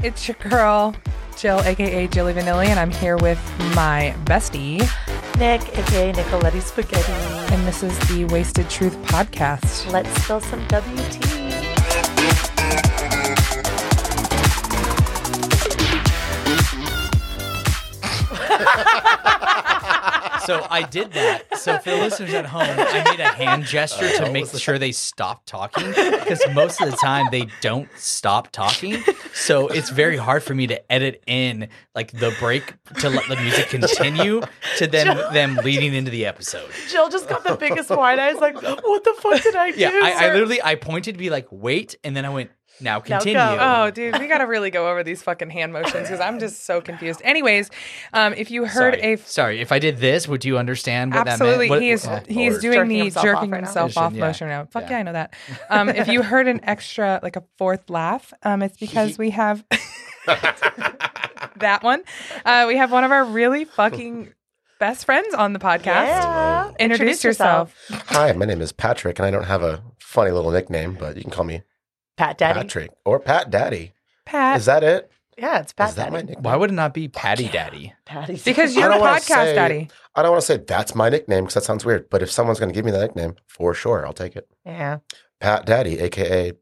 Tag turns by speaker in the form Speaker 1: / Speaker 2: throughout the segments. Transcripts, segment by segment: Speaker 1: It's your girl, Jill, aka Jilly Vanilli, and I'm here with my bestie,
Speaker 2: Nick, aka Nicoletti Spaghetti.
Speaker 1: and this is the Wasted Truth podcast.
Speaker 2: Let's spill some WT.
Speaker 3: So I did that. So for the listeners at home, I made a hand gesture to make sure they stop talking because most of the time they don't stop talking. So it's very hard for me to edit in like the break to let the music continue to them them leading into the episode.
Speaker 2: Jill just got the biggest wide eyes, like, what the fuck did I do?
Speaker 3: Yeah, I, I
Speaker 2: sir?"
Speaker 3: literally I pointed to be like wait, and then I went now
Speaker 2: go.
Speaker 3: continue.
Speaker 1: Oh, dude, we gotta really go over these fucking hand motions because I'm just so confused. Anyways, um, if you heard
Speaker 3: sorry.
Speaker 1: a f-
Speaker 3: sorry if I did this. Would you understand what
Speaker 1: absolutely,
Speaker 3: that meant? What- Oh,
Speaker 1: he is
Speaker 3: what-
Speaker 1: he is
Speaker 3: or-
Speaker 1: doing
Speaker 2: Jerking
Speaker 1: the
Speaker 2: himself off
Speaker 1: jerking
Speaker 2: right now.
Speaker 1: himself off
Speaker 3: Yeah.
Speaker 1: motion now. Fuck yeah.
Speaker 3: Yeah.
Speaker 1: I know that. Um, if you heard an extra like a fourth laugh, um, it's because we have that one. Uh, we have one of our really fucking best friends on the podcast.
Speaker 2: Yeah.
Speaker 1: Introduce, yourself.
Speaker 4: Hi, my name is Patrick, and I don't have a funny little nickname, but you can call me
Speaker 2: Pat Daddy.
Speaker 4: Patrick or Pat Daddy.
Speaker 1: Pat.
Speaker 4: Is that it?
Speaker 2: Yeah, it's
Speaker 4: Is
Speaker 2: Pat
Speaker 4: that
Speaker 2: Daddy.
Speaker 4: my nickname?
Speaker 3: Why would it not be Patty Daddy?
Speaker 2: Patty.
Speaker 1: because
Speaker 4: I
Speaker 1: you're a
Speaker 4: don't wanna
Speaker 1: podcast
Speaker 4: say-
Speaker 1: daddy.
Speaker 4: I don't want to say that's my nickname because that sounds weird. But if someone's going to give me the nickname, for sure, I'll take it.
Speaker 2: Yeah.
Speaker 4: Pat Daddy, aka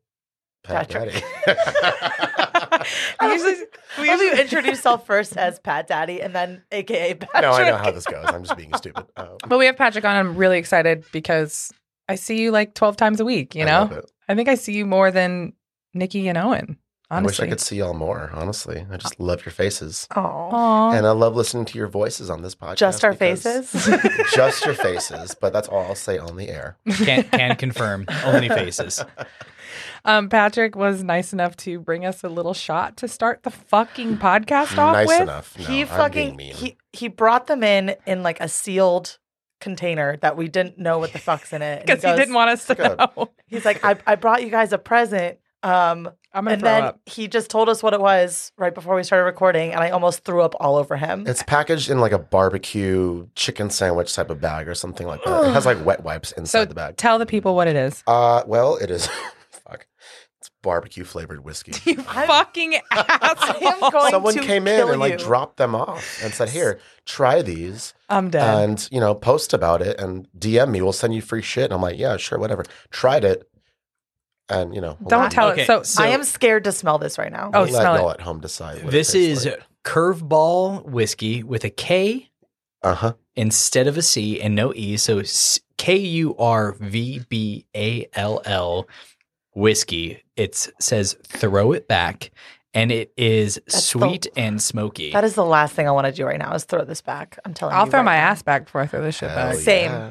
Speaker 4: Pat
Speaker 2: Patrick.
Speaker 4: Daddy.
Speaker 1: I usually-
Speaker 2: We usually introduce yourself first as Pat Daddy and then AKA Pat.
Speaker 4: no, I know how this goes. I'm just being stupid. Um,
Speaker 1: But we have Patrick on. I'm really excited because I see you like 12 times a week, you
Speaker 4: I
Speaker 1: know?
Speaker 4: love it.
Speaker 1: I, think I see you more than Nikki and Owen,
Speaker 4: I wish
Speaker 1: honestly.
Speaker 4: I could see y'all more. Honestly, I just love your faces,
Speaker 2: Oh.
Speaker 1: Aw.
Speaker 4: and I love listening to your voices on this podcast.
Speaker 2: Just our
Speaker 4: because-
Speaker 2: faces.
Speaker 4: just your faces, but that's all I'll say on the air.
Speaker 3: Can can confirm only faces.
Speaker 1: Um, Patrick was nice enough to bring us a little shot to start the fucking podcast off
Speaker 4: nice
Speaker 1: with.
Speaker 4: enough. No,
Speaker 2: he
Speaker 4: I'm
Speaker 2: fucking
Speaker 4: being mean.
Speaker 2: he he brought them in in like a sealed container that we didn't know what the fuck's in it. And
Speaker 1: Because he,
Speaker 2: goes-
Speaker 1: didn't want us to
Speaker 4: Good.
Speaker 1: know.
Speaker 2: He's like, I I brought you guys a present. Um,
Speaker 1: I'm going
Speaker 2: and
Speaker 1: to throw
Speaker 2: then
Speaker 1: up.
Speaker 2: he just told us what it was right before we started recording, and I almost threw up all over him.
Speaker 4: It's packaged in like a barbecue chicken sandwich type of bag or something like that. It has like wet wipes inside
Speaker 1: So
Speaker 4: the bag.
Speaker 1: tell the people what it is.
Speaker 4: uh, well, it is fuck. It's barbecue flavored whiskey.
Speaker 1: You fucking asshole.
Speaker 2: am going
Speaker 4: Someone
Speaker 2: to
Speaker 4: came in
Speaker 2: kill
Speaker 4: and like
Speaker 2: you.
Speaker 4: dropped them off and said, "Here, try these
Speaker 1: I'm dead.
Speaker 4: and you know, post about it and DM me. We'll send you free shit." And I'm like, "Yeah, sure, whatever." Tried it, and you know, we'll
Speaker 1: Don't
Speaker 4: let-
Speaker 1: tell
Speaker 3: Okay,
Speaker 1: it. So,
Speaker 3: so-
Speaker 2: I am scared to smell this right now.
Speaker 1: Oh,
Speaker 4: we'll let
Speaker 1: smell it.
Speaker 4: y'all at home decide. what it
Speaker 3: This
Speaker 4: tastes
Speaker 3: is
Speaker 4: like.
Speaker 3: curveball whiskey with a K
Speaker 4: uh-huh.
Speaker 3: instead of a C and no E. So K U R V B A L L whiskey. It says throw it back, and it is
Speaker 2: That's the-
Speaker 3: sweet and smoky.
Speaker 2: That is the last thing I want to do right now is throw this back. I'm telling you.
Speaker 1: I'll throw
Speaker 2: right
Speaker 1: my
Speaker 2: now.
Speaker 1: ass back before I throw this shit
Speaker 4: Hell
Speaker 1: back.
Speaker 2: Same.
Speaker 4: yeah.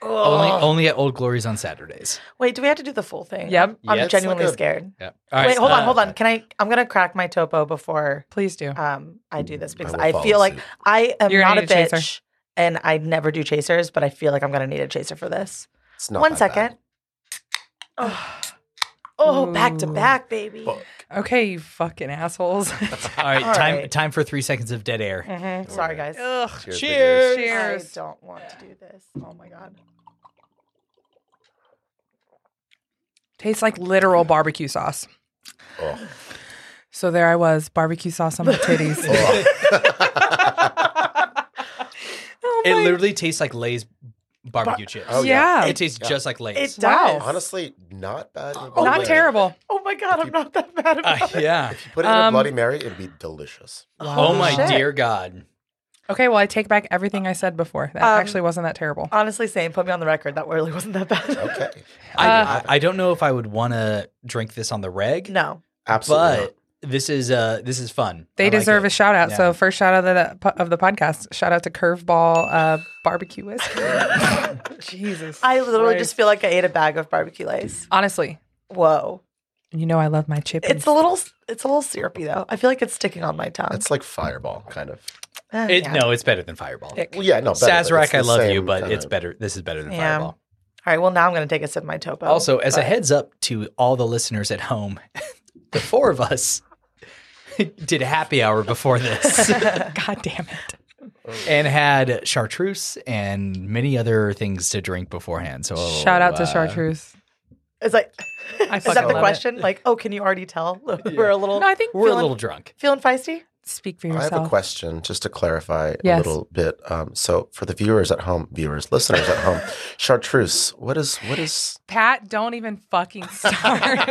Speaker 3: only,
Speaker 2: Ugh.
Speaker 3: only at Old Glory's on Saturdays.
Speaker 2: Wait, do we have to do the full thing?
Speaker 1: Yep.
Speaker 2: I'm, I'm
Speaker 3: Yeah, it's
Speaker 2: genuinely
Speaker 4: like a-
Speaker 2: scared.
Speaker 3: Yeah. All right,
Speaker 2: Wait, hold on,
Speaker 3: uh,
Speaker 2: hold on. Can I? I'm gonna crack my topo before
Speaker 1: Please do.
Speaker 2: um I do this because
Speaker 4: will
Speaker 2: I,
Speaker 4: follow
Speaker 2: feel like
Speaker 4: suit.
Speaker 2: I am
Speaker 1: You're
Speaker 2: not
Speaker 1: gonna
Speaker 2: a
Speaker 1: need a chaser.
Speaker 2: bitch, and I never do chasers, but I feel like I'm gonna need a chaser for this.
Speaker 4: It's not
Speaker 2: One
Speaker 4: that bad.
Speaker 2: second. Oh, oh back to
Speaker 1: Ooh.
Speaker 2: back, baby.
Speaker 4: Fuck.
Speaker 1: Okay, you fucking assholes.
Speaker 3: All right,
Speaker 2: All
Speaker 3: time
Speaker 2: right.
Speaker 3: time for three seconds of dead air.
Speaker 2: Mhm. Sorry, guys.
Speaker 1: Ugh.
Speaker 4: Cheers,
Speaker 1: Oh,
Speaker 3: Cheers.
Speaker 4: biggers.
Speaker 1: Cheers.
Speaker 2: I don't want to do this. Oh my god.
Speaker 1: Tastes like literal barbecue sauce.
Speaker 4: Oh.
Speaker 1: So there I was, barbecue sauce on my titties. Oh
Speaker 3: It
Speaker 1: my-
Speaker 3: literally tastes like Lay's barbecue chips.
Speaker 4: Oh,
Speaker 1: yeah.
Speaker 3: It tastes just like Lay's.
Speaker 2: It
Speaker 1: Wow.
Speaker 2: does.
Speaker 4: Honestly, not bad.
Speaker 2: Oh
Speaker 1: not
Speaker 2: my-
Speaker 1: terrible.
Speaker 2: Oh my god, I'm not that bad
Speaker 3: Uh,
Speaker 2: about it.
Speaker 3: yeah.
Speaker 4: If you put it in a
Speaker 1: Um,
Speaker 4: Bloody Mary, it'd be delicious.
Speaker 3: Oh my
Speaker 2: shit.
Speaker 3: dear God.
Speaker 1: Okay, well I take back everything I said before. That
Speaker 2: Um,
Speaker 1: actually wasn't that terrible.
Speaker 2: Honestly, same. Put me on the record. That really wasn't that bad.
Speaker 4: Okay,
Speaker 3: I,
Speaker 1: Uh,
Speaker 3: I I don't know if I would want to drink this on the reg,
Speaker 2: No.
Speaker 4: absolutely.
Speaker 3: but this is uh this is fun.
Speaker 1: They
Speaker 3: I like
Speaker 1: deserve
Speaker 3: it.
Speaker 1: a shout out. So
Speaker 3: Yeah.
Speaker 1: first shout out of the of the podcast. Shout out to Curveball uh, Barbecue Whiskey. Jesus.
Speaker 2: I literally
Speaker 1: Christ.
Speaker 2: just feel like I ate a bag of barbecue lace.
Speaker 1: honestly,
Speaker 2: Whoa.
Speaker 1: you know I love my chip.
Speaker 2: It's a little it's a little syrupy though. I feel like it's sticking on my tongue.
Speaker 4: it's like Fireball, kind of.
Speaker 2: Eh,
Speaker 3: It,
Speaker 2: yeah.
Speaker 3: No, it's better than Fireball.
Speaker 2: Ick.
Speaker 4: Well, yeah, no. Better, but it's
Speaker 3: Sazerac,
Speaker 4: the
Speaker 3: I love you,
Speaker 4: same
Speaker 3: but
Speaker 4: kind
Speaker 3: it's
Speaker 4: of-
Speaker 3: better. This is better than
Speaker 2: Yeah.
Speaker 3: Fireball.
Speaker 2: All right, well now I'm gonna take a sip of my topo.
Speaker 3: Also, as a
Speaker 2: but-
Speaker 3: heads up to all the listeners at home, the four of us did happy hour before this
Speaker 1: God damn it.
Speaker 3: and had
Speaker 4: Oh,
Speaker 3: chartreuse and many other things to drink beforehand. So
Speaker 1: shout out to
Speaker 3: uh,
Speaker 1: Chartreuse.
Speaker 2: It's like,
Speaker 1: I
Speaker 2: is
Speaker 1: fucking
Speaker 2: that the
Speaker 1: love it.
Speaker 2: question? Like, oh, can you already tell we're a little
Speaker 1: No, I think
Speaker 3: We're
Speaker 1: feeling,
Speaker 3: a little drunk.
Speaker 2: feeling feisty?
Speaker 1: speak for
Speaker 4: I
Speaker 1: yourself.
Speaker 4: have a question just to clarify
Speaker 1: Yes.
Speaker 4: a little bit. Um, so for the viewers at home, viewers, listeners at home, chartreuse, what is what is
Speaker 1: Pat, don't even fucking start.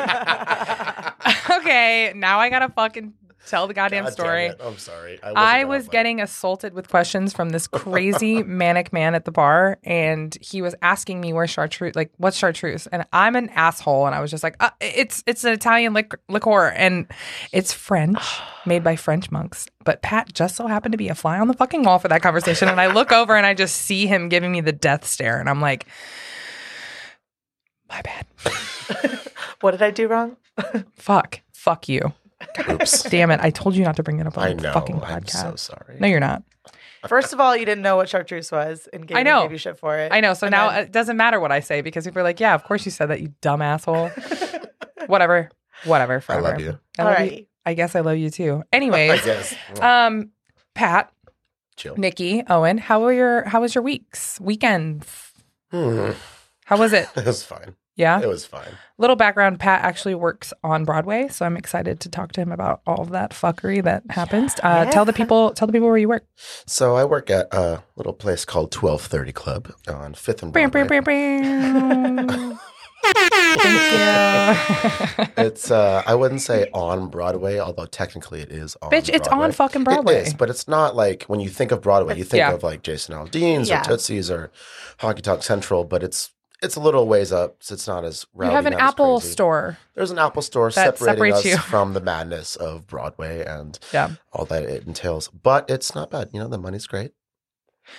Speaker 1: okay, now I gotta fucking tell the goddamn
Speaker 4: God damn
Speaker 1: story.
Speaker 4: it, I'm sorry. wasn't
Speaker 1: I
Speaker 4: gonna
Speaker 1: was
Speaker 4: laugh.
Speaker 1: getting assaulted with questions from this crazy manic man at the bar, and he was asking me where chartreuse, like what's chartreuse, and I'm an asshole, and I was just like, uh, it's it's an Italian lic- liqueur, and it's French, made by French monks. But Pat just so happened to be a fly on the fucking wall for that conversation, and I look over and I just see him giving me the death stare, and I'm like, my bad,
Speaker 2: What did I do wrong?
Speaker 1: fuck, fuck you,
Speaker 4: Oops.
Speaker 1: damn it, I told you not to bring it up on
Speaker 4: I
Speaker 1: the
Speaker 4: know.
Speaker 1: fucking
Speaker 4: I'm
Speaker 1: podcast.
Speaker 4: so sorry.
Speaker 1: no, you're not.
Speaker 2: First of all, you didn't know what chartreuse was and gave,
Speaker 1: I know.
Speaker 2: gave you shit for it.
Speaker 1: I know. So
Speaker 2: And
Speaker 1: now
Speaker 2: then-
Speaker 1: it doesn't matter what I say because people are like, yeah, of course you said that, you dumb asshole. whatever. Whatever.
Speaker 4: I
Speaker 1: Forever.
Speaker 4: love you.
Speaker 1: I,
Speaker 2: all
Speaker 1: love
Speaker 2: right.
Speaker 1: you. I guess I love you too.
Speaker 4: I
Speaker 1: Anyways,
Speaker 4: guess.
Speaker 1: um, Pat,
Speaker 4: Chill.
Speaker 1: Nikki, Owen, how were your how was your weeks, weekends?
Speaker 4: Hmm.
Speaker 1: How was it?
Speaker 4: It was fine.
Speaker 1: Yeah.
Speaker 4: It was fine.
Speaker 1: Little background: Pat actually works on Broadway, so I'm excited to talk to him about all of that fuckery that happens. Uh, Tell the
Speaker 2: Yeah.
Speaker 1: people, tell the people where you work.
Speaker 4: So I work at a little place called 1230 Club on 5th and
Speaker 1: Bam, bam,
Speaker 4: Broadway.
Speaker 1: bam, bam. Thank you.
Speaker 4: It's uh I wouldn't say on Broadway, although technically it is on
Speaker 1: Bitch, it's on
Speaker 4: Broadway.
Speaker 1: fucking Broadway.
Speaker 4: It is, but it's not like when you think of Broadway, you think
Speaker 1: Yeah.
Speaker 4: of like Jason Aldean's
Speaker 2: Yeah.
Speaker 4: or Tootsie's or Honky Tonk Central, but it's it's a little ways up, so it's not as
Speaker 1: you
Speaker 4: rowdy.
Speaker 1: have an
Speaker 4: not as
Speaker 1: Apple
Speaker 4: crazy.
Speaker 1: store.
Speaker 4: There's an Apple store
Speaker 1: That
Speaker 4: separating
Speaker 1: separates
Speaker 4: us
Speaker 1: you.
Speaker 4: from the madness of Broadway and
Speaker 1: Yeah.
Speaker 4: all that it entails. But it's not bad. You know, the money's great.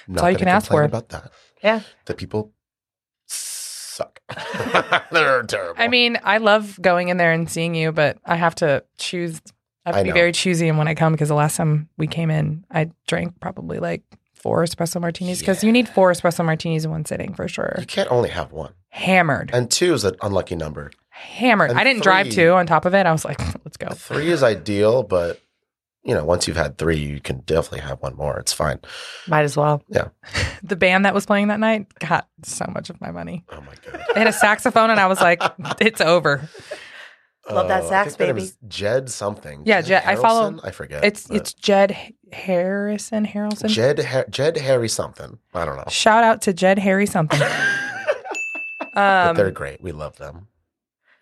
Speaker 4: Not
Speaker 1: all you
Speaker 4: gonna
Speaker 1: can ask
Speaker 4: complain
Speaker 1: for.
Speaker 4: about that.
Speaker 2: Yeah.
Speaker 4: The people suck. They're terrible.
Speaker 1: I mean, I love going in there and seeing you, but I have to choose. I have
Speaker 4: I
Speaker 1: to be
Speaker 4: know.
Speaker 1: very choosy in when I come because the last time we came in, I drank probably like four espresso martinis because you need four espresso martinis in one sitting for sure.
Speaker 4: you can't only have one,
Speaker 1: Hammered,
Speaker 4: and two is an unlucky number.
Speaker 1: hammered.
Speaker 4: and
Speaker 1: I didn't drive
Speaker 4: three-
Speaker 1: two on top of it. I was like, let's go.
Speaker 4: Three is ideal, but you know, once you've had three, you can definitely have one more. It's fine.
Speaker 2: Might as well.
Speaker 1: The band that was playing that night got so much of my money.
Speaker 4: Oh my god,
Speaker 1: They had a saxophone, and I was like, it's over.
Speaker 2: Love that
Speaker 4: Oh, I
Speaker 2: sax,
Speaker 4: think their name
Speaker 2: baby.
Speaker 4: is Jed something.
Speaker 1: Yeah, Jed- I follow-
Speaker 4: Harrelson? I forget.
Speaker 1: It's
Speaker 4: but
Speaker 1: it's Jed H- Harrison Harrelson.
Speaker 4: Jed Har- Jed Harry something. I don't know.
Speaker 1: Shout out to Jed Harry something.
Speaker 4: but they're
Speaker 1: um,
Speaker 4: great. We love them.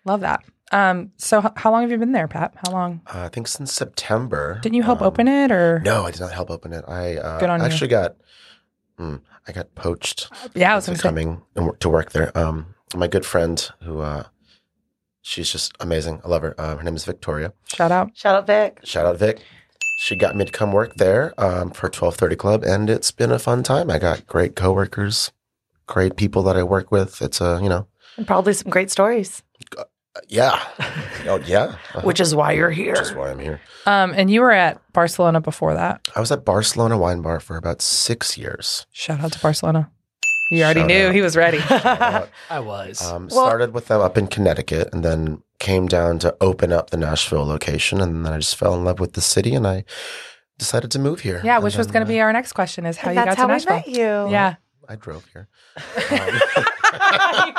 Speaker 1: love that. Um, so h- how long have you been there, Pat? How long?
Speaker 4: Uh, I think since September.
Speaker 1: Didn't you help open it or?
Speaker 4: No, I did not help open it. I uh,
Speaker 1: Good on you.
Speaker 4: actually got mm, I got poached
Speaker 1: Yeah, I was gonna
Speaker 4: into
Speaker 1: say.
Speaker 4: coming and wor- to work there. Um, my good friend who uh, she's just amazing. I love her. Uh, her name is Victoria.
Speaker 1: Shout out.
Speaker 2: Shout out Vic.
Speaker 4: Shout out Vic. She got me to come work there um, for twelve thirty club, and it's been a fun time. I got great coworkers, great people that I work with. It's a you know
Speaker 2: And probably some great stories,
Speaker 4: yeah oh yeah Uh-huh.
Speaker 2: which is why you're here.
Speaker 4: which is why I'm here.
Speaker 1: Um, and you were at Barcelona before that.
Speaker 4: I was at Barcelona Wine Bar for about six years.
Speaker 1: Shout out to Barcelona. You already
Speaker 4: Shout
Speaker 1: knew
Speaker 4: out.
Speaker 1: he was ready.
Speaker 4: Uh,
Speaker 3: I was.
Speaker 4: Um,
Speaker 2: Well-
Speaker 4: started with them up in Connecticut and then came down to open up the Nashville location. And then I just fell in love with the city and I decided to move here.
Speaker 1: Yeah,
Speaker 4: And
Speaker 1: which was
Speaker 4: then,
Speaker 1: going to be
Speaker 4: uh,
Speaker 1: our next question: is how
Speaker 2: And
Speaker 1: you got
Speaker 2: that's
Speaker 1: to
Speaker 2: how we
Speaker 1: Nashville?
Speaker 2: met you.
Speaker 1: Yeah.
Speaker 4: I drove here.
Speaker 1: You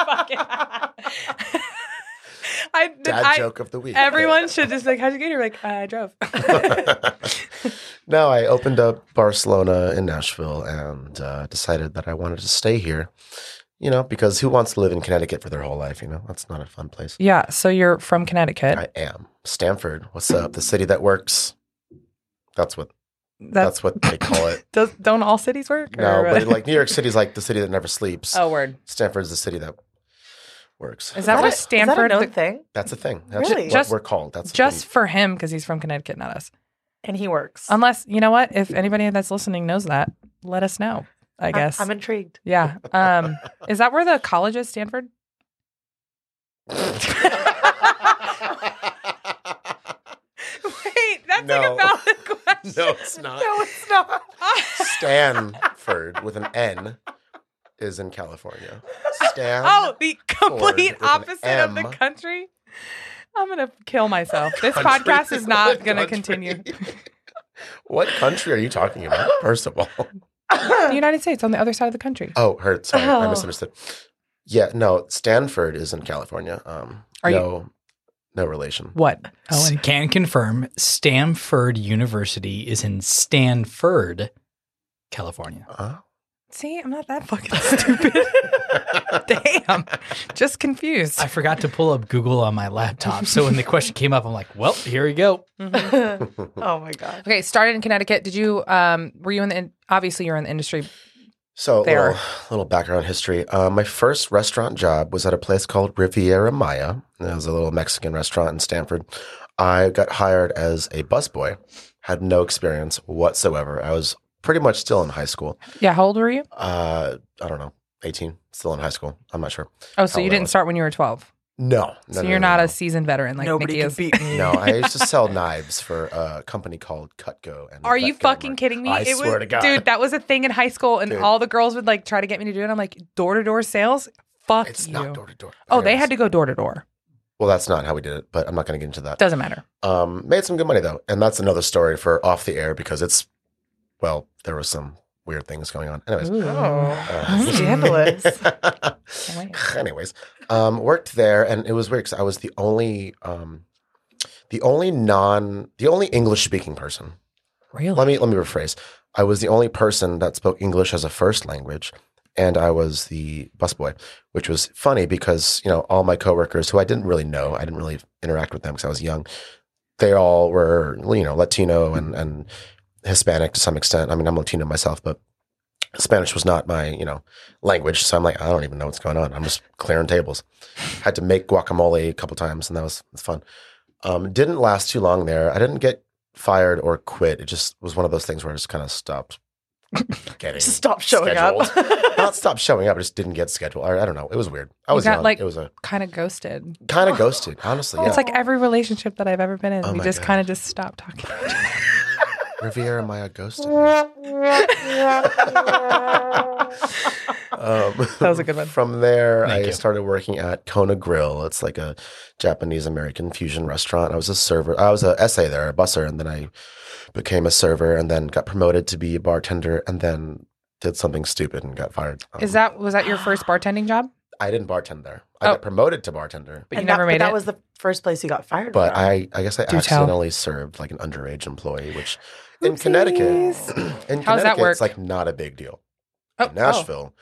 Speaker 1: fucking- I,
Speaker 4: Dad
Speaker 1: I-
Speaker 4: joke of the week.
Speaker 1: Everyone should just like, how'd you get here? Like, I drove.
Speaker 4: no, I opened up Barcelona in Nashville and uh, decided that I wanted to stay here. You know, because who wants to live in Connecticut for their whole life? You know, that's not a fun place.
Speaker 1: yeah. So you're from Connecticut.
Speaker 4: I am Stanford. What's up? The city that works. That's what
Speaker 1: That's,
Speaker 4: that's what they call it.
Speaker 1: does, don't all cities work?
Speaker 4: No,
Speaker 1: or-
Speaker 4: but like New York City's like the city that never sleeps.
Speaker 1: oh, word.
Speaker 4: Stanford's the city that works.
Speaker 1: Is that what
Speaker 2: Is that a- Is that a
Speaker 1: Stanford?
Speaker 2: known thing?
Speaker 4: That's a thing. That's
Speaker 2: Really?
Speaker 4: what
Speaker 1: Just-
Speaker 4: we're called. That's
Speaker 1: just for him because he's from Connecticut, not us.
Speaker 2: And he works.
Speaker 1: Unless you know what, if anybody that's listening knows that, let us know. I
Speaker 2: I'm-
Speaker 1: guess.
Speaker 2: I'm intrigued.
Speaker 1: yeah. Um, is that where the college is? Stanford. Wait, that's
Speaker 4: No.
Speaker 1: question.
Speaker 4: no, it's not.
Speaker 2: it's not.
Speaker 4: Stanford with an N is in California. Stan.
Speaker 1: oh, the complete
Speaker 4: with an
Speaker 1: opposite of the
Speaker 4: M.
Speaker 1: country. I'm gonna kill myself. This
Speaker 4: country.
Speaker 1: podcast is not
Speaker 4: What
Speaker 1: gonna
Speaker 4: country?
Speaker 1: continue.
Speaker 4: what country are you talking about? First of all.
Speaker 1: The United States on the other side of the country.
Speaker 4: Oh, hurt. Sorry, I
Speaker 2: Oh.
Speaker 4: misunderstood. Yeah, no, Stanford is in California. Um,
Speaker 1: Are you-
Speaker 4: no, no relation.
Speaker 1: What?
Speaker 3: S-
Speaker 1: Owen.
Speaker 3: Can confirm Stanford University is in Stanford, California.
Speaker 4: Huh?
Speaker 1: See, I'm not that fucking stupid. Damn. Just confused.
Speaker 3: I forgot to pull up Google on my laptop. So when the question came up, I'm like, well, here we go.
Speaker 1: Mhm.
Speaker 2: oh my god.
Speaker 1: Okay, started in Connecticut. Did you um were you in the in- obviously you're in the industry.
Speaker 4: So, a
Speaker 1: There.
Speaker 4: little, little background history. Uh, my first restaurant job was at a place called Riviera Maya. It was a little Mexican restaurant in Stanford. I got hired as a busboy, had no experience whatsoever. I was pretty much still in high school.
Speaker 1: Yeah, how old were you?
Speaker 4: Uh, I don't know, 18, still in high school. I'm not sure.
Speaker 1: Oh, so
Speaker 4: How
Speaker 1: you
Speaker 4: old I
Speaker 1: didn't
Speaker 4: was.
Speaker 1: start when you were 12.
Speaker 4: No. no
Speaker 1: so
Speaker 4: no,
Speaker 1: you're
Speaker 4: no,
Speaker 1: not
Speaker 4: no.
Speaker 1: a seasoned veteran like
Speaker 2: Nobody
Speaker 1: Nikki
Speaker 2: can
Speaker 1: is.
Speaker 2: beat me.
Speaker 4: No, I used to sell knives for a company called Cutco. And
Speaker 1: Are you
Speaker 4: Vetco
Speaker 1: fucking
Speaker 4: Market.
Speaker 1: kidding me?
Speaker 4: I swear
Speaker 1: was,
Speaker 4: to God.
Speaker 1: Dude, that was a thing in high school and
Speaker 4: Dude.
Speaker 1: all the girls would like try to get me to do it. I'm like, door-to-door sales? Fuck
Speaker 4: It's
Speaker 1: you.
Speaker 4: not door to door.
Speaker 1: oh, they had to go door-to-door.
Speaker 4: Well, that's not how we did it, but I'm not going to get into that.
Speaker 1: Doesn't matter.
Speaker 4: Um, made some good money though, and that's another story for off the air because it's, well, there was some weird things going on. Anyways, um,
Speaker 2: Oh.
Speaker 1: Hmm.
Speaker 4: uh,
Speaker 2: Scandalous.
Speaker 1: Wait.
Speaker 4: anyways, um, worked there, and it was weird because I was the only, um, the only non, the only English speaking person.
Speaker 1: Really?
Speaker 4: Let me let me rephrase. I was the only person that spoke English as a first language, and I was the busboy, which was funny because you know all my coworkers who I didn't really know, I didn't really interact with them because I was young. They all were you know Latino and and Hispanic to some extent. I mean, I'm Latino myself, but Spanish was not my you know language, so I'm like I don't even know what's going on. I'm just clearing tables. Had to make guacamole a couple times, and that was it's fun. Um, didn't last too long there. I didn't get fired or quit. It just was one of those things where I just kind of stopped getting.
Speaker 2: Just stop showing up.
Speaker 4: not stopped showing up. I just didn't get scheduled. I, I don't know. It was weird. I
Speaker 1: You
Speaker 4: was
Speaker 1: got,
Speaker 4: young.
Speaker 1: like-
Speaker 4: it was a
Speaker 1: Kind of ghosted.
Speaker 4: kind of ghosted. Honestly, yeah.
Speaker 1: It's like every relationship that I've ever been in.
Speaker 4: Oh
Speaker 1: we
Speaker 4: my
Speaker 1: just
Speaker 4: God.
Speaker 1: kind of just stopped talking. to each other.
Speaker 4: Riviera Maya ghosted. me. Um,
Speaker 1: That was a good one.
Speaker 4: From there,
Speaker 3: Thank
Speaker 4: I
Speaker 3: you.
Speaker 4: started working at Kona Grill. It's like a Japanese American fusion restaurant. I was a server. I was a SA there, a busser, and then I became a server, and then got promoted to be a bartender, and then did something stupid and got fired. Um,
Speaker 1: Is that was that your first bartending job?
Speaker 4: I didn't bartend there. I
Speaker 1: Oh.
Speaker 4: got promoted to bartender,
Speaker 1: But you
Speaker 2: And
Speaker 1: never
Speaker 2: that,
Speaker 1: made
Speaker 2: but
Speaker 1: it?
Speaker 2: That was the first place you got fired.
Speaker 4: but
Speaker 2: from.
Speaker 4: I, I guess I
Speaker 1: Do tell.
Speaker 4: accidentally served like an underage employee, which in
Speaker 1: Oopsies.
Speaker 4: Connecticut, in Connecticut,
Speaker 1: How does that work?
Speaker 4: it's like not a big deal.
Speaker 1: Oh,
Speaker 4: in Nashville,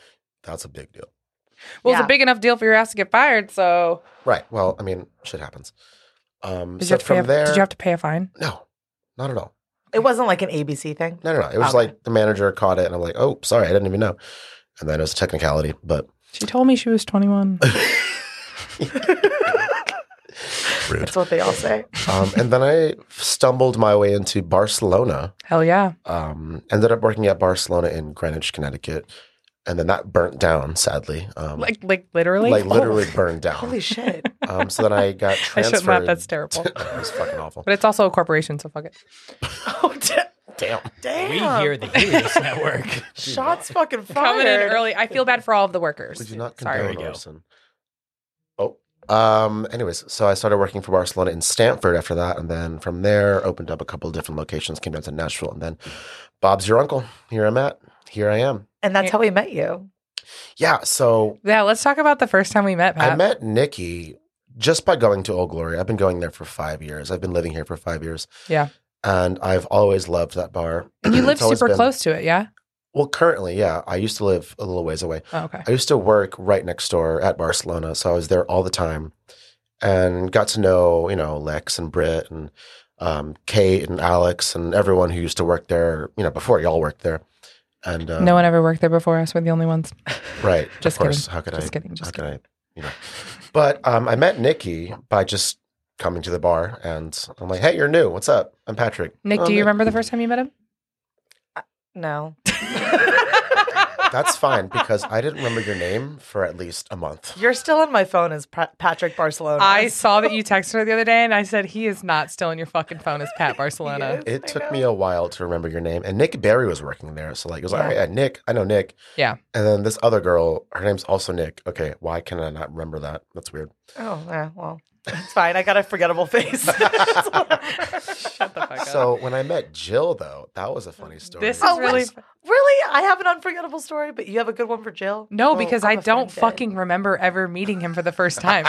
Speaker 4: that's a big deal.
Speaker 1: oh. Well, it's a
Speaker 2: Yeah.
Speaker 1: big enough deal for your ass to get fired. So
Speaker 4: Right. Well, I mean, shit happens. Um,
Speaker 1: did,
Speaker 4: so
Speaker 1: you, have to pay
Speaker 4: from
Speaker 1: a,
Speaker 4: there,
Speaker 1: did you have to pay a fine?
Speaker 4: No, not at all.
Speaker 2: it wasn't like an ABC thing.
Speaker 4: No, no, no. It was
Speaker 2: Okay.
Speaker 4: like the manager caught it, and I'm like, oh, sorry, I didn't even know. And then it was a technicality, but
Speaker 1: She told me she was 21.
Speaker 4: rude.
Speaker 2: That's what they all say.
Speaker 4: um, and then I stumbled my way into Barcelona.
Speaker 1: Hell yeah.
Speaker 4: Um, ended up working at Barcelona in Greenwich, Connecticut, and then that burnt down, sadly. Um,
Speaker 1: Like like literally.
Speaker 4: like literally
Speaker 1: Oh.
Speaker 4: burned down.
Speaker 2: Holy shit!
Speaker 4: Um, so then I got
Speaker 1: I
Speaker 4: transferred.
Speaker 1: shouldn't laugh. That's terrible.
Speaker 4: it was fucking awful.
Speaker 1: But it's also a corporation, so fuck it.
Speaker 2: Oh da-
Speaker 4: Damn.
Speaker 2: damn!
Speaker 3: We hear the Helios Network.
Speaker 2: shots fucking fired.
Speaker 1: Coming in early. I feel bad for all of the workers.
Speaker 4: Would you not
Speaker 1: Sorry.
Speaker 4: condone
Speaker 3: There we go.
Speaker 4: arson? Oh. Um, anyways, so I started working for Barcelona in Stanford after that, and then from there opened up a couple different locations, came down to Nashville, and then Bob's your uncle. Here I'm at. Here I am.
Speaker 2: And that's how we met you.
Speaker 4: Yeah, so
Speaker 1: Yeah, let's talk about the first time we met, Pat.
Speaker 4: I met Nikki just by going to Old Glory. I've been going there for five years. I've been living here for five years.
Speaker 1: Yeah.
Speaker 4: And I've always loved that bar.
Speaker 1: you lived
Speaker 4: It's always
Speaker 1: super
Speaker 4: been-
Speaker 1: close to it, yeah?
Speaker 4: Well, currently, yeah. I used to live a little ways away.
Speaker 1: Oh, okay.
Speaker 4: I used to work right next door at Barcelona, so I was there all the time, and got to know you know Lex and Britt and um, Kate and Alex and everyone who used to work there. You know, before y'all worked there, and um,
Speaker 1: no one ever worked there before us. We're the only ones.
Speaker 4: right?
Speaker 1: Just
Speaker 4: of course, how could I?
Speaker 1: Just kidding.
Speaker 4: how
Speaker 1: Just
Speaker 4: could I? You know, but um, I met Nikki by just coming to the bar, and I'm like, "Hey, you're new. What's up? I'm Patrick."
Speaker 1: Nick,
Speaker 4: "Oh,
Speaker 1: do you remember the first time you met him?
Speaker 2: No.
Speaker 4: That's fine because I didn't remember your name for at least a month.
Speaker 2: You're still on my phone as Pa- Patrick Barcelona.
Speaker 1: I saw that you texted her the other day, and I said he is not still in your fucking phone as Pat Barcelona.
Speaker 4: It took me a while to remember your name. And Nick Barry was working there. So like it was like, all right, yeah, Nick, I know Nick.
Speaker 1: Yeah.
Speaker 4: And then this other girl, her name's also Nick. Okay, why can I not remember that? That's weird.
Speaker 2: Oh, yeah, well, it's fine. I got a forgettable face.
Speaker 1: Shut the fuck up.
Speaker 4: So when I met Jill though, that was a funny story.
Speaker 1: this is
Speaker 2: Oh,
Speaker 1: really
Speaker 2: really? I have an unforgettable story, but you have a good one for Jill.
Speaker 1: No,
Speaker 2: Oh,
Speaker 1: because
Speaker 2: I'm
Speaker 1: I don't
Speaker 2: offended.
Speaker 1: fucking remember ever meeting him for the first time.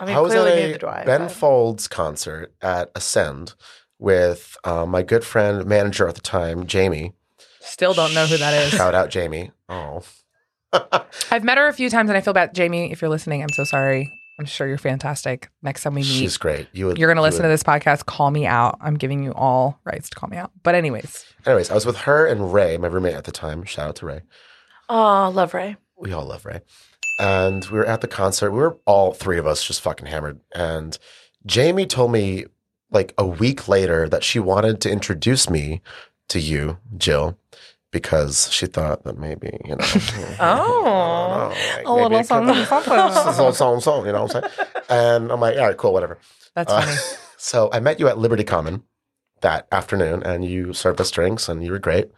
Speaker 2: I mean,
Speaker 4: I was
Speaker 2: clearly
Speaker 4: at
Speaker 2: neither
Speaker 4: a
Speaker 2: do I.
Speaker 4: Ben
Speaker 2: but-
Speaker 4: Folds concert at Ascend with uh, my good friend, manager at the time, Jamie.
Speaker 1: Still don't know who that is.
Speaker 4: Shout out, Jamie. Oh,
Speaker 1: I've met her a few times and I feel bad. Jamie, if you're listening, I'm so sorry. I'm sure you're fantastic. Next time we meet,
Speaker 4: she's great. You would,
Speaker 1: you're going to
Speaker 4: you
Speaker 1: listen to
Speaker 4: would-
Speaker 1: this podcast. Call me out. I'm giving you all rights to call me out. But, anyways,
Speaker 4: Anyways, I was with her and Ray, my roommate at the time. Shout out to Ray.
Speaker 2: Oh, love Ray.
Speaker 4: we all love Ray. And we were at the concert. We were all three of us just fucking hammered. And Jamie told me like a week later that she wanted to introduce me to you, Jill, because she thought that maybe, you know. hmm,
Speaker 2: Oh.
Speaker 4: I don't know, like,
Speaker 1: a little
Speaker 4: maybe
Speaker 1: something.
Speaker 4: could- This is a little song, song, you know what I'm saying? And I'm like, all right, cool, whatever.
Speaker 1: That's
Speaker 4: Uh,
Speaker 1: funny.
Speaker 4: so I met you at Liberty Common that afternoon, and you served us drinks, and you were great.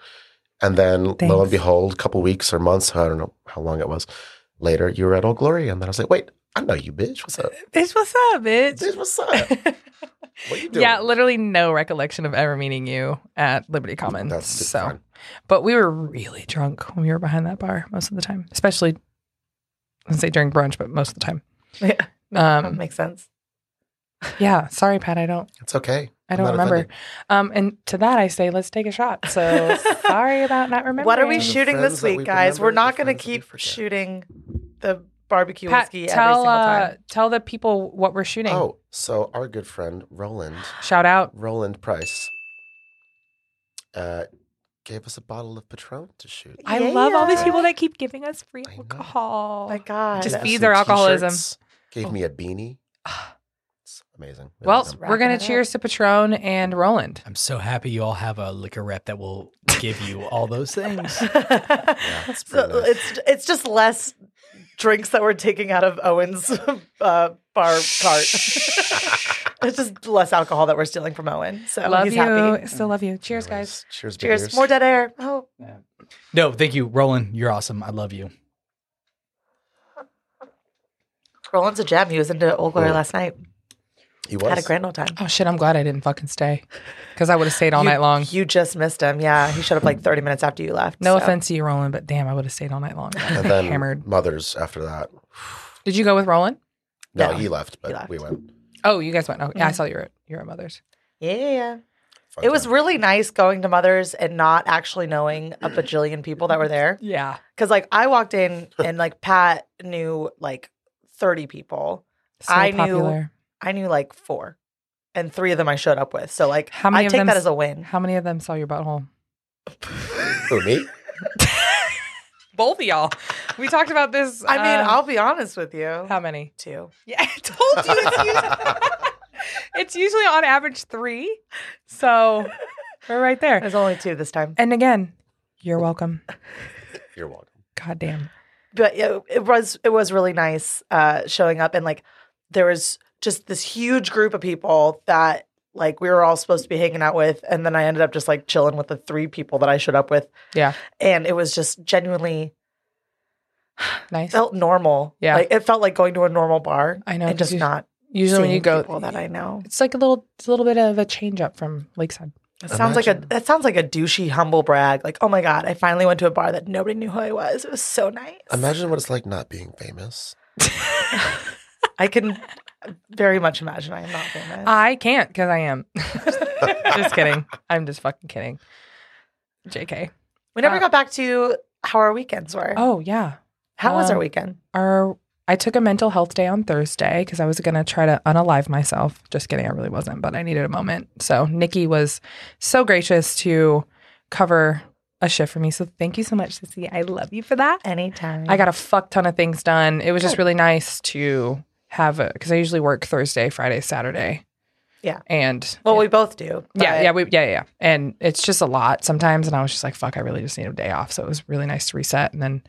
Speaker 4: And then, lo
Speaker 1: Thanks.
Speaker 4: and behold, a couple weeks or months, I don't know how long it was, later, you were at Old Glory. And then I was like, wait, I know you, bitch. What's up?
Speaker 1: Bitch, what's up, bitch?
Speaker 4: Bitch, what's up? What you doing?
Speaker 1: Yeah, literally no recollection of ever meeting you at Liberty Common.
Speaker 4: That's super
Speaker 1: so,
Speaker 4: fun.
Speaker 1: but we were really drunk when we were behind that bar most of the time, especially. I say during brunch, but most of the time.
Speaker 2: Yeah, Oh. that
Speaker 1: Um,
Speaker 2: makes sense.
Speaker 1: yeah, sorry, Pat. I don't.
Speaker 4: It's okay.
Speaker 1: I
Speaker 4: I'm
Speaker 1: don't
Speaker 4: not
Speaker 1: remember.
Speaker 4: offended.
Speaker 1: Um, and to that, I say, let's take a shot. So sorry about not remembering.
Speaker 2: What are we
Speaker 4: The
Speaker 2: shooting
Speaker 4: friends
Speaker 2: this
Speaker 4: that
Speaker 2: week,
Speaker 4: we
Speaker 2: guys?
Speaker 4: remember,
Speaker 2: We're
Speaker 4: the
Speaker 2: not going to
Speaker 4: friends that we
Speaker 2: keep
Speaker 4: forget.
Speaker 2: shooting the barbecue
Speaker 1: Pat,
Speaker 2: whiskey every
Speaker 1: tell
Speaker 2: single
Speaker 1: uh,
Speaker 2: time.
Speaker 1: tell the people what we're shooting.
Speaker 4: Oh, so our good friend, Roland,
Speaker 1: Shout out.
Speaker 4: Roland Price, uh, gave us a bottle of Patron to shoot.
Speaker 1: uh, I love all these
Speaker 2: Yeah. Oh
Speaker 1: people that keep giving us free
Speaker 4: I know.
Speaker 1: alcohol.
Speaker 2: my God.
Speaker 1: Just
Speaker 4: Got
Speaker 1: feed
Speaker 4: some
Speaker 1: their alcoholism.
Speaker 4: t-shirts, Gave me a beanie. It's amazing. I
Speaker 1: well,
Speaker 4: love them.
Speaker 1: we're gonna
Speaker 2: Wrapping it
Speaker 1: cheers to Patron and Roland.
Speaker 3: I'm so happy you all have a liquor rep that will give you all those things.
Speaker 4: it's
Speaker 2: so
Speaker 4: pretty nice.
Speaker 2: it's it's just less drinks that we're taking out of Owen's uh, bar cart. it's just less alcohol that we're stealing from Owen. So
Speaker 1: love
Speaker 2: Oh, he's
Speaker 1: you.
Speaker 2: happy.
Speaker 1: Still love you. Cheers, guys.
Speaker 4: Anyways, Cheers, big
Speaker 2: Cheers.
Speaker 4: ears.
Speaker 2: More dead air. Oh,
Speaker 3: No, thank you, Roland. You're awesome. I love you.
Speaker 2: Roland's a gem. He was into Old Glory
Speaker 4: Ooh.
Speaker 2: last night.
Speaker 4: He
Speaker 2: Had a
Speaker 4: was.
Speaker 2: grand old time.
Speaker 1: Oh shit! I'm glad I didn't fucking stay, because I would have stayed all
Speaker 2: You-
Speaker 1: night long.
Speaker 2: You just missed him. Yeah, he showed up like 30 minutes after you left.
Speaker 1: No
Speaker 2: so.
Speaker 1: offense to you, Roland, but damn, I would have stayed all night long.
Speaker 4: and then
Speaker 1: hammered.
Speaker 4: mothers after that.
Speaker 1: Did you go with Roland?
Speaker 4: No,
Speaker 2: No,
Speaker 4: he left, but
Speaker 2: left.
Speaker 4: we went.
Speaker 1: Oh, you guys went. Oh, yeah, I
Speaker 2: Mhm.
Speaker 1: saw you were at, you were at Mother's.
Speaker 2: Yeah, yeah, yeah.
Speaker 4: Fun
Speaker 2: It was
Speaker 4: time.
Speaker 2: really nice going to Mother's and not actually knowing a bajillion people that were there.
Speaker 1: Yeah.
Speaker 2: Cause like I walked in and like Pat knew like 30 people.
Speaker 1: So
Speaker 2: I knew-
Speaker 1: popular.
Speaker 2: I knew like four, and three of them I showed up with. So like,
Speaker 1: How many
Speaker 2: I
Speaker 1: of
Speaker 2: take
Speaker 1: them
Speaker 2: that
Speaker 1: s-
Speaker 2: as a win.
Speaker 1: How many of them saw your butthole?
Speaker 4: Who, me?
Speaker 1: Both of y'all. We talked about this.
Speaker 2: I mean,
Speaker 1: um,
Speaker 2: I'll be honest with you.
Speaker 1: how many?
Speaker 2: Two.
Speaker 1: Yeah, I told you. It's usually, it's usually on average three. So we're right there.
Speaker 2: There's only two this time.
Speaker 1: And again, you're welcome.
Speaker 4: You're welcome.
Speaker 1: God damn.
Speaker 2: But yeah, it was it was really nice uh, showing up, and like there was just this huge group of people that like we were all supposed to be hanging out with, and then I ended up just like chilling with the three people that I showed up with.
Speaker 1: Yeah.
Speaker 2: and it was just genuinely
Speaker 1: Nice.
Speaker 2: felt normal.
Speaker 1: Yeah.
Speaker 2: like it felt like going to a normal bar.
Speaker 1: I know,
Speaker 2: and
Speaker 1: 'cause
Speaker 2: just
Speaker 1: you-
Speaker 2: not
Speaker 1: Usually when you
Speaker 2: seeing
Speaker 1: go,
Speaker 2: people that I know.
Speaker 1: it's like a little, it's a little bit of a change up from Lakeside.
Speaker 2: That sounds like a
Speaker 4: Imagine.
Speaker 2: that sounds like a douchey humble brag. Like, oh my god, I finally went to a bar that nobody knew who I was. It was so nice.
Speaker 4: Imagine what it's like not being famous.
Speaker 2: I can very much imagine I am not famous.
Speaker 1: I can't because I am. just kidding. I'm just fucking kidding. JK.
Speaker 2: we never
Speaker 1: uh,
Speaker 2: got back to how our weekends were.
Speaker 1: Oh yeah.
Speaker 2: how was our
Speaker 1: um,
Speaker 2: weekend?
Speaker 1: our I took a mental health day on Thursday because I was gonna try to unalive myself. Just kidding, I really wasn't, but I needed a moment. So Nikki was so gracious to cover a shift for me. So thank you so much, Sissy. I love you for that.
Speaker 2: Anytime.
Speaker 1: I got a fuck ton of things done. It was just really nice to have a because I usually work Thursday, Friday, Saturday.
Speaker 2: Yeah.
Speaker 1: And
Speaker 2: well, we both do.
Speaker 1: yeah,
Speaker 2: but
Speaker 1: yeah, we, yeah, yeah. And it's just a lot sometimes. And I was just like, fuck, I really just need a day off. So it was really nice to reset. And then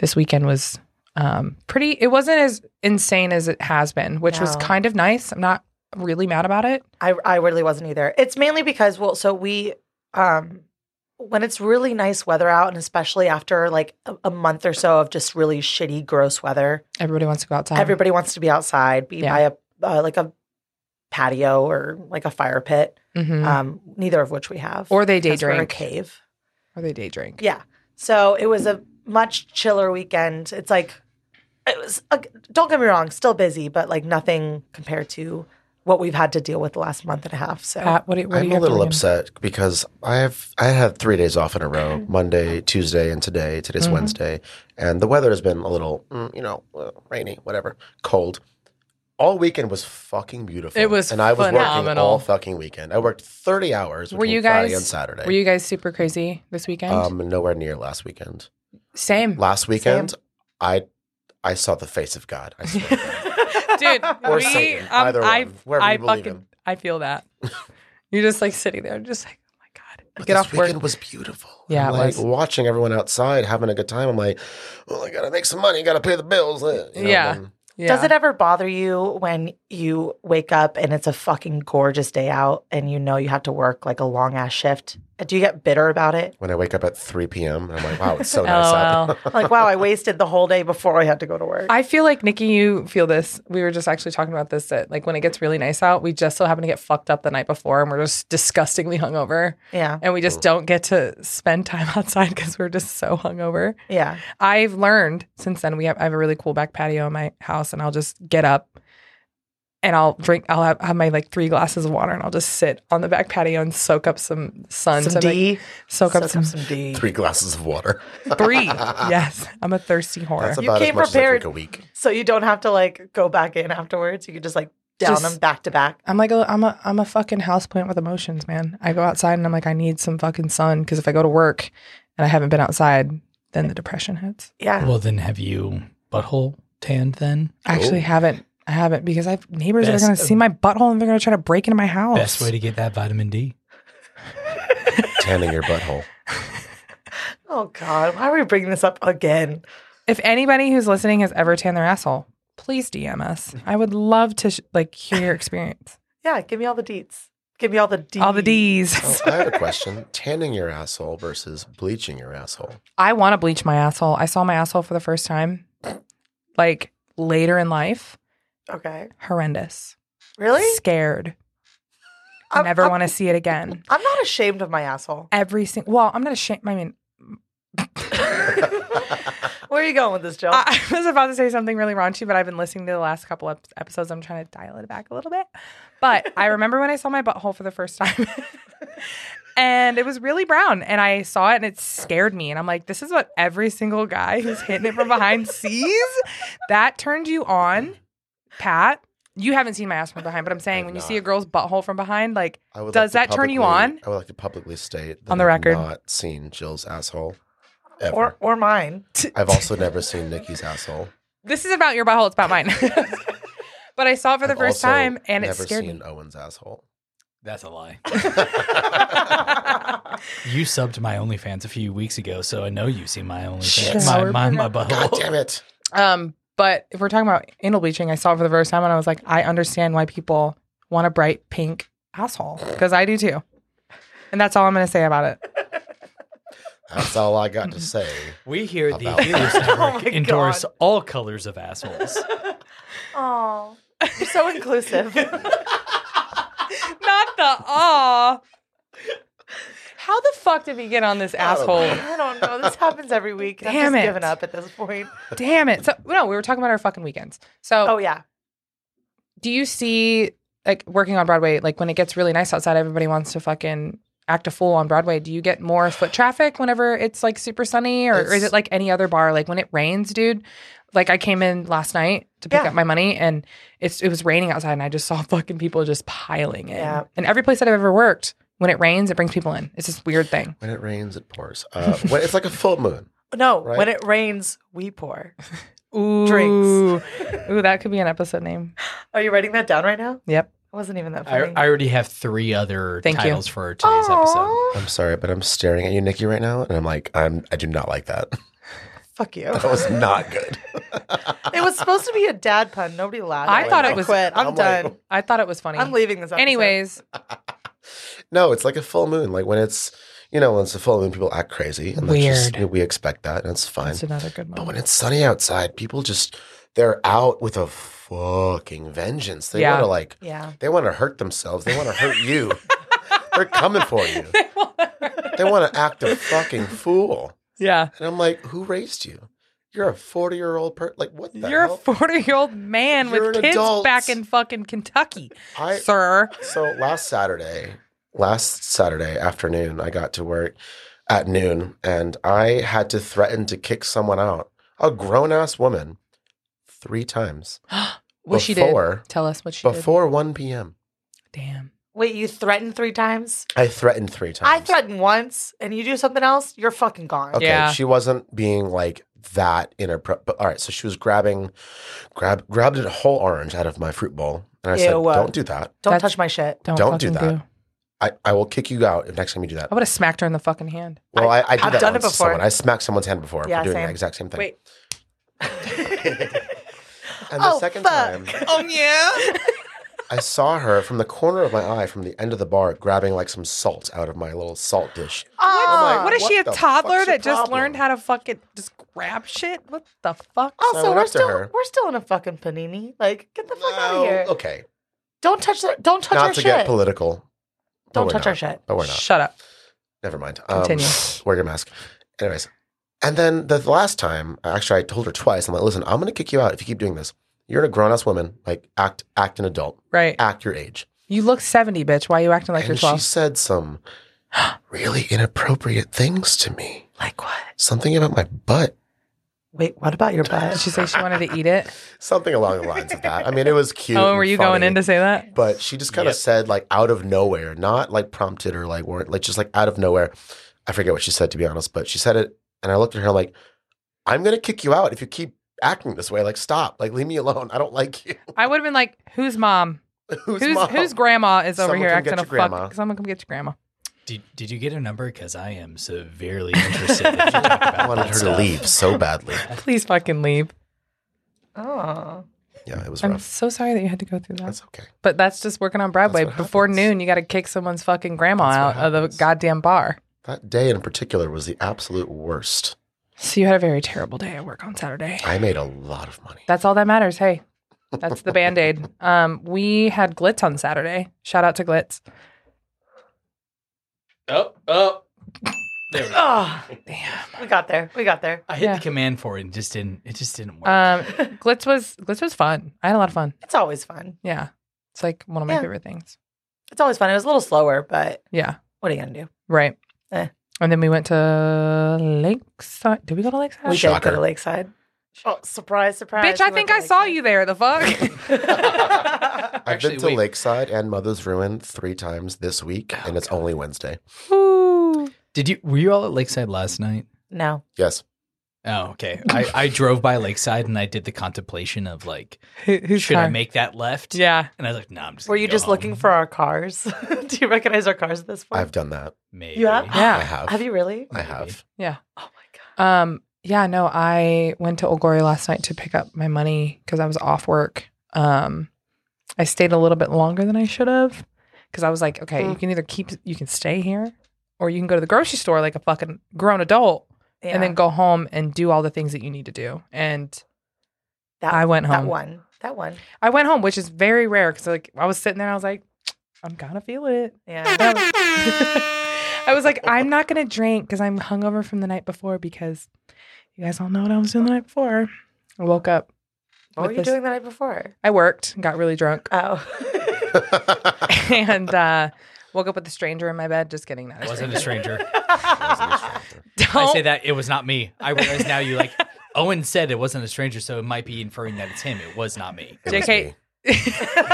Speaker 1: this weekend was um, pretty, it wasn't as insane as it has been, which was
Speaker 2: No.
Speaker 1: kind of nice. I'm not really mad about it.
Speaker 2: I I really wasn't either. It's mainly because well, so we um when it's really nice weather out, and especially after like a, a month or so of just really shitty, gross weather,
Speaker 1: Everybody wants to go outside.
Speaker 2: everybody wants to be outside, be
Speaker 1: Uh-huh. Yeah.
Speaker 2: by a uh, like a patio or like a fire pit.
Speaker 1: Mhm.
Speaker 2: uh, Um, neither of which we have,
Speaker 1: or they day
Speaker 2: because we're a
Speaker 1: drink.
Speaker 2: cave.
Speaker 1: Or they day drink.
Speaker 2: Yeah, So it was a much chiller weekend. It's like it was. uh, don't get me wrong, still busy, but like nothing compared to what we've had to deal with the last month and a half. So
Speaker 1: Pat, what, do- what are
Speaker 4: I'm
Speaker 1: you
Speaker 4: a little
Speaker 1: doing?
Speaker 4: upset because I have I had three days off in a row:
Speaker 1: Mm.
Speaker 4: Monday, Tuesday, and today. Today's
Speaker 1: Mm-hmm.
Speaker 4: Wednesday, and the weather has been a little, mm, you know, uh, rainy, whatever, cold. All weekend was fucking beautiful.
Speaker 1: It was
Speaker 4: and I was working
Speaker 1: phenomenal.
Speaker 4: all fucking weekend. I worked thirty hours.
Speaker 1: Were
Speaker 4: between
Speaker 1: you guys-
Speaker 4: Friday and Saturday?
Speaker 1: Were you guys super crazy this weekend?
Speaker 4: um, nowhere near last weekend.
Speaker 1: Mm. Same,
Speaker 4: Last weekend, I I saw the face of God. I swear to God.
Speaker 1: dude.
Speaker 4: Or
Speaker 1: we,
Speaker 4: Satan,
Speaker 1: um,
Speaker 4: either
Speaker 1: I,
Speaker 4: one, wherever
Speaker 1: I
Speaker 4: you believe
Speaker 1: fucking,
Speaker 4: in.
Speaker 1: I feel that. You're just like sitting there, just like, oh my god,
Speaker 4: But
Speaker 1: get
Speaker 4: this
Speaker 1: off work.
Speaker 4: weekend was beautiful.
Speaker 1: Yeah,
Speaker 4: I'm
Speaker 1: it
Speaker 4: like
Speaker 1: was.
Speaker 4: watching everyone outside having a good time. I'm like, well, I gotta make some money. Gotta pay the bills. uh, you know,
Speaker 1: Yeah.
Speaker 4: and-
Speaker 1: Yeah.
Speaker 2: Does it ever bother you when you wake up and it's a fucking gorgeous day out and you know you have to work like a long ass shift? Uh, Do you get bitter about it?
Speaker 4: when I wake up at 3 p.m. I'm like, wow, it's so nice out.
Speaker 2: Like, wow, I wasted the whole day before I had to go to work.
Speaker 1: I feel like Nikki, you feel this. We were just actually talking about this that like when it gets really nice out, we just so happen to get fucked up the night before and we're just disgustingly hungover
Speaker 2: yeah.
Speaker 1: and we just don't get to spend time outside because we're just so hungover.
Speaker 2: Yeah.
Speaker 1: I've learned since then we have I have a really cool back patio in my house and I'll just get up and I'll drink I'll have, have my like three glasses of water and I'll just sit on the back patio and soak up some sun
Speaker 2: Some
Speaker 1: to like,
Speaker 2: D.
Speaker 1: soak up
Speaker 2: Soak
Speaker 1: some
Speaker 2: up some D.
Speaker 4: Three glasses of water.
Speaker 1: breathe. yes. I'm a thirsty whore.
Speaker 4: That's
Speaker 2: You
Speaker 4: about as
Speaker 2: came
Speaker 4: much
Speaker 2: prepared.
Speaker 4: as I drink a week.
Speaker 2: So you don't have to like go back in afterwards. You can just like down
Speaker 1: Just-
Speaker 2: them back to back.
Speaker 1: I'm like a, I'm a I'm a fucking houseplant with emotions, man. I go outside and I'm like I need some fucking sun because if I go to work and I haven't been outside, then the depression hits.
Speaker 2: Yeah.
Speaker 3: Well, then have you butthole tanned then?
Speaker 1: I actually
Speaker 4: Oh.
Speaker 1: haven't I haven't because I've neighbors
Speaker 3: Best-
Speaker 1: are gonna see my butthole and they're gonna try to break into my house.
Speaker 3: Best way to get that vitamin D.
Speaker 4: Tanning your butthole.
Speaker 2: Oh God, why are we bringing this up again?
Speaker 1: if anybody who's listening has ever tanned their asshole, please DM us. I would love to sh- like hear your experience.
Speaker 2: Yeah, give me all the deets. Give me all the D.
Speaker 1: All the D's.
Speaker 4: Oh, I have a question. Tanning your asshole versus bleaching your asshole.
Speaker 1: I want to bleach my asshole. I saw my asshole for the first time, like later in life.
Speaker 2: Okay.
Speaker 1: Horrendous.
Speaker 2: Really?
Speaker 1: Scared.
Speaker 2: I'm-
Speaker 1: Never
Speaker 2: I'm-
Speaker 1: want to see it again.
Speaker 2: I'm not ashamed of my asshole.
Speaker 1: Every single. Well, I'm not ashamed. I mean,
Speaker 2: Where are you going with this, Jill?
Speaker 1: I, I was about to say something really raunchy, but I've been listening to the last couple ep- episodes. I'm trying to dial it back a little bit. But I remember when I saw my butthole for the first time. And it was really brown, and I saw it, and it scared me. And I'm like, "This is what every single guy who's hitting it from behind sees." That turned you on, Pat. You haven't seen my ass from behind, but I'm saying
Speaker 4: I've
Speaker 1: when you
Speaker 4: not.
Speaker 1: see a girl's butthole from behind, like,
Speaker 4: I would
Speaker 1: Does
Speaker 4: like to
Speaker 1: that turn you
Speaker 4: publicly-
Speaker 1: on?
Speaker 4: I would like to publicly state that
Speaker 1: On the
Speaker 4: I've
Speaker 1: record.
Speaker 4: not seen Jill's asshole ever.
Speaker 2: or or mine.
Speaker 4: I've also never seen Nikki's asshole.
Speaker 1: this is about your butthole, it's about mine. but I saw it for the
Speaker 4: I've
Speaker 1: first
Speaker 4: also
Speaker 1: time, and it
Speaker 4: never
Speaker 1: scared
Speaker 4: seen
Speaker 1: me.
Speaker 4: Owen's asshole.
Speaker 3: That's a lie. you subbed my OnlyFans a few weeks ago, so I know you've seen my
Speaker 1: Shit.
Speaker 3: OnlyFans. My, my, my
Speaker 4: God
Speaker 3: butthole.
Speaker 4: damn it.
Speaker 1: Um, but if we're talking about anal bleaching, I saw it for the first time and I was like, I understand why people want a bright pink asshole because I do too. And that's all I'm going to say about it.
Speaker 4: That's all I got to say.
Speaker 3: We here at the
Speaker 4: About-
Speaker 3: Helios Network
Speaker 2: Oh my
Speaker 3: endorse
Speaker 2: God.
Speaker 3: all colors of assholes.
Speaker 2: Oh, you're so inclusive.
Speaker 1: Not the aw. How the fuck did we get on this asshole?
Speaker 2: I don't know. This happens every week. i
Speaker 1: Damn
Speaker 2: just
Speaker 1: it.
Speaker 2: given up at this point.
Speaker 1: Damn it. So no, we were talking about our fucking weekends. So
Speaker 2: Oh yeah.
Speaker 1: do you see like working on Broadway, like when it gets really nice outside, everybody wants to fucking act a fool on Broadway. Do you get more foot traffic whenever it's like super sunny or, or is
Speaker 4: It's-
Speaker 1: it like any other bar? Like when it rains, dude, like I came in last night to pick
Speaker 2: Yeah.
Speaker 1: up my money and it's it was raining outside and I just saw fucking people just piling in.
Speaker 2: Yeah.
Speaker 1: And every place that I've ever worked, when it rains, it brings people in. It's this weird thing.
Speaker 4: When it rains, it pours. Uh, when, it's like a full moon.
Speaker 2: No,
Speaker 4: Right?
Speaker 2: when it rains, we pour.
Speaker 1: Ooh.
Speaker 2: Drinks.
Speaker 1: Ooh, that could be an episode name.
Speaker 2: Are you writing that down right now?
Speaker 1: Yep.
Speaker 2: It wasn't even that
Speaker 3: I,
Speaker 2: funny.
Speaker 3: I already have three other
Speaker 1: Thank you.
Speaker 3: titles for today's episode.
Speaker 2: Aw,
Speaker 4: I'm sorry, but I'm staring at you, Nikki, right now, and I'm like, I'm I do not like that.
Speaker 2: Fuck you.
Speaker 4: That was not good.
Speaker 2: It was supposed to be a dad pun. Nobody laughed.
Speaker 1: I thought it was-
Speaker 2: quit. I'm,
Speaker 4: I'm like-
Speaker 2: done.
Speaker 1: I thought it was funny.
Speaker 2: I'm leaving this. Episode.
Speaker 1: Anyways,
Speaker 4: No, it's like a full moon. Like when it's you know when it's a full moon, people act crazy, and that's just,
Speaker 1: Weird.
Speaker 4: we expect that, and it's fine.
Speaker 1: that's another good
Speaker 4: But
Speaker 1: one.
Speaker 4: when it's sunny outside, people just they're out with a fucking vengeance. They
Speaker 1: Yeah.
Speaker 4: want to like
Speaker 2: yeah.
Speaker 4: they want to hurt themselves. They want to hurt you. they're coming for you. They want to act a fucking fool.
Speaker 1: Yeah.
Speaker 4: And I'm like, who raised you? You're a 40 year old person. Like, what the
Speaker 1: You're a
Speaker 4: hell?
Speaker 1: 40 year old man
Speaker 4: You're
Speaker 1: with
Speaker 4: an
Speaker 1: kids
Speaker 4: adult.
Speaker 1: back in fucking Kentucky,
Speaker 4: I-
Speaker 1: sir.
Speaker 4: So last Saturday, last Saturday afternoon, I got to work at noon and I had to threaten to kick someone out, a grown ass woman, three times
Speaker 1: What she did.
Speaker 4: Before-
Speaker 1: Tell us what she
Speaker 4: before 1 p.m.
Speaker 1: did. Damn.
Speaker 2: Wait, you threatened three times?
Speaker 4: I threatened three times.
Speaker 2: I threatened once, and you do something else, you're fucking gone.
Speaker 4: Okay,
Speaker 1: Yeah.
Speaker 4: she wasn't being like that inappropriate. But all right, so she was grabbing, grab grabbed a whole orange out of my fruit bowl, and I said,
Speaker 2: Ew, uh,
Speaker 4: "Don't do that.
Speaker 2: Don't
Speaker 1: That's-
Speaker 2: touch my shit.
Speaker 1: Don't,
Speaker 4: Don't do
Speaker 1: fucking
Speaker 4: that. I, I will kick you out if next time you do that."
Speaker 1: I would have smacked her in the fucking hand.
Speaker 4: Well, I, I, did
Speaker 2: I've
Speaker 4: that
Speaker 2: done
Speaker 4: once
Speaker 2: it
Speaker 4: to
Speaker 2: before.
Speaker 4: someone. I smacked someone's hand before
Speaker 2: Yeah,
Speaker 4: for doing
Speaker 2: same.
Speaker 4: the exact same thing.
Speaker 1: Wait.
Speaker 4: And the
Speaker 2: Oh,
Speaker 4: second
Speaker 2: fuck.
Speaker 4: time,
Speaker 3: Oh yeah.
Speaker 4: I saw her from the corner of my eye, from the end of the bar, grabbing like some salt out of my little salt dish.
Speaker 2: Ah.
Speaker 4: Uh,
Speaker 1: what is
Speaker 4: what
Speaker 1: she, a
Speaker 4: the fuck's
Speaker 1: toddler
Speaker 4: your
Speaker 1: that just
Speaker 4: problem?
Speaker 1: learned how to fucking just grab shit? What the fuck?
Speaker 4: So I
Speaker 2: also,
Speaker 4: went
Speaker 2: we're
Speaker 4: up to
Speaker 2: still
Speaker 4: her.
Speaker 2: we're still in a fucking panini. Like, get the fuck out
Speaker 4: No,
Speaker 2: of here!
Speaker 4: Okay,
Speaker 2: Don't touch that. Don't touch our
Speaker 4: not to
Speaker 2: shit.
Speaker 4: get political. but
Speaker 2: don't
Speaker 4: we're
Speaker 2: touch
Speaker 4: not.
Speaker 2: our shit.
Speaker 4: But we're not.
Speaker 1: Shut up.
Speaker 4: Never mind. Um,
Speaker 1: Continue.
Speaker 4: wear your mask. Anyways. And then the last time, actually, I told her twice. I'm like, listen, I'm going to kick you out if you keep doing this. You're a grown ass woman. Like, act, act an adult,
Speaker 1: Right.
Speaker 4: act your age.
Speaker 1: You look 70, bitch. Why are you acting like you're
Speaker 4: and
Speaker 1: 12?
Speaker 4: she said some really inappropriate things to me.
Speaker 2: Like what?
Speaker 4: Something about my butt.
Speaker 2: Wait, what about your
Speaker 1: Did
Speaker 2: butt?
Speaker 1: she say she wanted to eat it?
Speaker 4: Something along the lines of that. I mean, it was cute.
Speaker 1: oh,
Speaker 4: and
Speaker 1: were you
Speaker 4: funny,
Speaker 1: going in to say that?
Speaker 4: But she just kind of
Speaker 3: Yep.
Speaker 4: said, like, out of nowhere, not like prompted or like, weren't, like, just like out of nowhere. I forget what she said, to be honest, but she said it. And I looked at her like, I'm going to kick you out if you keep acting this way. Like, stop. Like, leave me alone. I don't like you.
Speaker 1: I would have been like, whose mom?
Speaker 4: Who's
Speaker 1: whose,
Speaker 4: mom?
Speaker 1: whose grandma is over
Speaker 4: Someone
Speaker 1: here
Speaker 4: come
Speaker 1: acting
Speaker 4: get
Speaker 1: a
Speaker 4: your grandma.
Speaker 1: fuck? Someone come get your grandma.
Speaker 3: Did, did you get a number? Because I am severely interested. if you talk
Speaker 4: I
Speaker 3: about
Speaker 4: wanted
Speaker 3: that
Speaker 4: her to
Speaker 3: stuff.
Speaker 4: leave so badly.
Speaker 1: Please fucking leave.
Speaker 2: oh,
Speaker 4: Yeah, it was
Speaker 1: I'm
Speaker 4: rough.
Speaker 1: so sorry that you had to go through that.
Speaker 4: That's okay.
Speaker 1: But that's just working on Broadway.
Speaker 4: what
Speaker 1: Before
Speaker 4: happens.
Speaker 1: noon, you got to kick someone's fucking grandma out
Speaker 4: That's what
Speaker 1: of the
Speaker 4: happens.
Speaker 1: goddamn bar.
Speaker 4: That day in particular was the absolute worst.
Speaker 1: So you had a very terrible day at work on Saturday.
Speaker 4: I made a lot of money.
Speaker 1: That's all that matters. Hey, that's the band aid. Um, we had Glitz on Saturday. Shout out to Glitz.
Speaker 3: Oh, oh. There we go.
Speaker 2: oh,
Speaker 1: Damn.
Speaker 2: we got there. We got there.
Speaker 3: I hit
Speaker 1: Yeah.
Speaker 3: the command for it and just didn't. It just didn't
Speaker 2: Uh,
Speaker 3: work.
Speaker 1: Um, Glitz was Glitz was fun. I had a lot of fun.
Speaker 2: It's always fun.
Speaker 1: Yeah, it's like one of my
Speaker 2: Yeah.
Speaker 1: favorite things.
Speaker 2: It's always fun. It was a little slower, but
Speaker 1: Yeah,
Speaker 2: what are you gonna do?
Speaker 1: right.
Speaker 2: Eh.
Speaker 1: And then we went to Lakeside. Did we go to Lakeside?
Speaker 2: We did go
Speaker 4: Shocker.
Speaker 2: to Lakeside. Oh, surprise, surprise!
Speaker 1: Bitch, I think I saw you there. The fuck.
Speaker 4: I've
Speaker 3: Actually,
Speaker 4: been to
Speaker 3: wait. Oh,
Speaker 4: Lakeside and Mother's Ruin three times this week, and it's only Wednesday.
Speaker 1: Ooh.
Speaker 3: Did you? Were you all at Lakeside last night?
Speaker 2: No,
Speaker 4: Yes.
Speaker 3: Oh, okay. I, I drove by Lakeside and I did the contemplation of like,
Speaker 1: Who, who's
Speaker 3: should I
Speaker 1: car?
Speaker 3: make that left?
Speaker 1: Yeah.
Speaker 3: And I was like, no, I'm just.
Speaker 2: were
Speaker 3: gonna
Speaker 2: you
Speaker 3: go
Speaker 2: just
Speaker 3: home."
Speaker 2: looking for our cars? do you recognize our cars at this point?
Speaker 4: I've done that.
Speaker 3: Maybe.
Speaker 2: You have?
Speaker 4: I
Speaker 1: Yeah.
Speaker 4: have.
Speaker 2: Have you really?
Speaker 4: I have.
Speaker 2: Oh my
Speaker 1: Um. Yeah. No, I went to Old Glory last night to pick up my money because I was off work. Um, I stayed a little bit longer than I should have because I was like, okay, you
Speaker 2: Mm.
Speaker 1: can either keep, you can stay here, or you can go to the grocery store like a fucking grown adult
Speaker 2: god!
Speaker 1: and then go home and do all the things that you need to do. And
Speaker 2: that,
Speaker 1: I went home.
Speaker 2: That one. That one.
Speaker 1: I went home, which is very rare because like I was sitting there, and I was like, I'm gonna feel it.
Speaker 2: Yeah.
Speaker 1: I was like, I'm not gonna drink because I'm hungover from the night before because you guys all know what I was doing the night before. I woke up.
Speaker 2: What were
Speaker 1: with
Speaker 2: you
Speaker 1: this-
Speaker 2: doing the night before?
Speaker 1: I worked, got really drunk,
Speaker 2: Oh.
Speaker 1: and uh, woke up with a stranger in my bed. Just kidding, not a
Speaker 3: Wasn't
Speaker 1: stranger.
Speaker 3: a stranger.
Speaker 1: Don't,
Speaker 3: I say that it was not me. I realize now you like Owen said it wasn't a stranger, so it might be inferring that it's him. It was not me.
Speaker 4: It was
Speaker 1: JK.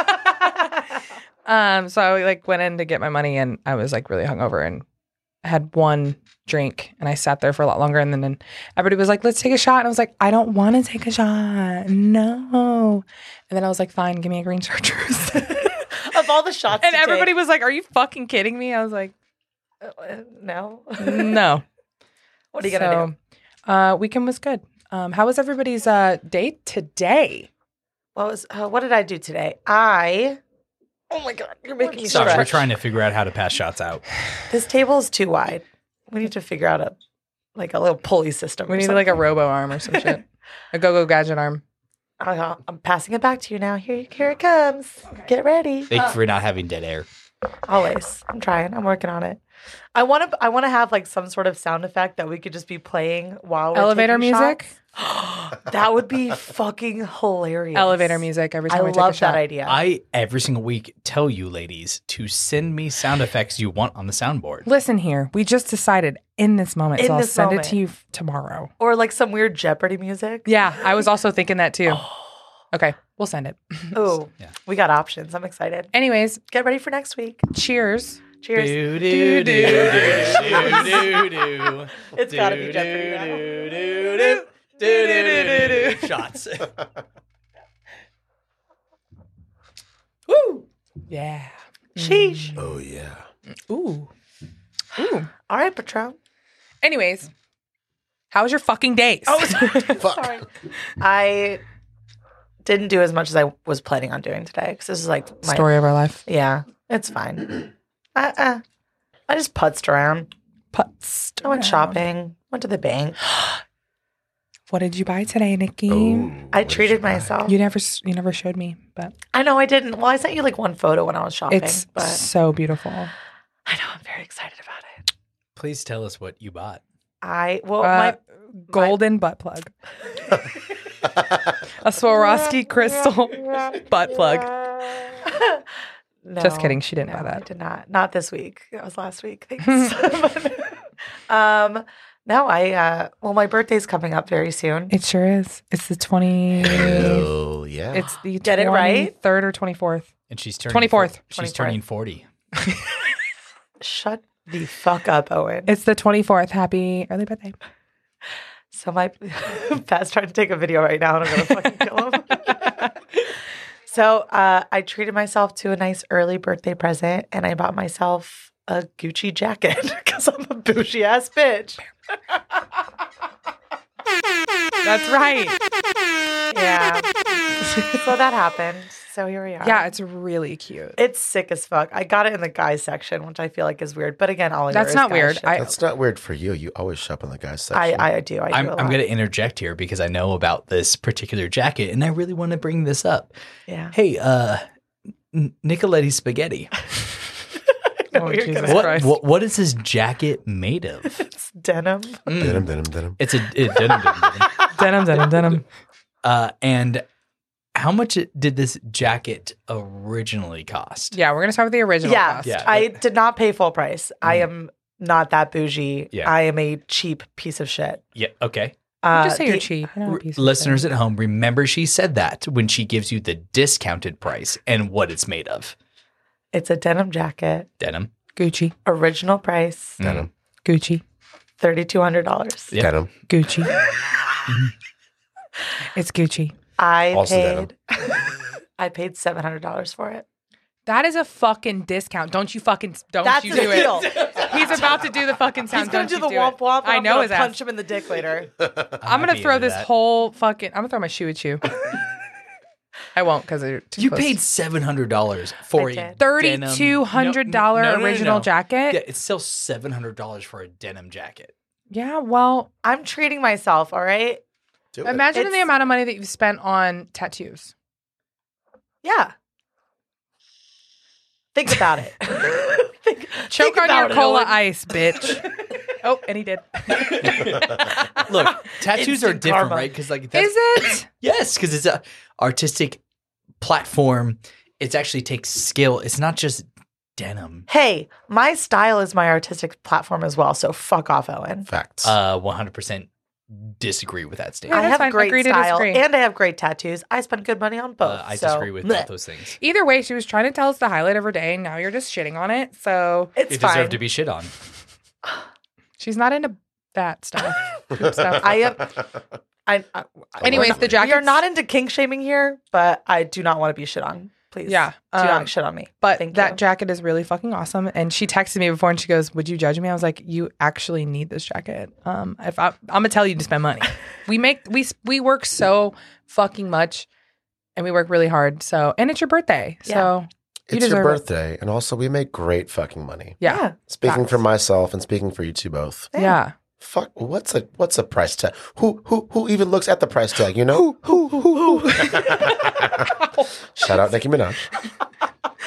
Speaker 4: me.
Speaker 1: um, so I like went in to get my money, and I was like really hungover and had one drink, and I sat there for a lot longer, and then, then everybody was like, "Let's take a shot," and I was like, "I don't want to take a shot, no." And then I was like, "Fine, give me a green chartreuse."
Speaker 2: of all the shots,
Speaker 1: and
Speaker 2: to
Speaker 1: everybody was like, "Are you fucking kidding me?" I was like,
Speaker 2: take, uh, no.
Speaker 1: "No."
Speaker 2: what are you gonna do?
Speaker 1: do? Uh, weekend was good. Um, how was everybody's uh, day today?
Speaker 2: What was? Uh, what did I do today? I. Oh my god! You're making me
Speaker 3: Sorry,
Speaker 2: stretch.
Speaker 3: we're trying to figure out how to pass shots out.
Speaker 2: This table is too wide. We need to figure out a like a little pulley system.
Speaker 1: We
Speaker 2: or
Speaker 1: need like a
Speaker 2: something.
Speaker 1: robo arm or some shit, a go go gadget arm.
Speaker 2: Uh-huh. I'm passing it back to you now. Here, here it comes. Get ready.
Speaker 3: Thank you for not having dead air.
Speaker 2: Always. I'm trying. I'm working on it. I want to. I want to have like some sort of sound effect that we could just be playing while we're
Speaker 1: Elevator
Speaker 2: taking
Speaker 1: music?
Speaker 2: shots. that would be fucking hilarious.
Speaker 1: Elevator music every time
Speaker 2: I
Speaker 1: we take a
Speaker 2: love
Speaker 1: shot.
Speaker 2: that idea.
Speaker 3: I every single week tell you ladies to send me sound effects you want on the soundboard.
Speaker 1: Listen here, we just decided in this moment,
Speaker 2: In
Speaker 1: so I'll
Speaker 2: this
Speaker 1: send it
Speaker 2: moment.
Speaker 1: to you f- tomorrow.
Speaker 2: or like some weird Jeopardy music.
Speaker 1: Yeah, I was also thinking that too. Okay, we'll send it.
Speaker 2: Oh,
Speaker 3: Yeah.
Speaker 2: we got options. I'm excited.
Speaker 1: Anyways,
Speaker 2: Get ready for next week.
Speaker 1: cheers.
Speaker 2: Cheers.
Speaker 3: Do, do, do, do, do, do, do.
Speaker 2: It's gotta be
Speaker 3: Do,
Speaker 2: Jeopardy
Speaker 3: do,
Speaker 2: now.
Speaker 3: do, do, do. Do, do, do, do, do. Shots.
Speaker 2: Woo!
Speaker 1: Yeah.
Speaker 2: Sheesh.
Speaker 4: Oh yeah.
Speaker 1: Ooh. Ooh.
Speaker 2: All right, Patron.
Speaker 1: Anyways, how was your fucking days?
Speaker 2: Oh, sorry.
Speaker 4: Fuck.
Speaker 2: sorry. I didn't do as much as I was planning on doing today because this is like my
Speaker 1: story of our life.
Speaker 2: Yeah, it's fine. uh, uh, I just putzed around.
Speaker 1: Putz.
Speaker 2: I went shopping. Went to the bank.
Speaker 1: What did you buy today, Nikki?
Speaker 4: Oh,
Speaker 2: I
Speaker 4: what did
Speaker 2: treated
Speaker 4: you buy?
Speaker 2: myself.
Speaker 1: You never, s- you never showed me, but
Speaker 2: I know I didn't. Well, I sent you like one photo when I was shopping,
Speaker 1: it's
Speaker 2: but
Speaker 1: so beautiful.
Speaker 2: I know I'm very excited about it.
Speaker 3: Please tell us what you bought.
Speaker 2: I
Speaker 1: Uh,
Speaker 2: well, Oh, my
Speaker 1: golden butt plug, a Swarovski crystal butt plug.
Speaker 2: No,
Speaker 1: Just kidding, she didn't
Speaker 2: No,
Speaker 1: buy
Speaker 2: I
Speaker 1: that.
Speaker 2: did not. Not this week. That was last week. Thanks. um, no, I. Uh, well, my birthday's coming up very soon.
Speaker 1: It sure is. It's the twenty.
Speaker 4: Hell yeah.
Speaker 1: It's the
Speaker 2: Get it right?
Speaker 1: third or twenty fourth.
Speaker 3: And she's turning
Speaker 1: 24th.
Speaker 3: She's turning 40.
Speaker 2: Shut the fuck up, Owen.
Speaker 1: It's the twenty fourth. Happy early birthday.
Speaker 2: So my Pat's trying to take a video right now, and I'm gonna fucking kill him. so uh, I treated myself to a nice early birthday present, and I bought myself a Gucci jacket because I'm a bougie ass bitch.
Speaker 1: That's right.
Speaker 2: Yeah. so that happened. So here we are.
Speaker 1: Yeah, it's really cute.
Speaker 2: It's sick as fuck. I got it in the guy section, which I feel like is weird. But again, all I
Speaker 1: That's not weird.
Speaker 2: I,
Speaker 1: I
Speaker 4: That's not weird for you. You always shop in the guys
Speaker 2: I
Speaker 4: section.
Speaker 2: I do. I do
Speaker 3: I'm,
Speaker 2: a
Speaker 3: I'm
Speaker 2: lot.
Speaker 3: going to interject here because I know about this particular jacket and I really want to bring this up.
Speaker 2: Yeah.
Speaker 3: Hey, uh, N- Nicoletti Spaghetti.
Speaker 1: Oh,
Speaker 2: you're
Speaker 1: Jesus
Speaker 2: gonna-
Speaker 3: What,
Speaker 1: Christ.
Speaker 3: what what is this jacket made of?
Speaker 2: It's denim.
Speaker 3: Mm.
Speaker 4: denim, denim, denim.
Speaker 3: It's a it, denim, denim, denim.
Speaker 1: denim, denim, denim.
Speaker 3: Uh, and how much it- did this jacket originally cost?
Speaker 1: Yeah, we're gonna start with the original.
Speaker 2: Yeah.
Speaker 1: cost.
Speaker 3: Yeah.
Speaker 2: I did not pay full price. I
Speaker 3: Mm.
Speaker 2: am not that bougie.
Speaker 3: Yeah.
Speaker 2: I am a cheap piece of shit.
Speaker 3: Yeah. Okay.
Speaker 2: Uh,
Speaker 1: just say you're
Speaker 2: the-
Speaker 1: cheap. You're not a
Speaker 3: R-
Speaker 1: piece of
Speaker 3: listeners
Speaker 1: shit.
Speaker 3: at home, remember she said that when she gives you the discounted price and what it's made of.
Speaker 2: It's a denim jacket.
Speaker 3: Denim.
Speaker 1: Gucci,
Speaker 2: Original price
Speaker 4: Denim.
Speaker 1: Gucci,
Speaker 2: thirty two hundred dollars.
Speaker 3: Mm. Yeah.
Speaker 4: Denim.
Speaker 1: Gucci. it's Gucci.
Speaker 2: I
Speaker 4: Also denim.
Speaker 2: paid. I paid seven hundred dollars for it.
Speaker 1: That is a fucking discount. Don't you fucking don't
Speaker 2: That's
Speaker 1: you
Speaker 2: a
Speaker 1: do
Speaker 2: deal.
Speaker 1: it. He's about to do the fucking sound.
Speaker 2: He's gonna
Speaker 1: Don't
Speaker 2: do
Speaker 1: you
Speaker 2: the womp
Speaker 1: it.
Speaker 2: womp. and
Speaker 1: I
Speaker 2: I'm
Speaker 1: know
Speaker 2: gonna
Speaker 1: his
Speaker 2: punch
Speaker 1: ass.
Speaker 2: him in the dick later.
Speaker 1: I'm gonna
Speaker 3: be
Speaker 1: throw
Speaker 3: into
Speaker 1: this
Speaker 3: that.
Speaker 1: whole fucking. I'm gonna throw my shoe at you. I won't because too
Speaker 3: You
Speaker 1: close.
Speaker 3: paid seven hundred dollars for
Speaker 2: I
Speaker 3: a
Speaker 2: did.
Speaker 1: thirty-two hundred dollar
Speaker 3: denim- no, no, no, no,
Speaker 1: original
Speaker 3: no.
Speaker 1: jacket.
Speaker 3: Yeah,
Speaker 1: Yeah.
Speaker 3: it's still seven hundred dollars for a denim jacket.
Speaker 1: well,
Speaker 2: I'm treating myself. All right.
Speaker 4: Do it.
Speaker 1: imagine the
Speaker 2: It's-
Speaker 1: amount of money that you've spent on tattoos.
Speaker 2: Yeah. Think about it. think,
Speaker 1: Choke
Speaker 2: think
Speaker 1: on your
Speaker 2: about it,
Speaker 1: cola
Speaker 2: Owen.
Speaker 1: ice, bitch. oh, and he did.
Speaker 3: Look, tattoos are
Speaker 2: Instant
Speaker 3: different,
Speaker 2: karma.
Speaker 3: right? Because like that's
Speaker 1: Is it?
Speaker 3: Yes, because it's a artistic platform. It actually takes skill. It's not just denim.
Speaker 2: Hey, my style is my artistic platform as well. So fuck off, Owen.
Speaker 4: Facts.
Speaker 3: Uh, one hundred percent disagree with that
Speaker 1: Yeah,
Speaker 2: I
Speaker 3: statement.
Speaker 1: that's
Speaker 2: have
Speaker 1: fine.
Speaker 2: great
Speaker 1: Agree to
Speaker 2: style
Speaker 1: disagree.
Speaker 2: and I have great tattoos. I spend good money on both.
Speaker 3: Uh, I
Speaker 2: so-
Speaker 3: disagree with
Speaker 2: Blech.
Speaker 3: both those things.
Speaker 1: Either way, she was trying to tell us the highlight of her day, and now you're just shitting on it. So
Speaker 2: It's
Speaker 3: You
Speaker 2: fine.
Speaker 3: deserve to be shit on.
Speaker 1: she's not into that stuff. Poop stuff.
Speaker 2: I am. I, I,
Speaker 1: um, Anyways, the jacket.
Speaker 2: we are not into kink shaming here, but I do not want to be shit on. Please,
Speaker 1: Yeah,
Speaker 2: do
Speaker 1: um,
Speaker 2: not shit on me.
Speaker 1: But
Speaker 2: Thank
Speaker 1: that
Speaker 2: you.
Speaker 1: jacket is really fucking awesome. And she texted me before and she goes, Would you judge me? I was like, You actually need this jacket. Um, if I, I'm gonna tell you to spend money. we make we we work so fucking much and we work really hard. So and it's your birthday. So you
Speaker 4: it's your
Speaker 1: deserve it.
Speaker 4: birthday, and also we make great fucking money.
Speaker 1: yeah. Yeah.
Speaker 4: Speaking for
Speaker 1: Facts.
Speaker 4: myself and speaking for you two both. Fuck, what's a what's a price tag? Who who who even looks at the price tag? You know, who who who? Shout out Nicki Minaj.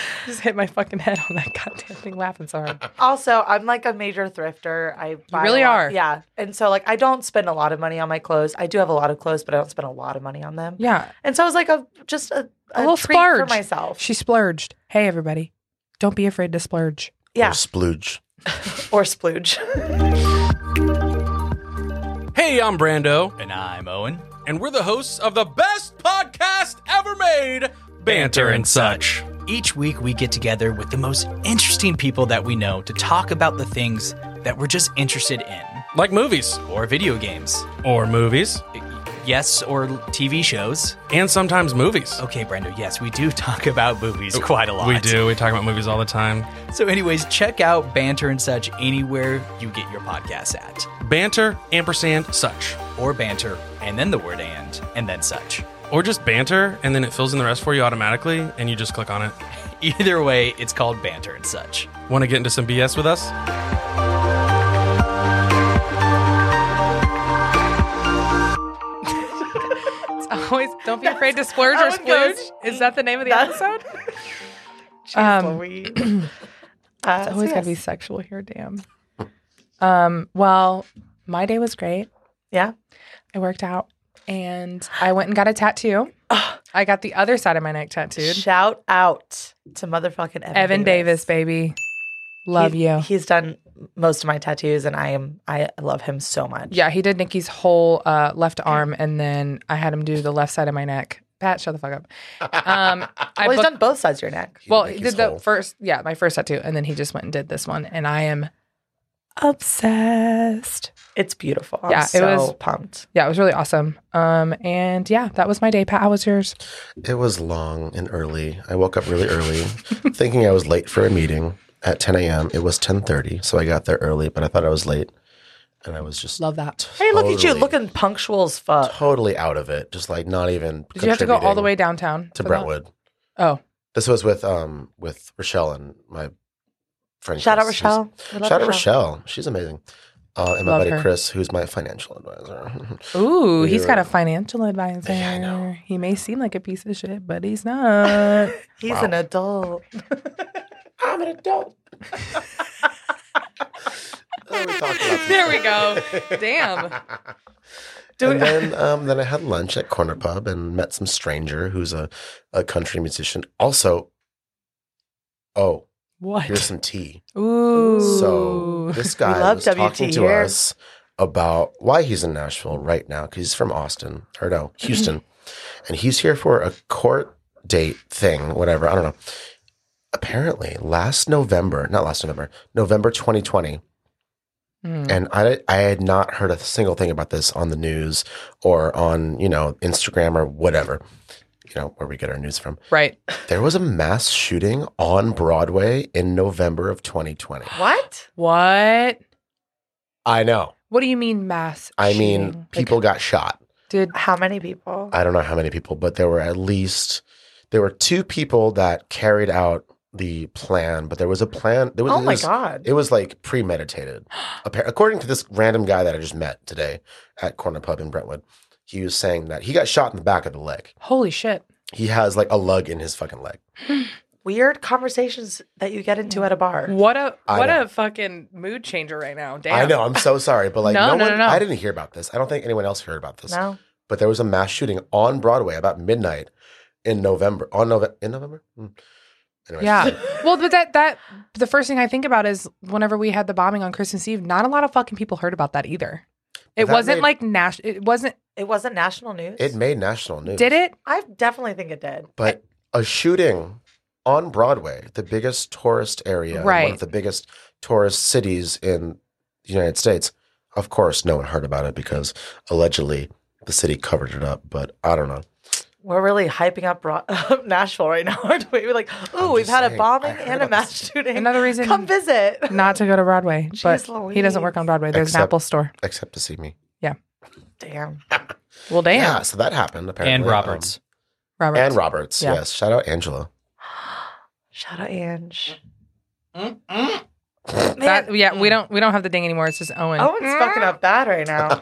Speaker 1: just hit my fucking head on that goddamn thing laughing so hard.
Speaker 2: Also, I'm like a major thrifter. I buy a
Speaker 1: really
Speaker 2: lot-
Speaker 1: are.
Speaker 2: Yeah. And so like I don't spend a lot of money on my clothes. I do have a lot of clothes, but I don't spend a lot of money on them.
Speaker 1: Yeah.
Speaker 2: And so I was like a just a,
Speaker 1: A little
Speaker 2: treat for
Speaker 1: splurge.
Speaker 2: myself.
Speaker 1: She splurged. Hey, everybody, don't be afraid to splurge.
Speaker 2: yeah.
Speaker 4: Or splooge.
Speaker 2: Or splooge.
Speaker 5: Hey, I'm Brando,
Speaker 3: And I'm Owen.
Speaker 5: and we're the hosts of the best podcast ever made, Banter and Such.
Speaker 3: Each week, we get together with the most interesting people that we know to talk about the things that we're just interested in,
Speaker 5: Like movies,
Speaker 3: or video games,
Speaker 5: or movies,
Speaker 3: yes, or TV shows.
Speaker 5: and sometimes movies.
Speaker 3: Okay, Brando, yes, we do talk about movies quite a lot.
Speaker 5: We do. We talk about movies all the time.
Speaker 3: So, anyways, check out Banter and Such anywhere you get your podcasts at,
Speaker 5: Banter, ampersand, such.
Speaker 3: or Banter, and then the word and, and then such.
Speaker 5: Or just banter, and then it fills in the rest for you automatically, and you just click on it.
Speaker 3: Either way, it's called Banter and Such.
Speaker 5: Want to get into some BS with us?
Speaker 1: It's always don't be afraid to splurge or
Speaker 2: that one
Speaker 1: splurge.
Speaker 2: goes-
Speaker 1: Is that the name of the
Speaker 2: That's-
Speaker 1: episode?
Speaker 2: Jeez
Speaker 1: Um,
Speaker 2: Louise. Uh, so
Speaker 1: It's always gotta be
Speaker 2: yes.
Speaker 1: sexual here, damn. Um, well, my day was great.
Speaker 2: Yeah.
Speaker 1: I worked out and I went and got a tattoo. I got the other side of my neck tattooed.
Speaker 2: Shout out to motherfucking Evan,
Speaker 1: Evan Davis, baby. Love
Speaker 2: He-
Speaker 1: you.
Speaker 2: He's done most of my tattoos, and I am I love him so much.
Speaker 1: Yeah, he did Nikki's whole uh, left arm, and then I had him do the left side of my neck. Pat, shut the fuck up. Um, I
Speaker 2: well, he's
Speaker 1: booked-
Speaker 2: done both sides of your neck.
Speaker 1: well,
Speaker 4: Make
Speaker 1: he
Speaker 4: his
Speaker 1: did the
Speaker 4: whole.
Speaker 1: first, yeah, my first tattoo, and then he just went and did this one, and I am obsessed.
Speaker 2: It's beautiful. I'm
Speaker 1: Yeah, it
Speaker 2: so
Speaker 1: was-
Speaker 2: pumped.
Speaker 1: Yeah, it was really awesome. Um, and yeah, that was my day. Pat, how was yours?
Speaker 4: It was long and early. I woke up really early, thinking I was late for a meeting at 10 a.m. It was 10:30, so I got there early, but I thought I was late, and I was just
Speaker 1: Love that.
Speaker 2: Hey, look at you,
Speaker 4: totally-
Speaker 2: looking punctual as fuck.
Speaker 4: totally out of it. Just like not even.
Speaker 1: Did you have to go all the
Speaker 4: contributing
Speaker 1: way downtown for
Speaker 4: to
Speaker 1: that?
Speaker 4: Brentwood?
Speaker 1: Oh,
Speaker 4: This was with um with Rochelle and my friend.
Speaker 2: Shout out
Speaker 4: Chris. She's-
Speaker 2: Rochelle. We love
Speaker 4: Shout out Rochelle. She's amazing. Uh, and my
Speaker 1: Love
Speaker 4: buddy
Speaker 1: her.
Speaker 4: Chris, who's my financial advisor.
Speaker 1: ooh,
Speaker 4: We
Speaker 1: he's
Speaker 4: were-
Speaker 1: got a financial advisor.
Speaker 4: Yeah, I know.
Speaker 1: He may seem like a piece of shit, but he's not.
Speaker 2: He's an adult.
Speaker 4: I'm an adult. Oh, we talked about
Speaker 1: there we go. Damn.
Speaker 4: and then um, then I had lunch at Corner Pub and met some stranger who's a, a country musician. Also, oh, here's
Speaker 1: What?
Speaker 4: some tea.
Speaker 1: Ooh.
Speaker 4: So this guy
Speaker 2: We love
Speaker 4: was talking
Speaker 2: WT
Speaker 4: to
Speaker 2: here.
Speaker 4: us about why he's in Nashville right now because he's from Austin or no Houston, and he's here for a court date thing, whatever. I don't know. Apparently, last November, not last November, November 2020,
Speaker 1: Mm.
Speaker 4: and I I had not heard a single thing about this on the news or on you know Instagram or whatever, you know where we get our news from.
Speaker 1: right.
Speaker 4: There was a mass shooting on Broadway in November of 2020.
Speaker 2: What?
Speaker 1: What?
Speaker 4: I know.
Speaker 1: What do you mean mass?
Speaker 4: I mean,
Speaker 1: shooting? Like,
Speaker 4: people got shot.
Speaker 1: did.
Speaker 2: How many people?
Speaker 4: I don't know how many people, but there were at least there were two people that carried out the plan. But there was a plan. There was
Speaker 2: oh
Speaker 4: it
Speaker 2: my
Speaker 4: was-
Speaker 2: god.
Speaker 4: It was like premeditated. Appa- According to this random guy that I just met today at Corner Pub in Brentwood, he was saying that he got shot in the back of the leg.
Speaker 1: Holy shit.
Speaker 4: He has like a lug in his fucking leg.
Speaker 2: Weird conversations that you get into at a bar.
Speaker 4: Mm.
Speaker 1: What a
Speaker 4: I
Speaker 1: what
Speaker 4: know.
Speaker 1: a fucking mood changer right now. Damn.
Speaker 4: I know. I'm so sorry, but like
Speaker 1: No,
Speaker 4: no,
Speaker 1: no, no,
Speaker 4: one.
Speaker 1: no.
Speaker 4: I didn't hear about this. I don't think anyone else heard about this.
Speaker 2: No.
Speaker 4: But there was a mass shooting on Broadway about midnight in November. On November in November. Hmm. Anyway.
Speaker 1: Yeah. Well, but that that the first thing I think about is whenever we had the bombing on Christmas Eve, not a lot of fucking people heard about that either. It
Speaker 4: That
Speaker 1: wasn't
Speaker 4: made-
Speaker 1: like Nash. It wasn't.
Speaker 2: It wasn't national news.
Speaker 4: It made national news.
Speaker 1: Did it?
Speaker 2: I definitely think it did.
Speaker 4: But a shooting on Broadway, the biggest tourist area, and one
Speaker 1: Right.
Speaker 4: of the biggest tourist cities in the United States. Of course, no one heard about it because allegedly the city covered it up. But I don't know.
Speaker 2: We're really hyping up Bro- Nashville right now, aren't we? We're like, ooh,
Speaker 4: I'm
Speaker 2: we've
Speaker 4: just
Speaker 2: had a
Speaker 4: saying, I
Speaker 2: bombing
Speaker 4: heard
Speaker 2: and a
Speaker 4: about
Speaker 2: mass
Speaker 4: this.
Speaker 2: shooting.
Speaker 1: Another reason
Speaker 2: Come visit.
Speaker 1: not to go to Broadway. But
Speaker 2: Jeez
Speaker 1: he doesn't work on Broadway. There's an
Speaker 4: Except-
Speaker 1: Apple store.
Speaker 4: Except to see me.
Speaker 2: Damn.
Speaker 1: Well, damn,
Speaker 4: Yeah, so that happened apparently.
Speaker 3: And
Speaker 4: Um,
Speaker 3: Roberts.
Speaker 1: Robert.
Speaker 4: and Roberts.
Speaker 1: Yeah.
Speaker 4: Yes. Shout out Angela.
Speaker 2: Shout out Ange.
Speaker 3: Mm-hmm.
Speaker 1: That- yeah, we don't we don't have the ding anymore. It's just Owen. Mm-hmm.
Speaker 2: Owen's fucking up bad right now.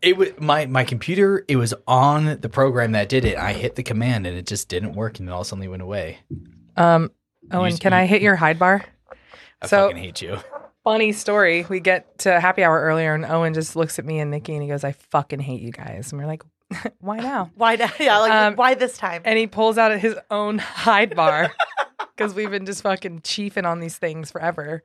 Speaker 3: It was my my computer. It was on the program that did it. I hit the command and it just didn't work, and then all suddenly went away.
Speaker 1: Um, Owen,
Speaker 3: You-
Speaker 1: can
Speaker 3: you-
Speaker 1: I hit your hide bar?
Speaker 3: I
Speaker 1: so-
Speaker 3: fucking hate you.
Speaker 1: Funny story. We get to happy hour earlier, and Owen just looks at me and Nikki, and he goes, "I fucking hate you guys." And we're like, "Why now?"
Speaker 2: Why? now? Yeah, like
Speaker 1: Um,
Speaker 2: why this time?
Speaker 1: And he pulls out his own hide bar because we've been just fucking chiefing on these things forever.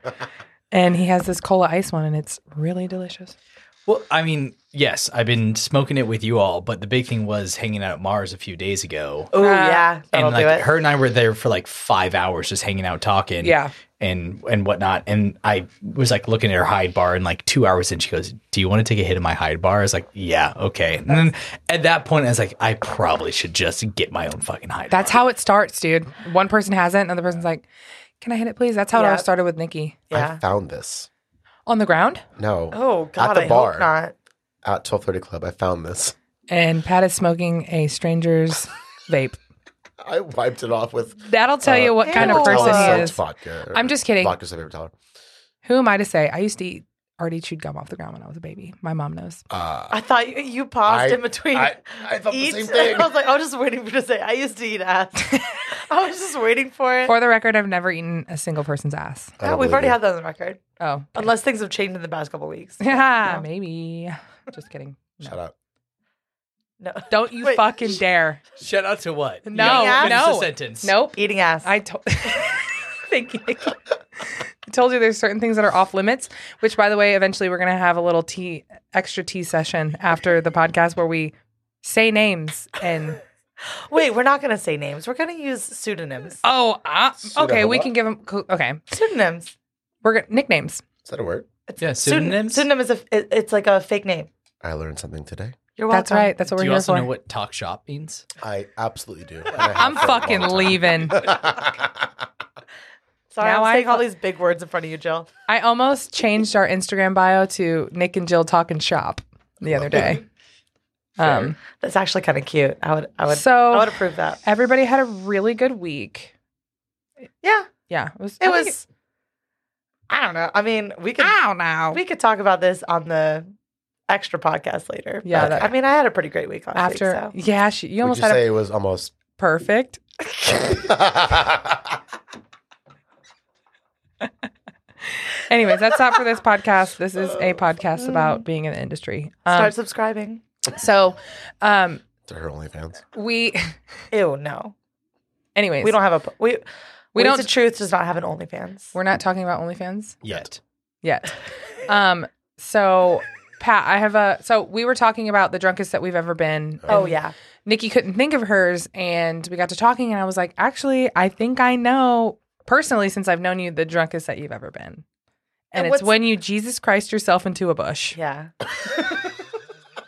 Speaker 1: And he has this cola ice one, and it's really delicious.
Speaker 3: Well, I mean, yes, I've been smoking it with you all, but the big thing was hanging out at Mars a few days ago.
Speaker 1: uh,
Speaker 2: oh yeah, that'll
Speaker 3: and like
Speaker 2: do it.
Speaker 3: her and I were there for like five hours just hanging out talking.
Speaker 1: Yeah.
Speaker 3: And and whatnot. And I was like looking at her hide bar and like two hours in, she goes, Do you want to take a hit of my hide bar? I was like, Yeah, okay. And then at that point I was like, I probably should just get my own fucking hide
Speaker 1: That's how it starts, dude. One person has it, and the other person's like, "Can I hit it, please?" That's how it all
Speaker 2: Yeah.
Speaker 1: started with Nikki
Speaker 4: I
Speaker 2: yeah.
Speaker 4: found this.
Speaker 1: on the ground.
Speaker 4: No,
Speaker 2: Oh God,
Speaker 4: the
Speaker 2: I
Speaker 4: bar.
Speaker 2: hope not.
Speaker 4: at twelve thirty club, I found this.
Speaker 1: And Pat is smoking a stranger's vape.
Speaker 4: I wiped it off with
Speaker 1: That'll tell you what kind of
Speaker 2: Ew.
Speaker 1: person
Speaker 4: Patel
Speaker 1: he
Speaker 4: Seltz
Speaker 1: is.
Speaker 4: Vodka.
Speaker 1: I'm just kidding.
Speaker 4: Vodka's my favorite color.
Speaker 1: Who am I to say? I used to eat already chewed gum off the ground when I was a baby. My mom knows.
Speaker 4: Uh,
Speaker 2: I thought you, you paused
Speaker 4: I-
Speaker 2: in between.
Speaker 4: I, I thought the
Speaker 2: eats.
Speaker 4: same thing.
Speaker 2: I was like, I was just waiting for you to say. I used to eat ass. I was just waiting for it.
Speaker 1: For the record, I've never eaten a single person's ass.
Speaker 4: I
Speaker 2: no,
Speaker 4: don't
Speaker 2: we've
Speaker 4: believe
Speaker 2: already
Speaker 4: you.
Speaker 2: had that on the record.
Speaker 1: Oh,
Speaker 2: Unless things have changed in the past couple weeks.
Speaker 1: yeah,
Speaker 2: No.
Speaker 1: maybe. Just kidding. No.
Speaker 4: Shut up.
Speaker 2: No.
Speaker 1: Don't you
Speaker 2: Wait.
Speaker 1: fucking dare.
Speaker 3: Shout out to what?
Speaker 1: No,
Speaker 2: Yeah.
Speaker 3: Finish
Speaker 1: no.
Speaker 3: the sentence.
Speaker 1: Nope.
Speaker 2: Eating ass.
Speaker 1: I told. Thank you. Nikki. I told you there's certain things that are off limits. Which, by the way, eventually we're gonna have a little tea, extra tea session after the podcast where we say names and
Speaker 2: Wait, we're not going to say names. We're going to use pseudonyms.
Speaker 1: oh, uh, okay, we
Speaker 4: Pseudo-
Speaker 1: can give them. Okay,
Speaker 2: Pseudonyms.
Speaker 1: we're gonna, nicknames.
Speaker 4: Is that a word?
Speaker 3: Yeah,
Speaker 2: Pseudon-
Speaker 3: pseudonyms.
Speaker 2: Pseudonym is a. it- it's like a fake name.
Speaker 4: I learned something today.
Speaker 2: You're welcome.
Speaker 1: That's right. That's what
Speaker 3: Do
Speaker 1: we're
Speaker 3: you
Speaker 1: here
Speaker 3: also
Speaker 1: for.
Speaker 3: know what talk shop means?
Speaker 4: I absolutely do. and I have
Speaker 1: I'm
Speaker 4: for a long
Speaker 1: fucking
Speaker 4: time.
Speaker 1: leaving.
Speaker 2: Sorry,
Speaker 1: Now I
Speaker 2: I'm saying all
Speaker 1: fu-
Speaker 2: these big words in front of you, Jill.
Speaker 1: I almost changed our Instagram bio to Nick and Jill talking shop the other day. Um,
Speaker 2: That's actually kind of cute. I would. I would.
Speaker 1: So-
Speaker 2: I would approve that.
Speaker 1: everybody had a really good week.
Speaker 2: Yeah.
Speaker 1: Yeah, it was. I
Speaker 2: It
Speaker 1: think
Speaker 2: was. I don't know. I mean, we could.
Speaker 1: I don't know.
Speaker 2: We could talk about this on the extra podcast later.
Speaker 1: Yeah,
Speaker 2: but,
Speaker 1: that-
Speaker 2: I mean, I had a pretty great week last
Speaker 1: After, um,
Speaker 2: week.
Speaker 1: yeah, she, you
Speaker 4: Would
Speaker 1: almost
Speaker 4: you
Speaker 1: had
Speaker 4: say
Speaker 1: a
Speaker 4: it was almost?
Speaker 1: perfect. Anyways, that's not for this podcast. This is a podcast about being in the industry.
Speaker 2: So
Speaker 1: Um,
Speaker 2: start subscribing.
Speaker 1: so, um,
Speaker 4: to her OnlyFans.
Speaker 1: we,
Speaker 2: Ew, no.
Speaker 1: anyways,
Speaker 2: We don't have a po- we.
Speaker 1: We
Speaker 2: We
Speaker 1: don't-
Speaker 2: don't. The truth does not have an OnlyFans.
Speaker 1: we're not talking about OnlyFans.
Speaker 3: Yet.
Speaker 1: yet. Um, so Pat, I have a so we were talking about the drunkest that we've ever been.
Speaker 2: Oh
Speaker 1: and
Speaker 2: yeah.
Speaker 1: Nikki couldn't think of hers and we got to talking and I was like, actually, I think I know personally since I've known you the drunkest that you've ever been. And,
Speaker 2: And
Speaker 1: it's
Speaker 2: what's-
Speaker 1: when you Jesus Christ yourself into a bush.
Speaker 2: Yeah.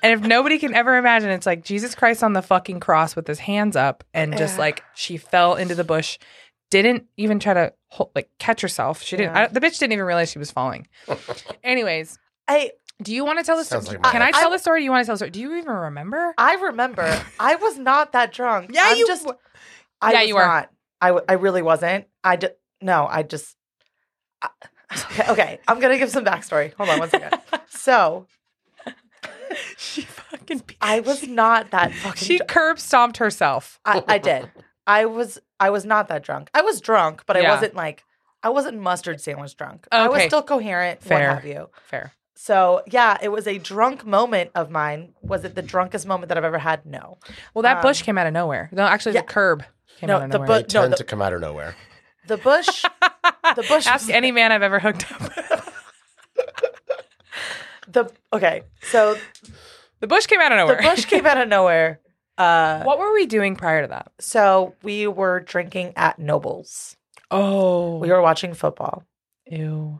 Speaker 1: And if nobody can ever imagine, it's like Jesus Christ on the fucking cross with his hands up and just
Speaker 2: Yeah.
Speaker 1: like she fell into the bush, didn't even try to hold, like catch herself. She didn't,
Speaker 2: Yeah.
Speaker 1: I, the bitch didn't even realize she was falling. Anyways,
Speaker 2: I
Speaker 1: Do you want to tell the story?
Speaker 4: Sounds like my
Speaker 1: Can I
Speaker 2: ex.
Speaker 1: tell the story? Do you want to tell the story? Do you even remember?
Speaker 2: I remember I was not that drunk.
Speaker 1: Yeah,
Speaker 2: I'm
Speaker 1: you
Speaker 2: just.
Speaker 1: w-
Speaker 2: I
Speaker 1: Yeah,
Speaker 2: was
Speaker 1: you were.
Speaker 2: Not. I w- I really wasn't. I just no. I just. I- okay, okay, I'm gonna give some backstory. Hold on one second. So
Speaker 1: she fucking. Pe-
Speaker 2: I was not that fucking.
Speaker 1: She
Speaker 2: dr-
Speaker 1: curb stomped herself.
Speaker 2: I, I did. I was. I was not that drunk. I was drunk, but
Speaker 1: Yeah.
Speaker 2: I wasn't like. I wasn't mustard sandwich drunk. I was
Speaker 1: Okay.
Speaker 2: still coherent.
Speaker 1: Fair.
Speaker 2: What have you?
Speaker 1: Fair.
Speaker 2: So yeah, it was a drunk moment of mine. Was it the drunkest moment that I've ever had? No.
Speaker 1: Well, that
Speaker 2: Um,
Speaker 1: bush came out of nowhere. No, actually,
Speaker 2: yeah.
Speaker 1: the curb came
Speaker 2: No,
Speaker 1: out of
Speaker 2: the
Speaker 1: nowhere.
Speaker 2: bu-
Speaker 4: Tend
Speaker 2: the-
Speaker 4: to come out of nowhere.
Speaker 2: The bush. the bush.
Speaker 1: Ask any man I've ever hooked up.
Speaker 2: The okay. So
Speaker 1: the bush came out of
Speaker 2: the
Speaker 1: nowhere.
Speaker 2: bush came out of nowhere. Uh,
Speaker 1: what were we doing prior to that?
Speaker 2: so we were drinking at Nobles.
Speaker 1: Oh,
Speaker 2: We were watching football.
Speaker 1: ew.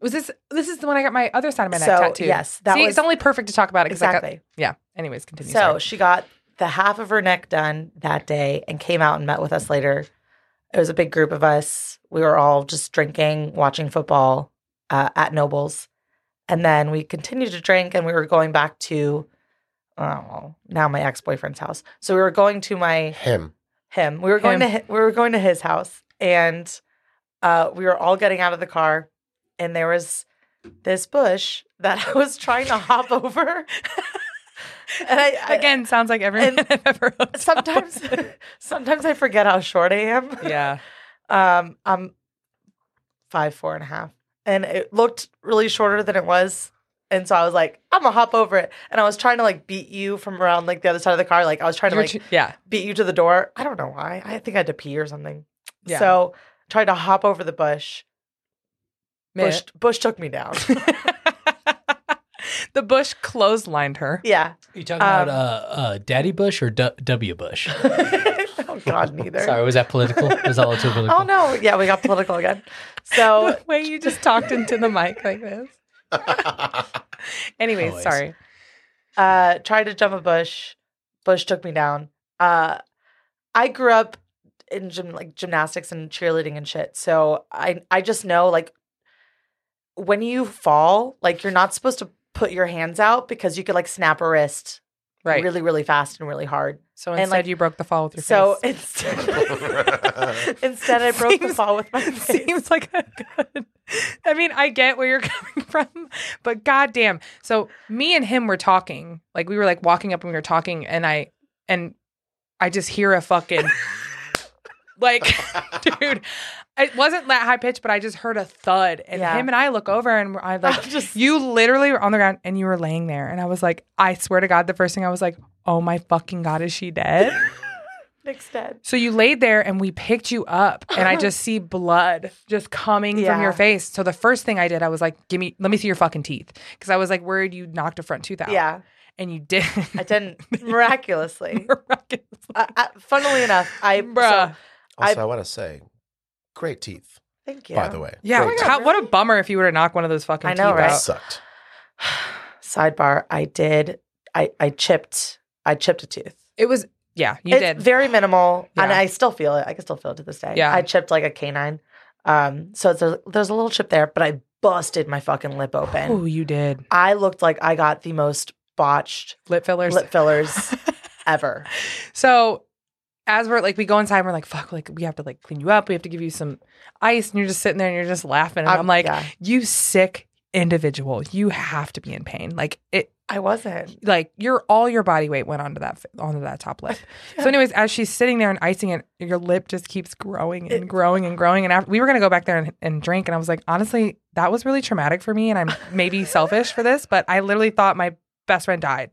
Speaker 1: Was this? This is the one I got my other side of my neck
Speaker 2: So,
Speaker 1: tattooed.
Speaker 2: yes, that
Speaker 1: See,
Speaker 2: was-
Speaker 1: it's only perfect to talk about it because I got.
Speaker 2: Exactly.
Speaker 1: Yeah. Anyways, continue.
Speaker 2: So
Speaker 1: sorry.
Speaker 2: she got the half of her neck done that day and came out and met with us later. It was a big group of us. We were all just drinking, watching football uh, at Nobles. And then we continued to drink and we were going back to, oh, now my ex boyfriend's house. So we were going to my
Speaker 4: Him.
Speaker 2: him. We were going
Speaker 1: Him.
Speaker 2: to hi- we were going to his house, and uh, we were all getting out of the car, and there was this bush that I was trying to hop over. and I, I
Speaker 1: again, sounds like every
Speaker 2: and-
Speaker 1: man I've ever hooked up.
Speaker 2: sometimes sometimes I forget how short I am.
Speaker 1: Yeah.
Speaker 2: Um, I'm five, four and a half. And it looked really shorter than it was. And so I was like, I'm gonna hop over it. And I was trying to like beat you from around like the other side of the car. Like I was trying to
Speaker 1: You're
Speaker 2: like
Speaker 1: too- yeah.
Speaker 2: beat you to the door. I don't know why. I think I had to pee or something.
Speaker 1: Yeah.
Speaker 2: So tried to hop over the bush. Bush,
Speaker 1: Minute.
Speaker 2: bush took me down.
Speaker 1: the bush clotheslined her.
Speaker 2: yeah.
Speaker 3: you talking
Speaker 2: Um,
Speaker 3: about uh, uh, Daddy Bush or D- W Bush?
Speaker 2: oh God, neither.
Speaker 3: Sorry, was that political? Was all too political?
Speaker 2: Oh no. Yeah, we got political again. So
Speaker 1: The way you just talked into the mic like this. Anyways,
Speaker 3: Always.
Speaker 1: sorry.
Speaker 2: uh tried to jump a bush. Bush took me down. Uh I grew up in gym like gymnastics and cheerleading and shit. So I I just know like when you fall, like you're not supposed to put your hands out because you could like snap a wrist
Speaker 1: Right.
Speaker 2: really, really fast and really hard.
Speaker 1: so
Speaker 2: and,
Speaker 1: instead,
Speaker 2: like-
Speaker 1: you broke the fall with your
Speaker 2: So
Speaker 1: face.
Speaker 2: instead, instead I broke the
Speaker 1: Seems-
Speaker 2: fall with my
Speaker 1: It
Speaker 2: face.
Speaker 1: seems like a good. I mean, I get where you're coming from, but goddamn. So me and him were talking, like we were like walking up and we were talking, and I and I just hear a fucking like, dude. It wasn't that high pitched, but I just heard a thud, and
Speaker 2: Yeah.
Speaker 1: him and I look over, and I like
Speaker 2: I'm just-
Speaker 1: you literally were on the ground and you were laying there, and I was like, I swear to God, the first thing I was like, oh my fucking god, is she dead?
Speaker 2: Nick's dead.
Speaker 1: So you laid there and we picked you up and I just see blood just coming from
Speaker 2: Yeah.
Speaker 1: your face. So the first thing I did, I was like, give me, let me see your fucking teeth. Cause I was like worried you knocked a front tooth out.
Speaker 2: Yeah,
Speaker 1: And you did.
Speaker 2: I didn't miraculously.
Speaker 1: Miraculously.
Speaker 2: uh, uh, funnily enough, I so-
Speaker 1: Bruh.
Speaker 4: Also, I, want to say, great teeth,
Speaker 2: thank you.
Speaker 4: by the way.
Speaker 2: oh
Speaker 1: yeah.
Speaker 4: Great
Speaker 1: God,
Speaker 4: teeth.
Speaker 1: What a bummer if you were to knock one of those fucking
Speaker 2: I know,
Speaker 1: teeth
Speaker 4: That
Speaker 2: right?
Speaker 1: out.
Speaker 4: sucked.
Speaker 2: Sidebar: I did. I I chipped. I chipped a tooth.
Speaker 1: It was, yeah, you
Speaker 2: it's
Speaker 1: did.
Speaker 2: very minimal, and
Speaker 1: Yeah.
Speaker 2: I still feel it. I can still feel it to this day.
Speaker 1: Yeah.
Speaker 2: I chipped like a canine. Um, so it's a, there's a little chip there, but I busted my fucking lip open.
Speaker 1: oh, you did.
Speaker 2: I looked like I got the most botched
Speaker 1: Lip fillers.
Speaker 2: lip fillers ever.
Speaker 1: So as we're like, we go inside, and we're like, fuck, like we have to like clean you up. We have to give you some ice. And you're just sitting there and you're just laughing. And
Speaker 2: I'm-
Speaker 1: I'm, like,
Speaker 2: yeah.
Speaker 1: you sick individual. You have to be in pain. Like it,
Speaker 2: I wasn't.
Speaker 1: like your all your body weight went onto that onto that top lip. So, anyways, as she's sitting there and icing it, your lip just keeps growing and growing and growing. And after, we were gonna go back there and, and drink, and I was like, honestly, that was really traumatic for me, and I'm maybe selfish for this, but I literally thought my best friend died.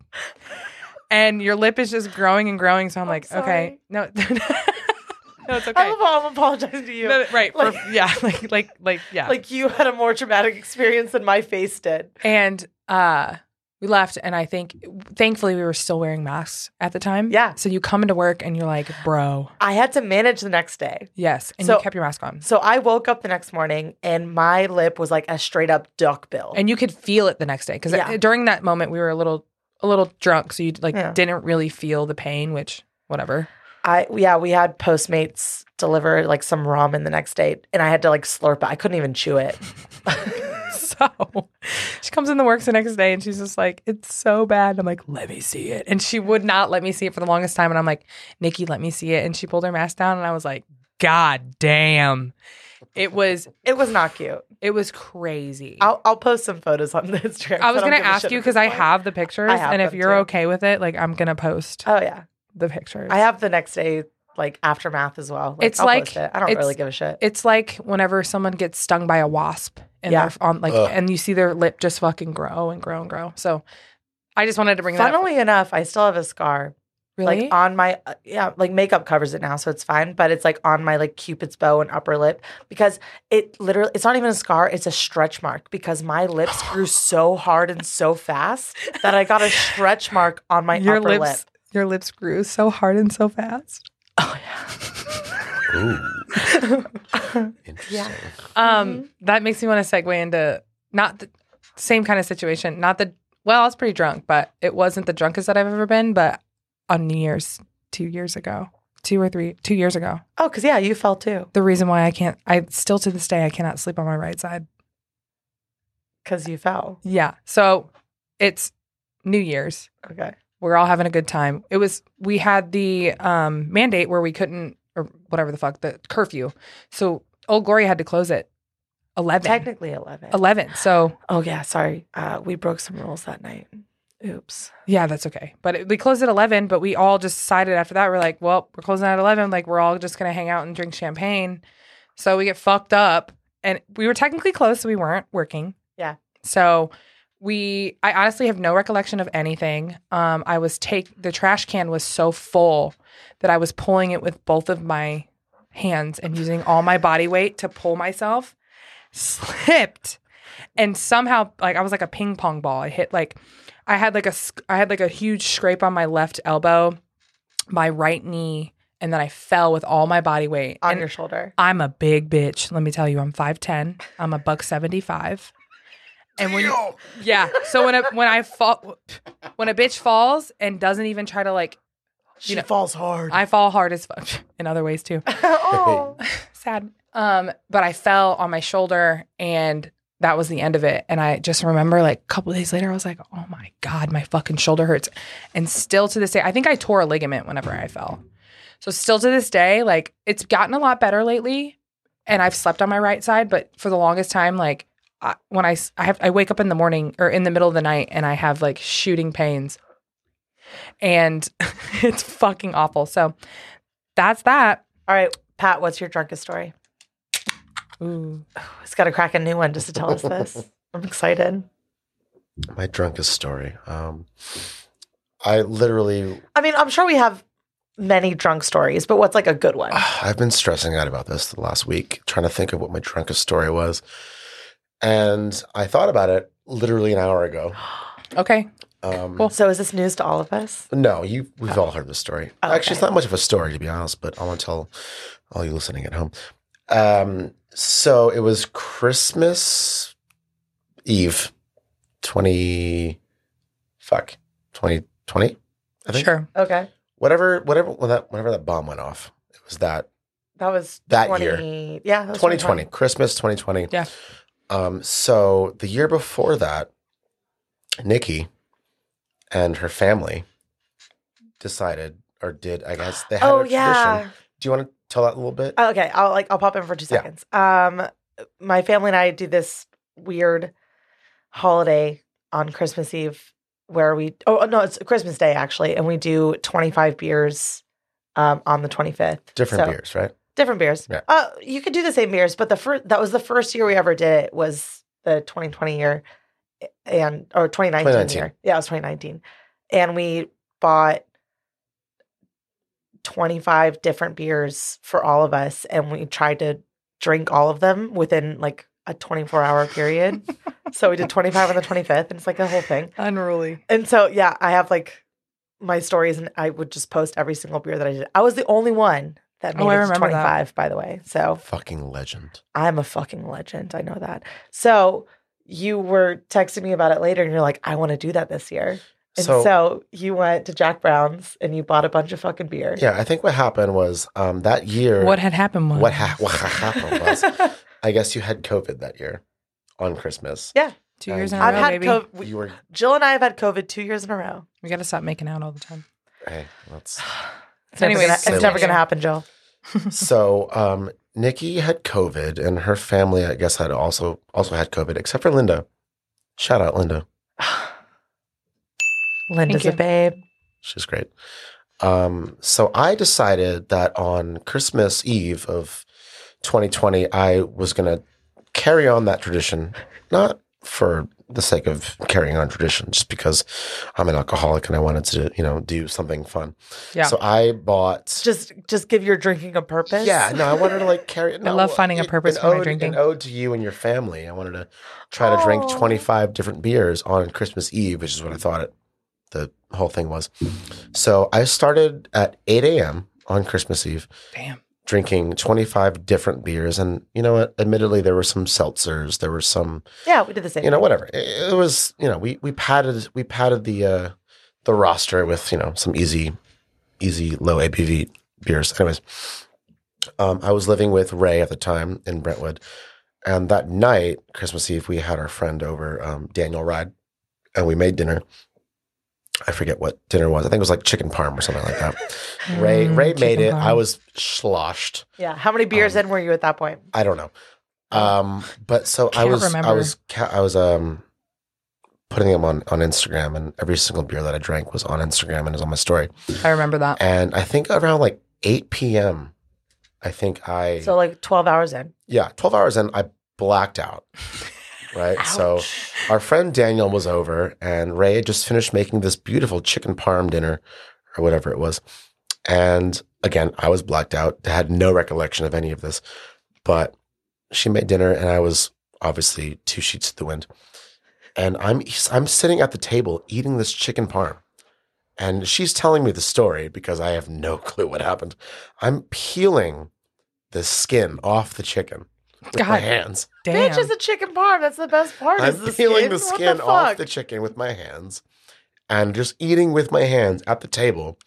Speaker 1: And your lip is just growing and growing. So I'm, like, okay, no,
Speaker 2: sorry.
Speaker 1: no, it's okay.
Speaker 2: I'm, ap- I'm apologizing to you.
Speaker 1: No, no, right? for-
Speaker 2: Like-
Speaker 1: yeah, like like like yeah.
Speaker 2: Like you had a more traumatic experience than my face did.
Speaker 1: and uh we left and i think thankfully we were still wearing masks at the time
Speaker 2: Yeah.
Speaker 1: so you come into work and you're like bro
Speaker 2: I had to manage the next day.
Speaker 1: yes and
Speaker 2: So-
Speaker 1: you kept your mask on
Speaker 2: So I woke up the next morning and my lip was like a straight up duck bill.
Speaker 1: and you could feel it the next day because
Speaker 2: Yeah.
Speaker 1: during that moment we were a little a little drunk so you like
Speaker 2: Yeah.
Speaker 1: didn't really feel the pain which whatever
Speaker 2: I yeah, we had Postmates deliver like some ramen the next day, and I had to like slurp it. I couldn't even chew it.
Speaker 1: so she comes in the works the next day and she's just like it's so bad i'm like let me see it and she would not let me see it for the longest time and i'm like nikki let me see it and she pulled her mask down and i was like god damn it was
Speaker 2: It was not cute.
Speaker 1: It was crazy. i
Speaker 2: I'll, I'll post some photos on the Instagram.
Speaker 1: was
Speaker 2: don't
Speaker 1: gonna
Speaker 2: give a
Speaker 1: ask
Speaker 2: shit
Speaker 1: you
Speaker 2: at
Speaker 1: because
Speaker 2: this
Speaker 1: I
Speaker 2: point.
Speaker 1: have the pictures,
Speaker 2: I have
Speaker 1: and if
Speaker 2: them
Speaker 1: you're
Speaker 2: too.
Speaker 1: okay with it, like I'm gonna post
Speaker 2: Oh yeah,
Speaker 1: the pictures.
Speaker 2: I have the next day like aftermath as well.
Speaker 1: It's
Speaker 2: I'll
Speaker 1: like-
Speaker 2: post it. I don't
Speaker 1: it's-
Speaker 2: really give a shit.
Speaker 1: It's like whenever someone gets stung by a wasp, and
Speaker 2: Yeah.
Speaker 1: they're on like,
Speaker 4: Ugh.
Speaker 1: and you see their lip just fucking grow and grow and grow. So, I just wanted to bring that up.
Speaker 2: Funnily enough, I still have a scar.
Speaker 1: Really,
Speaker 2: Like on my uh, yeah, like makeup covers it now, so it's fine. But it's like on my like cupid's bow and upper lip because it literally it's not even a scar; it's a stretch mark because my lips grew so hard and so fast that I got a stretch mark on my
Speaker 1: your
Speaker 2: upper
Speaker 1: lips,
Speaker 2: lip.
Speaker 1: your lips grew so hard and so fast.
Speaker 4: Ooh. Interesting.
Speaker 1: Um, that makes me want to segue into not the same kind of situation. Not the well, I was pretty drunk, but it wasn't the drunkest that I've ever been. But on New Year's two years ago, two or three, two years ago,
Speaker 2: Oh, because yeah, you fell too
Speaker 1: the reason why I can't, I still to this day I cannot sleep on my right side.
Speaker 2: because you fell.
Speaker 1: Yeah, so it's New Year's.
Speaker 2: Okay,
Speaker 1: We're all having a good time. It was we had the um, mandate where we couldn't or whatever the fuck the curfew. So Old Glory had to close at eleven.
Speaker 2: technically eleven.
Speaker 1: eleven. So
Speaker 2: Oh yeah, sorry, uh, we broke some rules that night. Oops.
Speaker 1: Yeah, that's okay. But it, we closed at 11, but we all just decided after that, we're like, well, we're closing at 11. Like, we're all just going to hang out and drink champagne. So we get fucked up, and we were technically close, so we weren't working.
Speaker 2: Yeah.
Speaker 1: So we, I honestly have no recollection of anything. Um, I was take the trash can was so full that I was pulling it with both of my hands and using all my body weight to pull myself. Slipped, and somehow like I was like a ping pong ball. I hit like. I had like a sc- I had like a huge scrape on my left elbow, my right knee, and then I fell with all my body weight.
Speaker 2: on
Speaker 1: and
Speaker 2: your shoulder.
Speaker 1: I'm a big bitch. Let me tell you, I'm 5'10. I'm a buck 75. And when you, yeah, so when a, when I fall when a bitch falls and doesn't even try to like
Speaker 2: She
Speaker 1: know-
Speaker 2: falls hard.
Speaker 1: I fall hard as fuck in other ways too.
Speaker 2: oh,
Speaker 1: Sad. Um but I fell on my shoulder and that was the end of it. And I just remember like a couple days later I was like, "Oh my god, my fucking shoulder hurts." And still to this day, I think I tore a ligament whenever I fell. So still to this day, like it's gotten a lot better lately, and I've slept on my right side. But for the longest time, like I, when I s- I have I wake up in the morning or in the middle of the night and I have like shooting pains, and it's fucking awful. So that's that.
Speaker 2: all right, Pat. What's your drunkest story?
Speaker 1: Ooh,
Speaker 2: He's got to crack a new one just to tell us this. I'm excited.
Speaker 4: My drunkest story. Um, I literally,
Speaker 2: I mean, I'm sure we have many drunk stories, but what's like a good one?
Speaker 4: I've been stressing out about this the last week, trying to think of what my drunkest story was. And I thought about it literally an hour ago.
Speaker 1: okay,
Speaker 4: Um,
Speaker 1: Cool.
Speaker 2: So is this news to all of us?
Speaker 4: No, you. We've all heard this story.
Speaker 2: Okay.
Speaker 4: Actually, it's not much of a story to be honest, but I want to tell all you listening at home. Um, so it was Christmas Eve, twenty, fuck, twenty twenty, I think.
Speaker 1: sure.
Speaker 2: Okay,
Speaker 4: Whatever, whatever. When that, whenever that bomb went off, it was that
Speaker 2: that was
Speaker 4: That
Speaker 2: 20, Yeah, that was
Speaker 4: 2020, Christmas 2020.
Speaker 1: Yeah.
Speaker 4: Um, so the year before that, Nikki and her family decided or did, I guess, they had a
Speaker 2: Oh
Speaker 4: tradition.
Speaker 2: yeah.
Speaker 4: Do you want to tell that a little bit?
Speaker 2: Oh, Okay, I'll like I'll pop in for two
Speaker 4: Yeah.
Speaker 2: seconds. Um, my family and I do this weird holiday on Christmas Eve where we oh no it's Christmas Day actually, and we do twenty five beers um, on the twenty fifth.
Speaker 4: Different beers, right?
Speaker 2: Different beers.
Speaker 4: Yeah.
Speaker 2: Uh, you could do the same beers, but the first that was the first year we ever did it was the 2020 year and or 2019,
Speaker 4: 2019.
Speaker 2: year. Yeah, it was 2019. And we bought 25 different beers for all of us and we tried to drink all of them within like a 24 hour period. so we did 25 on the 25th and it's like a whole thing.
Speaker 1: Unruly.
Speaker 2: And so yeah, I have like my stories and I would just post every single beer that I did. I was the only one that made
Speaker 1: Oh, I
Speaker 2: it to
Speaker 1: remember that.
Speaker 2: 25 by the way. So
Speaker 4: Fucking legend.
Speaker 2: I'm a fucking legend. I know that. So you were texting me about it later and you're like, I want to do that this year. And so,
Speaker 4: So,
Speaker 2: you went to Jack Brown's and you bought a bunch of fucking beer.
Speaker 4: yeah, I think what happened was um, that year.
Speaker 1: What had happened was
Speaker 4: what, ha- what ha- happened was, I guess you had COVID that year on Christmas.
Speaker 1: two years in a
Speaker 2: I've
Speaker 1: row,
Speaker 2: had
Speaker 1: baby.
Speaker 2: COVID.
Speaker 4: You were.
Speaker 2: Jill and I have had COVID two years in a row.
Speaker 1: We got to stop making out all the time.
Speaker 4: Hey, let's.
Speaker 2: It's never
Speaker 1: Anyways,
Speaker 2: gonna- it's never
Speaker 4: continue.
Speaker 2: going to happen, Jill.
Speaker 4: so um, Nikki had COVID, and her family, I guess, had also also had COVID, except for Linda. Shout out Linda,
Speaker 2: Linda's a
Speaker 1: you.
Speaker 2: babe.
Speaker 4: she's great. Um, so I decided that on Christmas Eve of 2020, I was gonna carry on that tradition, not for the sake of carrying on tradition, just because I'm an alcoholic and I wanted to, you know, do something fun.
Speaker 1: Yeah.
Speaker 4: So I bought
Speaker 2: Just just give your drinking a purpose.
Speaker 4: Yeah, no, I wanted to like carry. No,
Speaker 1: love finding a
Speaker 4: an-
Speaker 1: purpose
Speaker 4: an
Speaker 1: for my
Speaker 4: ode,
Speaker 1: drinking. Oh.
Speaker 4: An ode to you and your family. I wanted to try to drink
Speaker 2: Aw.
Speaker 4: twenty five different beers on Christmas Eve, which is what I thought it, the whole thing was. So I started at eight a.m. on Christmas Eve,
Speaker 1: Damn.
Speaker 4: drinking twenty five different beers, and you know what? Admittedly, there were some seltzers, there were some,
Speaker 2: Yeah, we did the same.
Speaker 4: you know, whatever. It, it was, you know, we we padded we padded the uh, the roster with you know some easy, easy low ABV beers. Anyways, um, I was living with Ray at the time in Brentwood, and that night, Christmas Eve, we had our friend over, um, Daniel Ride, and we made dinner. I forget what dinner was. I think it was like chicken parm or something like that. Ray
Speaker 1: Mm,
Speaker 4: Ray made
Speaker 1: chicken
Speaker 4: it.
Speaker 1: parm.
Speaker 4: I was sloshed.
Speaker 2: yeah. How many beers
Speaker 4: Um,
Speaker 2: in were you at that point?
Speaker 4: I don't know. Um, but so I
Speaker 1: Oh. Can't
Speaker 4: was, I
Speaker 1: remember.
Speaker 4: was, ca- I was, um, putting them on, on Instagram and every single beer that I drank was on Instagram and was on my story.
Speaker 1: I remember that.
Speaker 4: And I think around like 8 PM, I think I
Speaker 2: So like 12 hours in.
Speaker 4: yeah, 12 hours in, I blacked out. Right. So our friend Daniel was over and Ray had just finished making this beautiful chicken parm dinner or whatever it was. And again, I was blacked out, had no recollection of any of this. But she made dinner and I was obviously two sheets to the wind. And I'm I'm sitting at the table eating this chicken parm. And she's telling me the story because I have no clue what happened. I'm peeling the skin off the chicken with my
Speaker 1: God.
Speaker 4: hands.
Speaker 1: Damn.
Speaker 2: Bitch is a chicken parm. That's the best part.
Speaker 4: I'm
Speaker 2: is the
Speaker 4: peeling
Speaker 2: skin.
Speaker 4: the
Speaker 2: What
Speaker 4: skin
Speaker 2: the
Speaker 4: off
Speaker 2: fuck?
Speaker 4: the chicken with my hands and just eating with my hands at the table,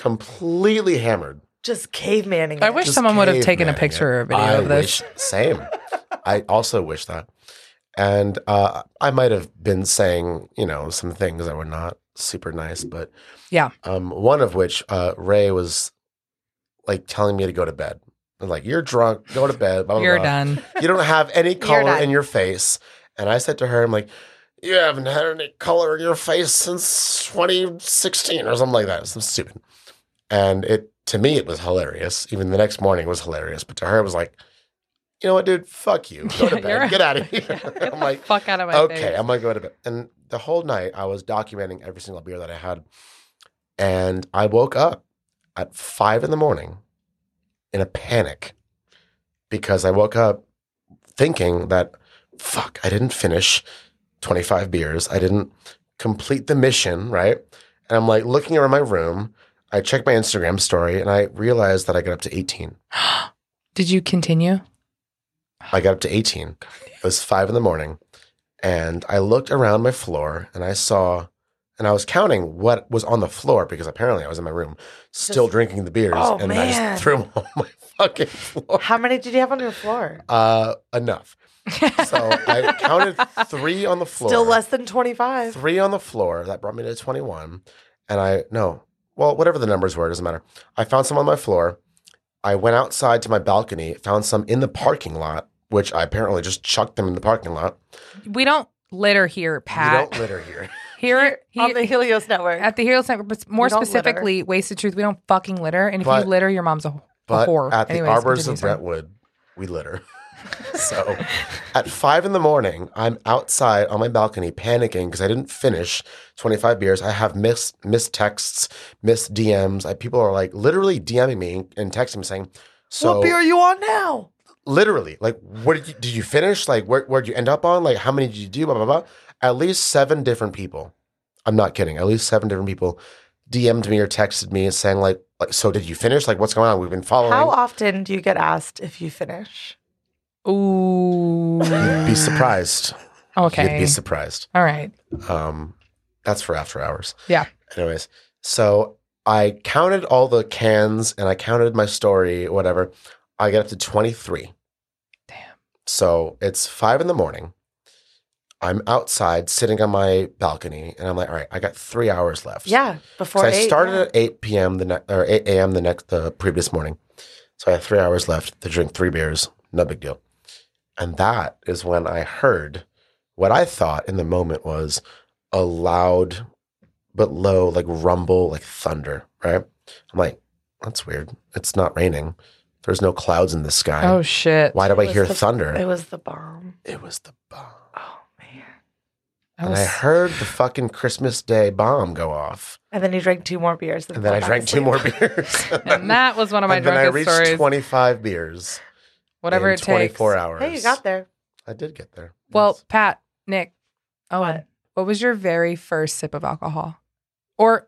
Speaker 4: completely hammered.
Speaker 2: Just cavemaning. it.
Speaker 1: I wish
Speaker 4: Just
Speaker 1: someone would have
Speaker 4: cave
Speaker 1: taken a
Speaker 4: manning it.
Speaker 1: picture or a video
Speaker 4: I
Speaker 1: of this.
Speaker 4: wish- same. I also wish that. And uh, I might have been saying, you know, some things that were not super nice, but
Speaker 1: Yeah.
Speaker 4: Um, one of which uh, Ray was like telling me to go to bed. I'm like, you're drunk, go to bed. Blah, blah,
Speaker 1: You're
Speaker 4: blah.
Speaker 1: done.
Speaker 4: You don't have any color
Speaker 2: done.
Speaker 4: in your face. And I said to her, I'm like, you haven't had any color in your face since 2016 or something like that. Some stupid. And it to me it was hilarious. Even the next morning was hilarious. But to her it was like, you know what, dude? Fuck you. Go to
Speaker 1: Yeah, you're-
Speaker 4: bed. Get out of here.
Speaker 1: Get
Speaker 4: I'm
Speaker 1: the
Speaker 4: like,
Speaker 1: fuck out of my
Speaker 4: okay,
Speaker 1: face.
Speaker 4: I'm gonna go to bed. And the whole night I was documenting every single beer that I had. And I woke up at five in the morning in a panic because I woke up thinking that fuck, I didn't finish 25 beers. I didn't complete the mission, right? And I'm like looking around my room. I check my Instagram story and I realized that I got up to 18.
Speaker 1: Did you continue?
Speaker 4: I got up to 18. It was five in the morning. And I looked around my floor and I saw, and I was counting what was on the floor because apparently I was in my room still
Speaker 2: Just-
Speaker 4: drinking the beers.
Speaker 2: Oh,
Speaker 4: and I
Speaker 2: man.
Speaker 4: just threw them on my fucking floor.
Speaker 2: How many did you have on your floor?
Speaker 4: Uh, enough. So I counted three on the floor.
Speaker 2: Still less than 25.
Speaker 4: three on the floor. That brought me to 21. And I, no, well, whatever the numbers were, it doesn't matter. I found some on my floor. I went outside to my balcony, found some in the parking lot, which I apparently just chucked them in the parking lot.
Speaker 1: We don't litter here,
Speaker 4: You
Speaker 1: Pat.
Speaker 4: don't litter here.
Speaker 1: Here,
Speaker 2: on
Speaker 1: here-
Speaker 2: the Helios network.
Speaker 1: at the Heroes Network, but more
Speaker 2: We don't litter.
Speaker 1: specifically, Wasted Truth, we don't fucking litter. And if
Speaker 4: But-
Speaker 1: you litter, your mom's a, a
Speaker 4: But
Speaker 1: whore.
Speaker 4: at the
Speaker 1: Anyways,
Speaker 4: Arbors
Speaker 1: continue,
Speaker 4: of
Speaker 1: sorry.
Speaker 4: Brentwood, we litter. so at five in the morning, I'm outside on my balcony panicking because I didn't finish 25 beers. I have missed missed texts, missed DMs. I, people are like literally DMing me and texting me saying, so
Speaker 2: what beer are you on now?
Speaker 4: literally like what did you, did you finish like where, where'd you end up on like how many did you do blah blah blah at least seven different people i'm not kidding at least seven different people dm'd me or texted me saying like like so did you finish like what's going on we've been following
Speaker 2: How often do you get asked if you finish?
Speaker 1: Ooh.
Speaker 4: you'd be surprised
Speaker 1: Okay.
Speaker 4: you'd be surprised
Speaker 1: All right.
Speaker 4: um that's for after hours
Speaker 1: Yeah.
Speaker 4: anyways so i counted all the cans and i counted my story whatever i got up to 23
Speaker 1: Damn.
Speaker 4: So it's five in the morning. I'm outside sitting on my balcony, and I'm like, all right, I got three hours left.
Speaker 2: Yeah, before
Speaker 4: So I
Speaker 2: eight,
Speaker 4: started
Speaker 2: yeah.
Speaker 4: at 8 p.m. the ne- or 8 a.m. the next the previous morning. So I have three hours left to drink three beers. No big deal. And that is when I heard what I thought in the moment was a loud but low, like rumble, like thunder. Right? I'm like, that's weird. It's not raining. There's no clouds in the sky.
Speaker 1: Oh, shit.
Speaker 4: Why do I
Speaker 2: was
Speaker 4: hear
Speaker 2: the-
Speaker 4: thunder?
Speaker 2: It was the bomb.
Speaker 4: It was the bomb.
Speaker 2: Oh man!
Speaker 1: I
Speaker 4: and I
Speaker 1: was-
Speaker 4: heard the fucking Christmas Day bomb go off.
Speaker 2: And then you drank two more beers.
Speaker 4: And then I
Speaker 2: fell
Speaker 4: drank
Speaker 2: back
Speaker 4: two more
Speaker 2: asleep.
Speaker 4: beers.
Speaker 1: and that was one of my
Speaker 4: and then I
Speaker 1: drunkest
Speaker 4: reached
Speaker 1: stories.
Speaker 4: 25 beers.
Speaker 1: Whatever
Speaker 4: in
Speaker 1: it takes.
Speaker 4: 24 hours.
Speaker 2: Hey, you got there.
Speaker 4: I did get there.
Speaker 1: Well,
Speaker 4: Yes.
Speaker 1: Pat, Nick, Owen,
Speaker 2: What?
Speaker 1: what? was your very first sip of alcohol? Or,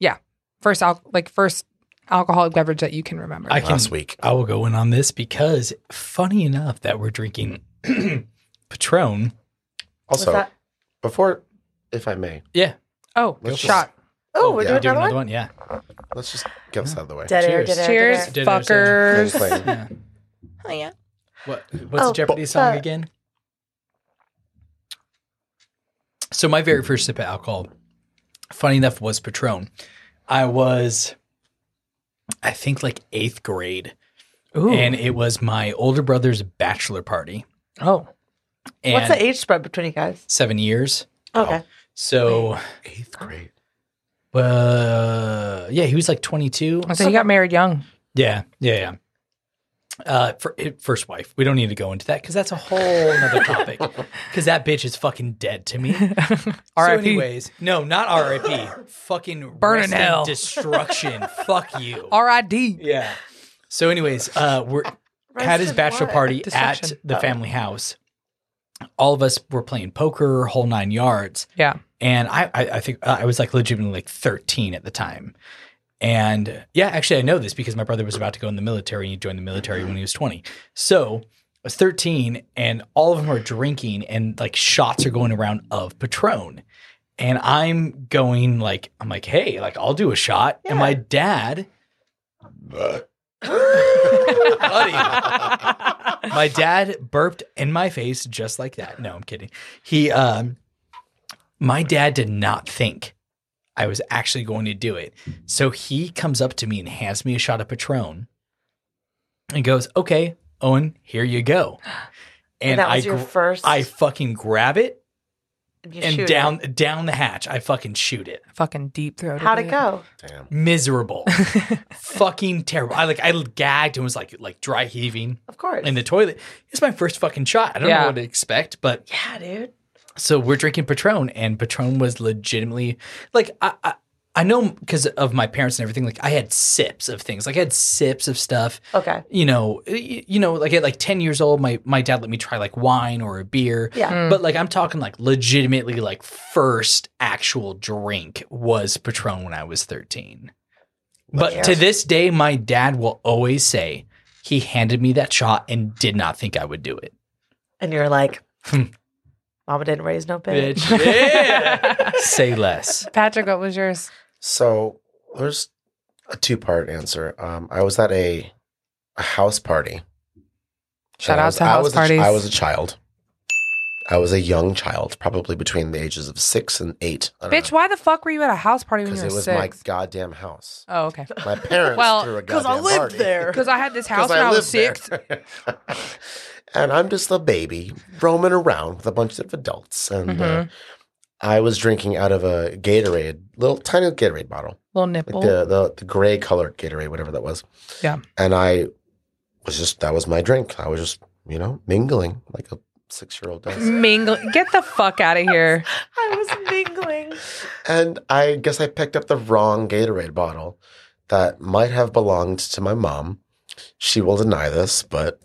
Speaker 1: yeah, first al- like first alcoholic beverage that you can remember.
Speaker 3: I can
Speaker 4: last week.
Speaker 3: I will go in on this because, funny enough, that we're drinking Patron.
Speaker 2: Was
Speaker 4: Also,
Speaker 2: that-
Speaker 4: before, if I may,
Speaker 3: Yeah,
Speaker 1: oh,
Speaker 4: Let's just-
Speaker 1: shot.
Speaker 2: oh,
Speaker 4: oh,
Speaker 2: we're
Speaker 4: yeah.
Speaker 3: we
Speaker 2: doing
Speaker 3: do
Speaker 2: another,
Speaker 3: another
Speaker 2: one.
Speaker 3: one. Yeah,
Speaker 4: let's just get this out of the way.
Speaker 2: Dead air,
Speaker 3: Cheers.
Speaker 2: dead air,
Speaker 1: Cheers,
Speaker 2: dead air.
Speaker 3: Dinner, dinner.
Speaker 1: fuckers.
Speaker 4: Clean, clean.
Speaker 3: yeah.
Speaker 1: Oh, yeah.
Speaker 3: What, what's
Speaker 2: Oh,
Speaker 3: the Jeopardy
Speaker 2: but-
Speaker 3: song
Speaker 2: but-
Speaker 3: again? So my very first sip of alcohol, funny enough, was Patron. I was, I think, like eighth grade,
Speaker 1: Ooh.
Speaker 3: and it was my older brother's bachelor party.
Speaker 1: oh.
Speaker 3: And
Speaker 2: What's the age spread between you guys?
Speaker 3: Seven years.
Speaker 2: Okay.
Speaker 3: So,
Speaker 4: Eighth grade.
Speaker 3: uh, yeah, he was like twenty two.
Speaker 1: So you got married young.
Speaker 3: Yeah, yeah, yeah. uh, for, eh, first wife. We don't need to go into that because that's a whole other topic. Because that bitch is fucking dead to me. So
Speaker 1: R.I.P..
Speaker 3: anyways, no, not R.I.P. fucking
Speaker 1: Burn in
Speaker 3: rest in
Speaker 1: hell.
Speaker 3: destruction. Fuck you.
Speaker 1: R.I.D.
Speaker 3: yeah. So anyways, uh, we're had his
Speaker 2: in
Speaker 3: bachelor
Speaker 2: what?
Speaker 3: party at
Speaker 1: Destruction.
Speaker 3: the family house. All of us were playing poker, whole nine yards
Speaker 1: Yeah.
Speaker 3: and I, I, I think I was like legitimately like 13 at the time. And yeah, actually, I know this because my brother was about to go in the military and he joined the military when he was 20. So I was 13, and all of them are drinking, and like shots are going around of Patron. And I'm going like, I'm like, hey, like I'll do a shot. And my dad, Buddy. my dad burped in my face just like that. No, I'm kidding. He, um, my dad did not think I was actually going to do it. So he comes up to me and hands me a shot of Patron and goes, Okay, Owen, here you go. And,
Speaker 2: And that was
Speaker 3: I,
Speaker 2: your
Speaker 3: gr-
Speaker 2: first.
Speaker 3: I fucking grab it
Speaker 2: and, you
Speaker 3: and
Speaker 2: shoot it.
Speaker 3: down down the hatch, I fucking shoot it.
Speaker 1: Fucking deep throat.
Speaker 2: How'd it go?
Speaker 4: Damn.
Speaker 3: Miserable. fucking terrible. I like I gagged and was like like dry heaving
Speaker 2: Of course.
Speaker 3: in the toilet. It's my first fucking shot. I don't
Speaker 1: Yeah.
Speaker 3: know what to expect, but
Speaker 2: yeah, dude.
Speaker 3: so we're drinking Patron, and Patron was legitimately like I I, I know because of my parents and everything. Like I had sips of things. Like I had sips of stuff.
Speaker 2: Okay.
Speaker 3: You know, y- you know, like at like ten years old, my my dad let me try like wine or a beer.
Speaker 2: Yeah.
Speaker 3: But like I'm talking like legitimately like first actual drink was Patron when I was 13. But to this day my dad will always say he handed me that shot and did not think I would do it.
Speaker 2: And you're like,
Speaker 3: Hmm.
Speaker 2: Mama didn't raise no bitch.
Speaker 3: Bitch. Yeah. say less.
Speaker 1: Patrick, what was yours?
Speaker 4: So there's a two part answer. Um, I was at a, a house party.
Speaker 1: Shout
Speaker 4: And
Speaker 1: out
Speaker 4: I was-
Speaker 1: to
Speaker 4: I
Speaker 1: house
Speaker 4: was a ch-
Speaker 1: parties.
Speaker 4: I was a child. I was a young child, probably between the ages of six and eight.
Speaker 1: Bitch, why the fuck were you at a house party when
Speaker 4: Because
Speaker 1: you
Speaker 4: it
Speaker 1: were
Speaker 4: was my
Speaker 1: six?
Speaker 4: goddamn house.
Speaker 1: oh, okay.
Speaker 4: My parents
Speaker 1: Well,
Speaker 4: threw a
Speaker 2: Because
Speaker 4: goddamn
Speaker 2: I lived
Speaker 4: party.
Speaker 2: there.
Speaker 1: Because I had this house when I, was six.
Speaker 4: lived there. and I'm just a baby roaming around with a bunch of adults. And uh,
Speaker 1: Mhm.
Speaker 4: I was drinking out of a Gatorade, little tiny Gatorade bottle,
Speaker 1: Little
Speaker 4: like
Speaker 1: nipple.
Speaker 4: the, the, the gray colored Gatorade, whatever that was.
Speaker 1: Oh. Yeah.
Speaker 4: And I was just, that was my drink. I was just, you know, mingling like a six year old does.
Speaker 1: Mingle. Get the fuck out of here.
Speaker 2: I was mingling.
Speaker 4: And I guess I picked up the wrong Gatorade bottle that might have belonged to my mom. She will deny this, but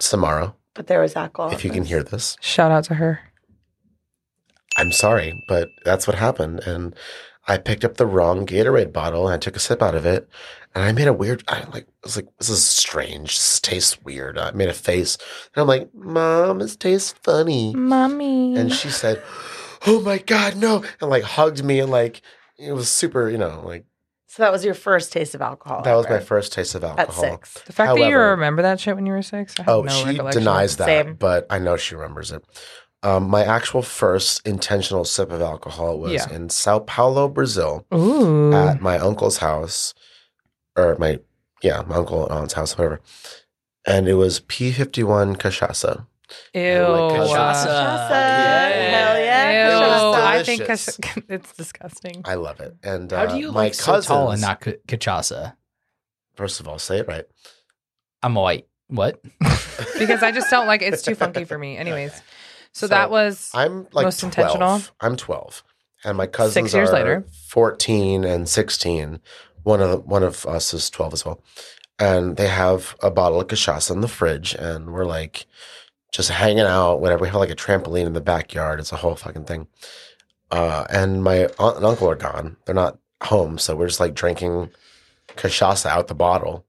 Speaker 4: Samara,
Speaker 2: But there was alcohol.
Speaker 4: if you
Speaker 2: in
Speaker 4: can
Speaker 2: this.
Speaker 4: hear this,
Speaker 1: Shout out to her.
Speaker 4: I'm sorry, but that's what happened. And I picked up the wrong Gatorade bottle and I took a sip out of it. And I made a weird, I like, I was like, this is strange. This tastes weird. I made a face. And I'm like, Mom, this tastes funny.
Speaker 1: Mommy.
Speaker 4: And she said, Oh my God, no. And like hugged me and like, it was super, you know, like
Speaker 2: So that was your first taste of
Speaker 1: Oh,
Speaker 2: alcohol.
Speaker 4: that was my
Speaker 2: ever.
Speaker 4: first taste of alcohol.
Speaker 2: At six.
Speaker 1: the fact that you
Speaker 4: however-
Speaker 1: remember that shit when you were six, I have
Speaker 4: Oh,
Speaker 1: no
Speaker 4: she
Speaker 1: recollection.
Speaker 4: denies that,
Speaker 2: Same.
Speaker 4: but I know she remembers it. Um, my actual first intentional sip of alcohol was
Speaker 1: Yeah.
Speaker 4: in Sao Paulo, Brazil,
Speaker 1: Ooh.
Speaker 3: Mm.
Speaker 4: at my uncle's house, or my yeah, my uncle and aunt's house, whatever. And it was P fifty one cachaça.
Speaker 1: Ew.
Speaker 4: like
Speaker 2: Cachaça.
Speaker 1: Uh,
Speaker 2: Hell yeah.
Speaker 1: Ew.
Speaker 4: Cachaça.
Speaker 1: I think
Speaker 4: Delicious.
Speaker 1: cacha- it's disgusting.
Speaker 4: I love it. And
Speaker 3: How
Speaker 4: uh,
Speaker 3: do you
Speaker 4: my
Speaker 3: like
Speaker 4: cousins,
Speaker 3: so tall and not ca- cachaça?
Speaker 4: First of all, say it right.
Speaker 3: I'm white. What?
Speaker 1: because I just don't like it's too funky for me. Anyways. So,
Speaker 4: So,
Speaker 1: that was
Speaker 4: I'm like
Speaker 1: Most
Speaker 4: 12.
Speaker 1: intentional?
Speaker 4: I'm 12, and my cousins
Speaker 1: years
Speaker 4: are
Speaker 1: later. 14
Speaker 4: 14 and 16. One of the, one of us is 12 as well, and they have a bottle of cachaça in the fridge, and we're like just hanging out. Whatever. We have like a trampoline in the backyard. It's a whole fucking thing. Uh, and my aunt and uncle are gone. They're not home, so we're just like drinking cachaça out the bottle.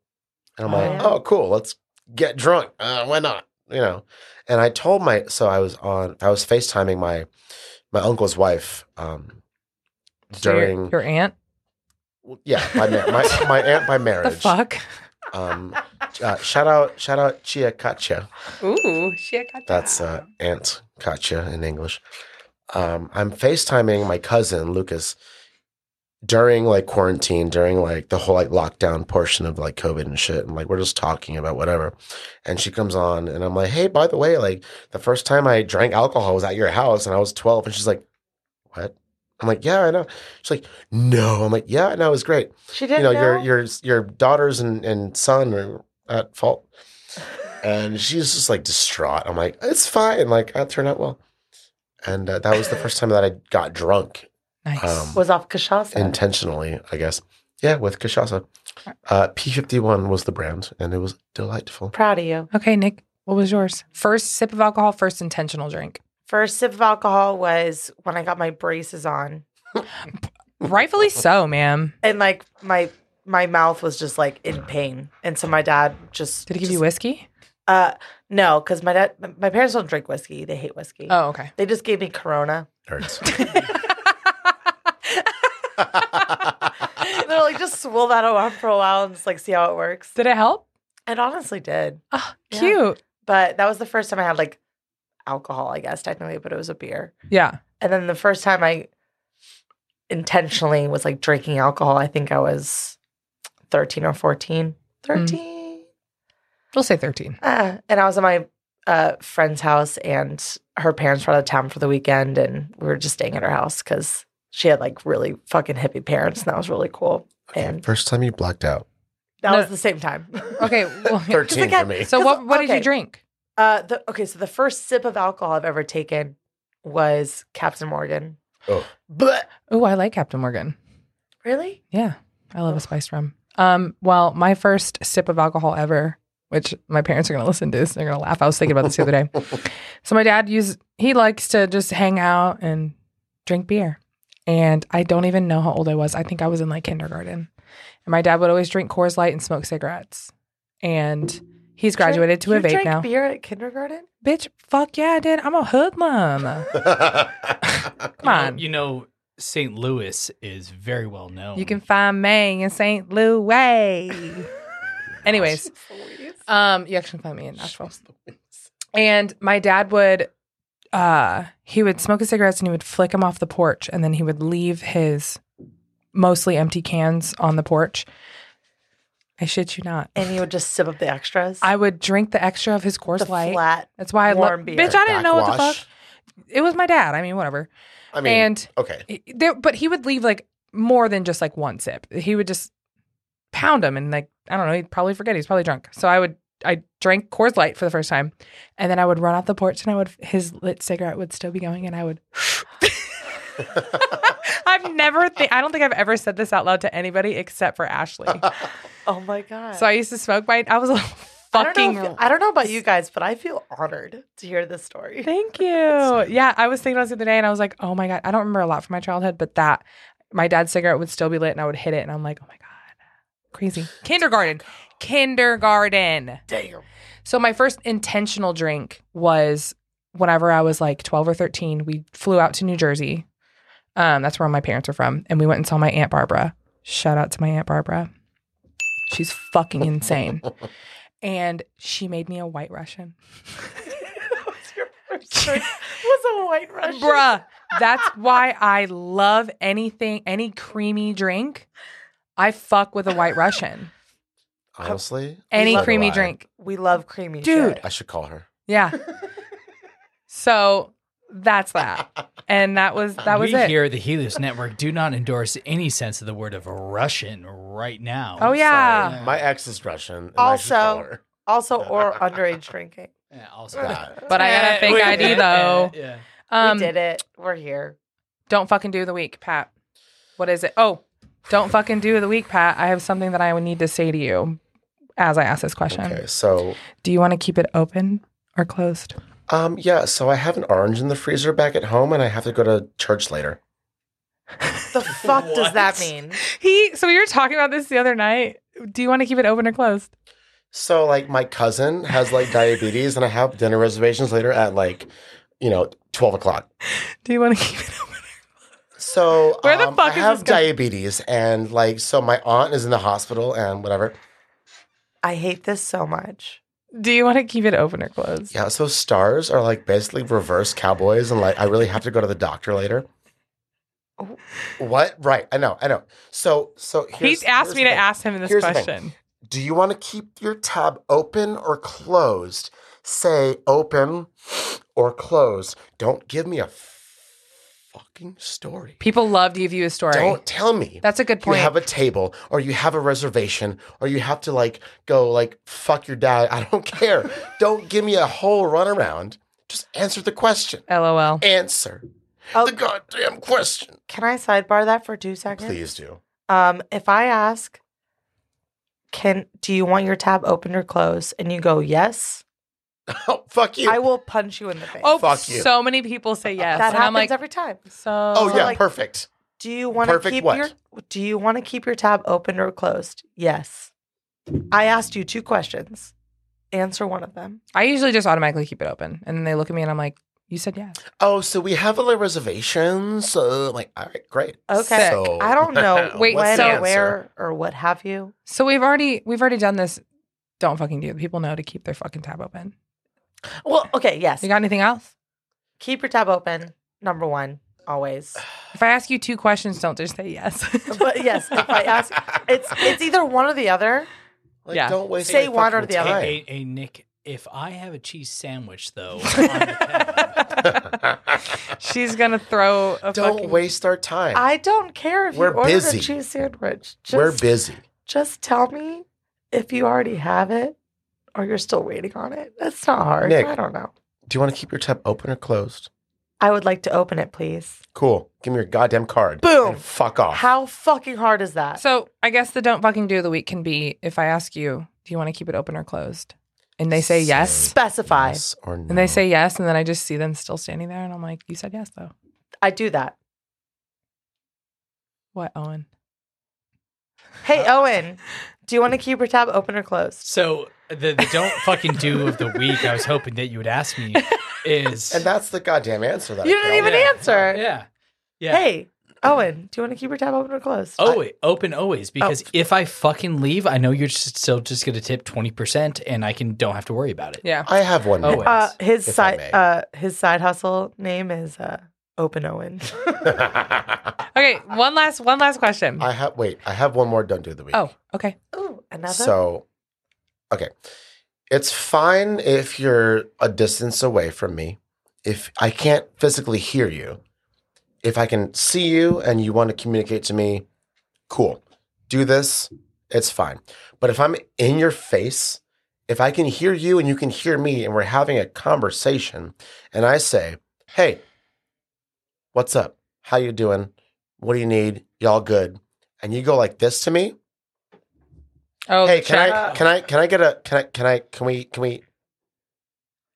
Speaker 4: And I'm
Speaker 2: Oh,
Speaker 4: like,
Speaker 2: yeah.
Speaker 4: oh, cool. Let's get drunk. Uh, why not? You know. And I told my so I was on I was FaceTiming my my uncle's wife um
Speaker 1: so your-
Speaker 4: during
Speaker 1: your, aunt.
Speaker 4: yeah my, ma- my my aunt by
Speaker 1: The
Speaker 4: marriage
Speaker 1: fuck?
Speaker 4: um uh, shout out shout out Chia Katya
Speaker 1: Ooh, shit. got
Speaker 4: that's
Speaker 1: that.
Speaker 4: uh, Aunt Katya in English um I'm FaceTiming my cousin Lucas during like quarantine during like the whole like lockdown portion of like COVID and shit and like we're just talking about whatever and she comes on and I'm like hey by the way like the first time I drank alcohol was at your house and I was 12. And she's like, what? I'm like, yeah, I know. She's like, no. I'm like, yeah, I know. It was great.
Speaker 2: She
Speaker 4: You
Speaker 2: didn't
Speaker 4: know,
Speaker 2: know.
Speaker 4: your your your daughters and, and son are at fault. And she's just like distraught. I'm like, it's fine. Like, I turned out well. And uh, that was the first time that I got drunk
Speaker 1: Nice.
Speaker 4: Um,
Speaker 2: Was off Kashasa.
Speaker 4: intentionally, I guess. Yeah, with Kashasa. Uh, P51 was the brand, and it was delightful.
Speaker 2: Proud of you.
Speaker 1: okay, Nick, what was yours? First sip of alcohol, first intentional drink.
Speaker 2: First sip of alcohol was when I got my braces on,
Speaker 1: Rightfully so, ma'am.
Speaker 2: and like my my mouth was just like in pain, and so my dad just
Speaker 1: Did he give
Speaker 2: just,
Speaker 1: you whiskey?
Speaker 2: Uh, no, because my dad, my parents don't drink whiskey. They hate whiskey.
Speaker 1: Oh, okay.
Speaker 2: They just gave me Corona.
Speaker 4: Nerds.
Speaker 2: They're like, just swill that around for a while and just like see how it works.
Speaker 1: Did it help?
Speaker 2: It honestly did,
Speaker 1: Oh,
Speaker 2: Yeah.
Speaker 1: cute.
Speaker 2: but that was the first time I had like alcohol, I guess technically, but it was a beer.
Speaker 1: Yeah.
Speaker 2: And then the first time I intentionally was like drinking alcohol, I think I was 13 or
Speaker 1: Mm.
Speaker 2: 14. 13.
Speaker 1: We'll say 13.
Speaker 2: Ah, and I was at my uh, friend's house, and her parents were out of town for the weekend, and we were just staying at her house because she had like really fucking hippie parents, and that was really cool.
Speaker 4: Okay,
Speaker 2: And
Speaker 4: first time you blacked out.
Speaker 2: that
Speaker 1: No.
Speaker 2: was the same time.
Speaker 1: Okay. Well,
Speaker 4: 13
Speaker 2: again,
Speaker 4: for me.
Speaker 1: so what, what did you
Speaker 2: Okay.
Speaker 1: drink?
Speaker 2: Uh, the, okay, so the first sip of alcohol I've ever taken was Captain Morgan.
Speaker 4: Oh.
Speaker 2: But
Speaker 1: Oh, I like Captain Morgan.
Speaker 2: really,
Speaker 1: Yeah. I love a
Speaker 2: Ugh.
Speaker 1: spiced rum. Um, well, my first sip of alcohol ever, which my parents are going to listen to this, they're going to laugh. I was thinking about this the other day. So my dad used he likes to just hang out and drink beer. And I don't even know how old I was. I think I was in like kindergarten. And my dad would always drink Coors Light and smoke cigarettes. And he's graduated
Speaker 2: Drink-
Speaker 1: to a
Speaker 2: you
Speaker 1: vape
Speaker 2: drank
Speaker 1: now.
Speaker 2: Beer at kindergarten.
Speaker 1: Bitch, fuck yeah, I did. I'm a hoodlum. Come on.
Speaker 3: You know, St. Louis is very well known.
Speaker 1: You can find me in St. Louis. Anyways, um, you actually find me in Nashville. And my dad would, uh, he would smoke his cigarettes and he would flick them off the porch, and then he would leave his mostly empty cans on the porch. I shit you not.
Speaker 2: and you would just sip up the extras.
Speaker 1: I would drink the extra of his Coors
Speaker 2: the
Speaker 1: Light.
Speaker 2: flat.
Speaker 1: That's why I
Speaker 2: warm
Speaker 1: love.
Speaker 2: beer.
Speaker 1: Bitch, I didn't know what the
Speaker 4: Backwash.
Speaker 1: fuck. It was my dad. I mean, whatever.
Speaker 4: I mean,
Speaker 1: and
Speaker 4: okay.
Speaker 1: he- there, but he would leave like more than just like one sip. He would just pound them and like I don't know. He'd probably forget. He's probably drunk. So I would I drank Coors Light for the first time, and then I would run off the porch and I would his lit cigarette would still be going, and I would. I've never. Th- I don't think I've ever said this out loud to anybody except for Ashley.
Speaker 2: Oh my god!
Speaker 1: So I used to smoke my. I was like,
Speaker 2: I don't know
Speaker 1: fucking.
Speaker 2: if- I don't know about you guys, but I feel honored to hear this story.
Speaker 1: Thank you. Yeah, I was thinking about this the other day, and I was like, oh my god, I don't remember a lot from my childhood, but that my dad's cigarette would still be lit, and I would hit it, and I'm like, oh my god, crazy. Kindergarten, kindergarten.
Speaker 2: Damn.
Speaker 1: So my first intentional drink was whenever I was like 12 or 13. We flew out to New Jersey. Um, that's where all my parents are from, and we went and saw my aunt Barbara. Shout out to my aunt Barbara. She's fucking insane, and she made me a White Russian.
Speaker 2: What's your first drink? What's a white Russian?
Speaker 1: Bruh, that's why I love anything, any creamy drink. I fuck with a white Russian.
Speaker 4: Honestly,
Speaker 1: Any
Speaker 4: so do
Speaker 1: creamy
Speaker 4: I.
Speaker 1: drink.
Speaker 2: We love creamy
Speaker 1: Dude.
Speaker 2: shit.
Speaker 4: I should call her.
Speaker 1: Yeah. So that's that. And that was that was
Speaker 3: we
Speaker 1: it.
Speaker 3: here at the Helios Network do not endorse any sense of the word of Russian right now.
Speaker 1: Oh, yeah.
Speaker 3: Sorry.
Speaker 4: My ex is Russian. And I should call
Speaker 2: Also,
Speaker 4: her.
Speaker 2: also or underage drinking.
Speaker 3: Yeah, also
Speaker 4: God.
Speaker 1: But I got a fake
Speaker 3: Wait,
Speaker 1: ID
Speaker 3: yeah,
Speaker 1: though.
Speaker 3: yeah, yeah.
Speaker 1: Um
Speaker 2: we did it. We're here.
Speaker 1: don't fucking do the week, Pat. What is it? Oh, don't fucking do the week, Pat. I have something that I would need to say to you as I ask this question.
Speaker 4: Okay, so
Speaker 1: Do you want to keep it open or closed?
Speaker 4: um, yeah, so I have an orange in the freezer back at home, and I have to go to church later.
Speaker 2: The fuck does that
Speaker 3: What?
Speaker 2: mean?
Speaker 1: He so we were talking about this the other night. Do you want to keep it open or closed?
Speaker 4: So like, my cousin has like diabetes, and I have dinner reservations later at like, you know, twelve o'clock.
Speaker 1: Do you want to keep it open?
Speaker 4: So
Speaker 1: Where the
Speaker 4: um,
Speaker 1: fuck
Speaker 4: I
Speaker 1: is
Speaker 4: have
Speaker 1: this going?
Speaker 4: diabetes, and like, so my aunt is in the hospital, and whatever.
Speaker 2: I hate this so much.
Speaker 1: Do you want to keep it open or closed?
Speaker 4: Yeah, so stars are like basically reverse cowboys, and like I really have to go to the doctor later.
Speaker 2: Oh.
Speaker 4: What? Right. I know. I know. So, so
Speaker 1: He
Speaker 4: here's,
Speaker 1: asked
Speaker 4: here's
Speaker 1: me to
Speaker 4: the thing.
Speaker 1: ask him this
Speaker 4: Here's the thing.
Speaker 1: question.
Speaker 4: Do you want to keep your tab open or closed? Say open or closed. Don't give me a fucking story.
Speaker 1: People love to give you a story.
Speaker 4: Don't tell me.
Speaker 1: That's a good
Speaker 4: you
Speaker 1: point.
Speaker 4: have a table or you have a reservation or you have to like go like fuck your dad. I don't care. don't give me a whole runaround. Just answer the question.
Speaker 1: LOL.
Speaker 4: Answer
Speaker 2: Oh.
Speaker 4: the goddamn question.
Speaker 2: Can I sidebar that for two seconds?
Speaker 4: Please do.
Speaker 2: Um, if I ask, can do you want your tab opened or closed? And you go yes,
Speaker 4: Oh, fuck you.
Speaker 2: I will punch you in the face.
Speaker 1: Oh,
Speaker 4: Fuck you.
Speaker 1: so many people say yes. and
Speaker 2: that
Speaker 1: I'm
Speaker 2: happens
Speaker 1: like,
Speaker 2: every time.
Speaker 1: so.
Speaker 4: oh yeah,
Speaker 2: like-
Speaker 4: perfect.
Speaker 2: Do you want to
Speaker 4: Perfect
Speaker 2: keep
Speaker 4: what?
Speaker 2: your Do you want to keep your tab open or closed? Yes. I asked you two questions. Answer one of them.
Speaker 1: I usually just automatically keep it open. And then they look at me and I'm like, you said yes.
Speaker 4: Oh, so we have a reservation. So like, all right, great.
Speaker 2: Okay.
Speaker 4: So-
Speaker 2: I don't know
Speaker 1: Wait,
Speaker 2: when
Speaker 1: so-
Speaker 2: or where or what have you.
Speaker 1: So we've already we've already done this. Don't fucking do it. People know to keep their fucking tab open.
Speaker 2: Well, okay, yes.
Speaker 1: You got anything else?
Speaker 2: keep your tab open. Number one, always.
Speaker 1: If I ask you two questions, don't just say yes.
Speaker 2: But yes, if I ask, it's it's either one or the other.
Speaker 4: Like,
Speaker 1: Yeah.
Speaker 4: Don't waste
Speaker 2: Say
Speaker 4: my
Speaker 2: one or
Speaker 4: fucking
Speaker 2: the other.
Speaker 4: time.
Speaker 3: Hey, hey, hey, Nick, if I have a cheese sandwich though, on the
Speaker 1: She's gonna throw a
Speaker 4: Don't
Speaker 1: fucking
Speaker 4: waste our time.
Speaker 2: I don't care if
Speaker 4: We're
Speaker 2: you ordered
Speaker 4: busy.
Speaker 2: a cheese sandwich. Just,
Speaker 4: We're busy.
Speaker 2: Just tell me if you already have it or you're still waiting on it. That's not hard.
Speaker 4: Nick.
Speaker 2: I don't know.
Speaker 4: Do you want to keep your tab open or closed?
Speaker 2: I would like to open it, please.
Speaker 4: Cool. Give me your goddamn card.
Speaker 2: Boom.
Speaker 4: And fuck off.
Speaker 2: How fucking hard is
Speaker 4: Uh,
Speaker 2: that?
Speaker 1: So I guess the don't fucking do of the week can be if I ask you, do you want to keep it open or closed? And they say
Speaker 4: Say
Speaker 1: yes.
Speaker 2: Specify.
Speaker 4: Yes or no?
Speaker 1: And they say yes, and then I just see them still standing there and I'm like, You said yes though.
Speaker 2: I do that.
Speaker 1: What, Owen?
Speaker 2: Hey, Owen, do you want to keep your tab open or closed?
Speaker 3: So the, the don't fucking do of the week I was hoping that you would ask me is
Speaker 4: And that's the goddamn answer that
Speaker 2: You
Speaker 4: I
Speaker 2: didn't
Speaker 4: got.
Speaker 2: even
Speaker 3: Yeah.
Speaker 2: answer.
Speaker 3: yeah. Yeah.
Speaker 2: Hey, Owen, do you want to keep your tab open or closed?
Speaker 3: Oh, wait, open always because if I fucking leave, I know you're just still just gonna tip twenty percent, and I can don't have to worry about it.
Speaker 1: Yeah.
Speaker 4: I have one.
Speaker 3: Oh,
Speaker 4: more.
Speaker 2: uh, his
Speaker 4: If I
Speaker 2: side
Speaker 4: may.
Speaker 2: uh, his side hustle name is uh, Open Owen.
Speaker 1: Okay, one last one last question.
Speaker 4: I have wait. I have one more. Don't do the week.
Speaker 1: oh, okay.
Speaker 2: Ooh, another.
Speaker 4: So, okay. It's fine if you're a distance away from me. If I can't physically hear you, if I can see you and you want to communicate to me, cool. Do this. It's fine. But if I'm in your face, if I can hear you and you can hear me and we're having a conversation and I say, "Hey, what's up? How you doing? What do you need? Y'all good?" And you go like this to me,
Speaker 1: Oh
Speaker 4: hey, can
Speaker 1: check.
Speaker 4: I can I can I get a can I can I can we can we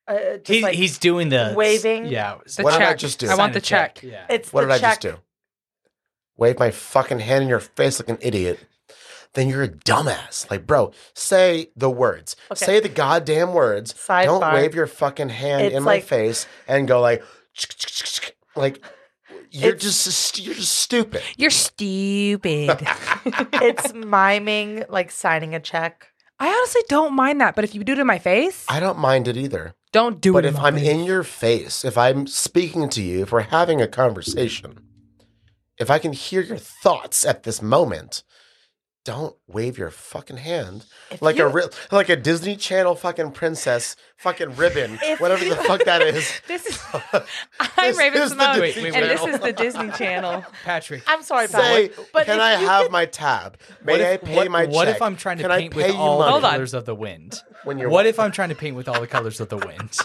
Speaker 2: uh, just
Speaker 3: He,
Speaker 2: like-
Speaker 3: he's doing the
Speaker 2: waving.
Speaker 3: Yeah,
Speaker 1: The
Speaker 4: What
Speaker 1: check.
Speaker 4: did I just do?
Speaker 1: I
Speaker 3: sign
Speaker 1: want
Speaker 3: a
Speaker 1: the check.
Speaker 3: Yeah,
Speaker 2: It's
Speaker 4: what
Speaker 2: the
Speaker 4: did I just
Speaker 2: check.
Speaker 4: do? Wave my fucking hand in your face like an idiot. Then you're a dumbass. Like, bro, say the words.
Speaker 2: Okay.
Speaker 4: Say the goddamn words. Don't
Speaker 2: Sidebar.
Speaker 4: wave your fucking hand
Speaker 2: It's
Speaker 4: in my
Speaker 2: like-
Speaker 4: face and go like like you're
Speaker 2: It's-
Speaker 4: just st- you're just stupid.
Speaker 1: You're stupid.
Speaker 2: It's miming like signing a check.
Speaker 1: I honestly don't mind that, but if you do it in my face,
Speaker 4: I don't mind it either.
Speaker 1: don't do
Speaker 4: But
Speaker 1: it.
Speaker 4: if
Speaker 1: my
Speaker 4: I'm
Speaker 1: face.
Speaker 4: in your face, if I'm speaking to you, if we're having a conversation, if I can hear your thoughts at this moment, don't wave your fucking hand
Speaker 2: If
Speaker 4: like
Speaker 2: you-
Speaker 4: a real, like a Disney Channel fucking princess fucking ribbon,
Speaker 2: If
Speaker 4: whatever
Speaker 2: you-
Speaker 4: the fuck that is.
Speaker 1: This is I'm
Speaker 4: This
Speaker 1: Raven
Speaker 4: is the
Speaker 1: Simone,
Speaker 4: Disney
Speaker 1: and this
Speaker 4: Channel.
Speaker 1: is the Disney Channel.
Speaker 3: Patrick.
Speaker 2: I'm sorry,
Speaker 4: Say,
Speaker 2: Patrick, but
Speaker 4: can
Speaker 2: if
Speaker 4: I
Speaker 2: you
Speaker 4: have
Speaker 2: could-
Speaker 4: my tab? May I
Speaker 3: if,
Speaker 4: pay
Speaker 3: what,
Speaker 4: my
Speaker 3: what
Speaker 4: check?
Speaker 3: if I'm trying to
Speaker 4: Can I
Speaker 3: paint
Speaker 4: pay
Speaker 3: with
Speaker 4: you
Speaker 3: all
Speaker 4: money?
Speaker 1: Hold
Speaker 3: the
Speaker 1: on.
Speaker 3: colors of the wind?
Speaker 4: When you're-
Speaker 3: what if I'm trying to paint with all the colors of the wind?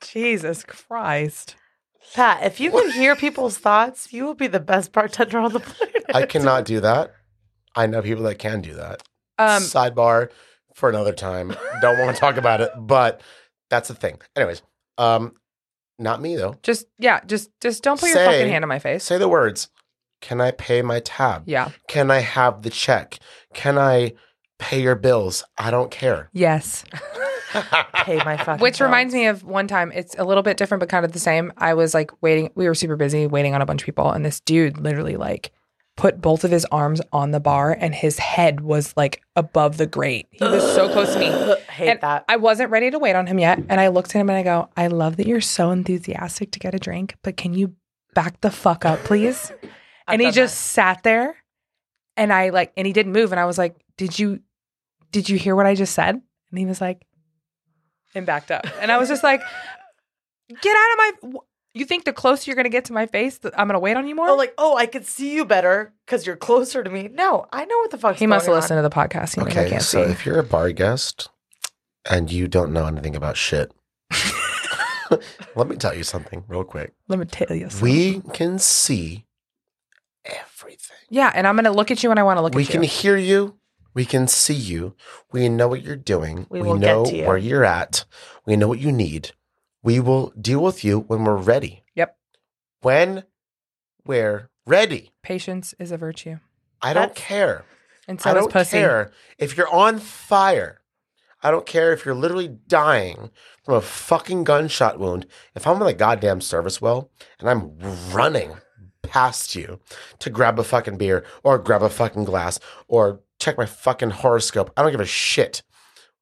Speaker 1: Jesus Christ.
Speaker 2: Pat, if you could hear people's thoughts, you would be the best bartender on the planet.
Speaker 4: I cannot do that. I know people that can do that.
Speaker 1: Um,
Speaker 4: sidebar for another time. Don't want to talk about it, but that's the thing. Anyways, um, not me though.
Speaker 1: just yeah, just just don't put your
Speaker 4: Say-
Speaker 1: fucking hand in my face.
Speaker 4: Say the words. Can I pay my tab?
Speaker 1: yeah.
Speaker 4: Can I have the check? Can I pay your bills? I don't care.
Speaker 1: Yes.
Speaker 2: Pay my fucking.
Speaker 1: Which
Speaker 2: bills.
Speaker 1: reminds me of one time. It's a little bit different, but kind of the same. I was like waiting. We were super busy waiting on a bunch of people, and this dude literally like put both of his arms on the bar, and his head was like above the grate. He was so close to me.
Speaker 2: hate
Speaker 1: and
Speaker 2: that.
Speaker 1: I wasn't ready to wait on him yet. And I looked at him and I go, I love that you're so enthusiastic to get a drink, but can you back the fuck up, please?
Speaker 2: I've
Speaker 1: and he
Speaker 2: done
Speaker 1: just sat there and I like, and he didn't move. And I was like, Did you, did you hear what I just said? And he was like, and backed up. And I was just like, Get out of my, You think the closer you're going to get to my face, that I'm going to wait on you more?
Speaker 2: Oh, like, oh, I could see you better because you're closer to me. No, I know what the fuck's
Speaker 1: he must
Speaker 2: going
Speaker 1: listen
Speaker 2: on.
Speaker 1: to the podcast. He knows I
Speaker 4: Okay,
Speaker 1: can't
Speaker 4: so
Speaker 1: see.
Speaker 4: if you're a bar guest and you don't know anything about shit, let me tell you something real quick.
Speaker 1: Let me tell you. something.
Speaker 4: We can see everything.
Speaker 1: yeah, and I'm going to look at you when I want to look
Speaker 4: we
Speaker 1: at
Speaker 4: can
Speaker 1: you.
Speaker 4: hear you. We can see you. We know what you're doing.
Speaker 2: We will get
Speaker 4: know
Speaker 2: to you.
Speaker 4: where you're at. We know what you need. We will deal with you when we're ready.
Speaker 1: Yep.
Speaker 4: When we're ready.
Speaker 1: Patience is a virtue,
Speaker 4: I don't
Speaker 2: That's-
Speaker 4: care.
Speaker 1: and so
Speaker 4: I
Speaker 1: is
Speaker 4: don't
Speaker 1: pussy.
Speaker 4: care if you're on fire. I don't care if you're literally dying from a fucking gunshot wound. If I'm on the goddamn service well and I'm running past you to grab a fucking beer or grab a fucking glass or check my fucking horoscope, I don't give a shit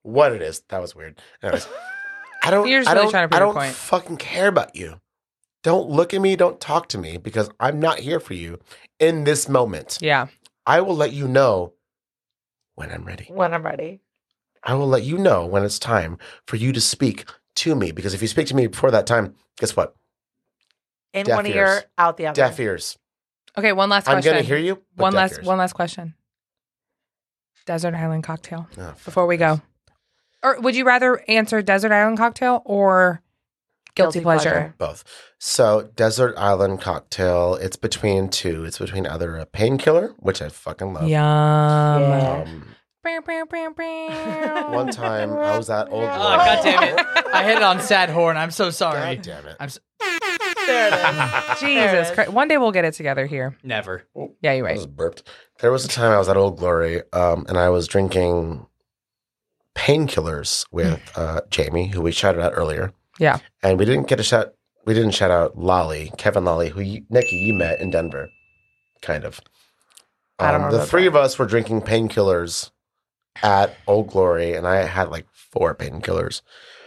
Speaker 4: what it is. That was weird. Anyways, I don't.
Speaker 1: You're just
Speaker 4: I
Speaker 1: really
Speaker 4: don't,
Speaker 1: trying to prove
Speaker 4: I
Speaker 1: your
Speaker 4: don't
Speaker 1: point.
Speaker 4: fucking care about you. Don't look at me. Don't talk to me because I'm not here for you in this moment.
Speaker 1: Yeah,
Speaker 4: I will let you know when I'm ready.
Speaker 2: when I'm ready.
Speaker 4: I will let you know when it's time for you to speak to me. Because if you speak to me before that time, guess what?
Speaker 2: In
Speaker 4: Deaf
Speaker 2: one
Speaker 4: ears.
Speaker 2: ear, out the other.
Speaker 4: Deaf ears.
Speaker 1: Okay, one last
Speaker 4: I'm
Speaker 1: question.
Speaker 4: going to hear you. but
Speaker 1: one
Speaker 4: deaf
Speaker 1: last
Speaker 4: ears.
Speaker 1: one last question. Desert Island cocktail
Speaker 4: Oh, fuck.
Speaker 1: before we go. Or would you rather answer Desert Island cocktail or guilty,
Speaker 2: Guilty
Speaker 1: pleasure?
Speaker 2: pleasure.
Speaker 4: Both. So, Desert Island cocktail, it's between two. It's between either a painkiller, which I fucking love.
Speaker 1: Yum.
Speaker 2: Yeah.
Speaker 4: Um,
Speaker 1: Bow, bow, bow, bow.
Speaker 4: one time I was at Old
Speaker 2: Oh,
Speaker 3: Oh,
Speaker 4: Glory.
Speaker 3: God damn it. I hit it on sad horn. I'm so sorry.
Speaker 4: God damn it.
Speaker 3: I'm so-
Speaker 2: There it is. There it
Speaker 1: Jesus
Speaker 2: is.
Speaker 1: Christ. One day we'll get it together here.
Speaker 3: Never.
Speaker 1: Yeah, you're
Speaker 4: I
Speaker 1: right.
Speaker 4: just burped. There was a time I was at Old Glory, um, and I was drinking painkillers with uh, Jamie, who we shouted out earlier.
Speaker 1: Mm. Yeah.
Speaker 4: and we didn't get a shout. We didn't shout out Lolly, Kevin Lolly, who you, Nikki you met in Denver, kind of. Um,
Speaker 2: I don't
Speaker 4: the
Speaker 2: remember
Speaker 4: three
Speaker 2: that.
Speaker 4: of us were drinking painkillers at Old Glory, and I had like four painkillers.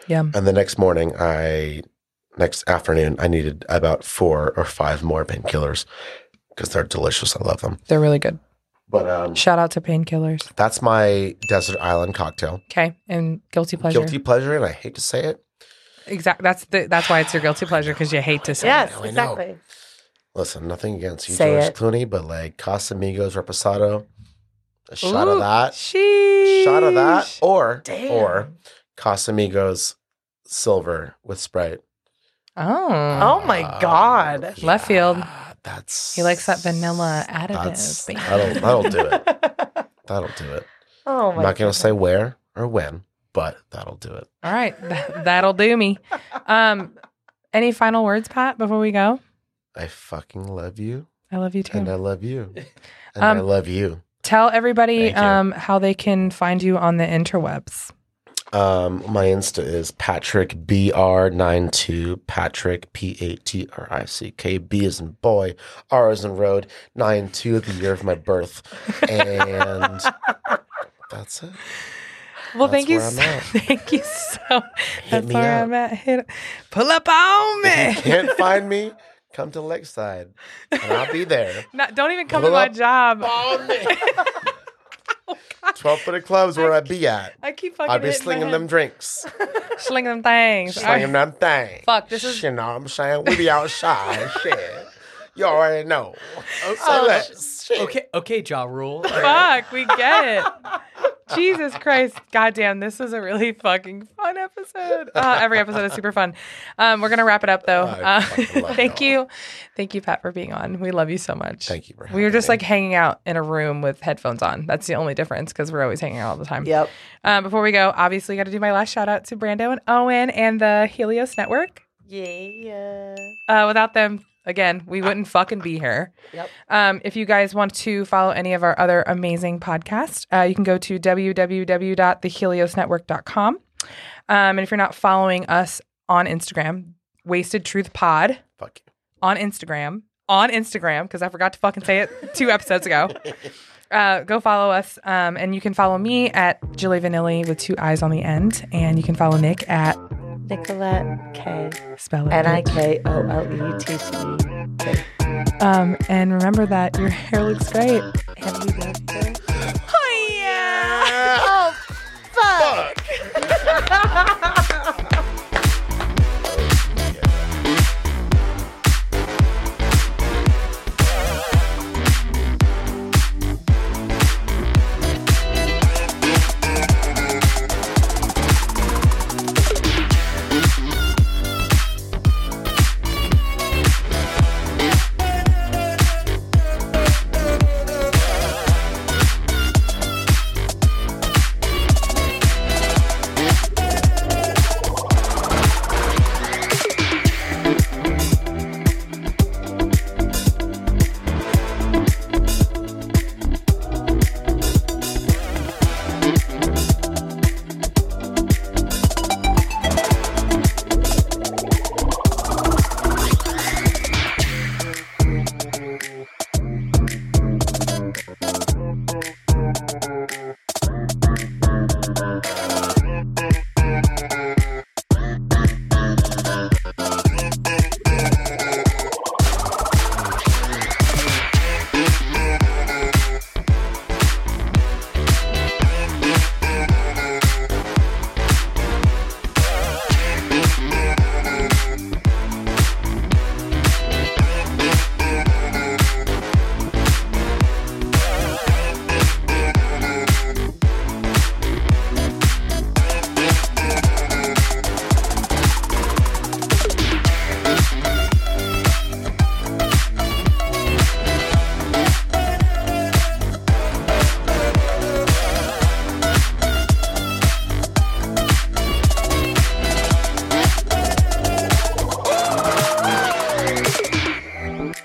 Speaker 1: Yum.
Speaker 4: And the next morning, I next afternoon, I needed about four or five more painkillers because they're delicious. I love them.
Speaker 1: They're really good.
Speaker 4: But um,
Speaker 1: Shout out to painkillers.
Speaker 4: that's my desert island cocktail.
Speaker 1: Okay. And guilty pleasure.
Speaker 4: Guilty pleasure, and I hate to say it.
Speaker 1: Exactly. That's the, that's why it's your guilty pleasure because you hate to say it.
Speaker 2: Yes,
Speaker 4: I know.
Speaker 2: exactly.
Speaker 4: Listen, nothing against you,
Speaker 2: Say
Speaker 4: George
Speaker 2: it.
Speaker 4: Clooney, but like Casamigos Reposado, a shot of
Speaker 1: Ooh,
Speaker 4: that,
Speaker 1: Sheesh.
Speaker 4: shot of that, or
Speaker 2: Damn.
Speaker 4: or Casamigos silver with Sprite.
Speaker 1: Oh.
Speaker 2: Oh my
Speaker 4: Um,
Speaker 2: God.
Speaker 1: Left field.
Speaker 4: That's
Speaker 1: He likes that vanilla
Speaker 4: That's,
Speaker 1: additive. baby.
Speaker 4: that'll that'll do it. That'll do it.
Speaker 2: oh my
Speaker 4: I'm not gonna
Speaker 2: God.
Speaker 4: say where or when, but that'll do it.
Speaker 1: All right, Th- that'll do me. Um, any final words, Pat, before we go?
Speaker 4: I fucking love you,
Speaker 1: I love you
Speaker 4: and I
Speaker 1: too.
Speaker 4: love you, and
Speaker 1: Um,
Speaker 4: I love you.
Speaker 1: Tell everybody
Speaker 4: Thank you.
Speaker 1: um, how they can find you on the interwebs.
Speaker 4: Um, my Insta is Patrick B R 92 Patrick P A T R I C K B is in boy, R is in road, 92 the year of my birth. And that's it.
Speaker 1: Well,
Speaker 4: That's
Speaker 1: thank you,
Speaker 4: where I'm
Speaker 1: so,
Speaker 4: at.
Speaker 1: thank you so. That's
Speaker 4: me
Speaker 1: where
Speaker 4: up.
Speaker 1: I'm at. Hit, pull up on
Speaker 4: If you
Speaker 1: me.
Speaker 4: can't find me, come to Lakeside and I'll be there.
Speaker 1: Not, don't even come
Speaker 4: Pull
Speaker 1: to my
Speaker 4: up
Speaker 1: job.
Speaker 4: 12 footed clubs where I be at.
Speaker 1: I keep fucking.
Speaker 4: I'll be
Speaker 1: hitting my
Speaker 4: slinging
Speaker 1: head.
Speaker 4: them drinks,
Speaker 1: slinging them things. All
Speaker 4: slinging
Speaker 1: right.
Speaker 4: them things.
Speaker 1: Fuck, this is-
Speaker 4: You know what I'm saying? We be outside. shit. You already know. So
Speaker 1: Oh,
Speaker 4: let's. Shit.
Speaker 3: Okay, okay, Jaw Rule.
Speaker 1: Fuck, we get it. Jesus Christ. Goddamn, this was a really fucking fun episode. Uh, every episode is super fun. Um, we're going to wrap it up, though.
Speaker 4: I
Speaker 1: Uh,
Speaker 4: fucking love
Speaker 1: thank
Speaker 4: y'all.
Speaker 1: you. Thank you, Pat, for being on. We love you so much.
Speaker 4: Thank you for
Speaker 1: We were
Speaker 4: having
Speaker 1: just
Speaker 4: me.
Speaker 1: like hanging out in a room with headphones on. That's the only difference because we're always hanging out all the time.
Speaker 2: Yep.
Speaker 1: Um, before we go, obviously, got to do my last shout out to Brando and Owen and the Helios Network.
Speaker 2: Yeah.
Speaker 1: Uh, without them, again, we wouldn't fucking be here.
Speaker 2: Yep.
Speaker 1: Um, if you guys want to follow any of our other amazing podcasts, uh, you can go to www.theheliosnetwork.com. Um, and if you're not following us on Instagram, Wasted Truth Pod
Speaker 4: Fuck you.
Speaker 1: on Instagram, on Instagram, because I forgot to fucking say it two episodes ago. Uh, go follow us, um, and you can follow me at Julie Vanilli with two eyes on the end, and you can follow Nick at
Speaker 2: Nicolette K.
Speaker 1: Spell It.
Speaker 2: N I
Speaker 1: Bitch.
Speaker 2: K O L E T T.
Speaker 1: Um, and remember that your hair looks great. And we love you. Oh, yeah.
Speaker 2: Oh, fuck.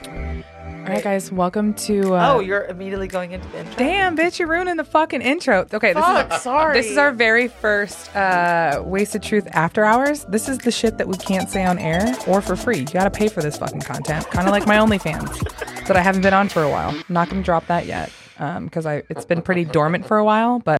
Speaker 1: guys, welcome to. Uh,
Speaker 2: oh, you're immediately going into the intro.
Speaker 1: damn, bitch, you're ruining the fucking intro. Okay, this
Speaker 2: Fuck,
Speaker 1: is
Speaker 2: sorry.
Speaker 1: This is our very first uh, Wasted Truth After Hours. This is the shit that we can't say on air or for free. You gotta pay for this fucking content. Kind of like my um, OnlyFans that I haven't been on for a while. I'm not gonna drop that yet because I it's been pretty dormant for a while, but.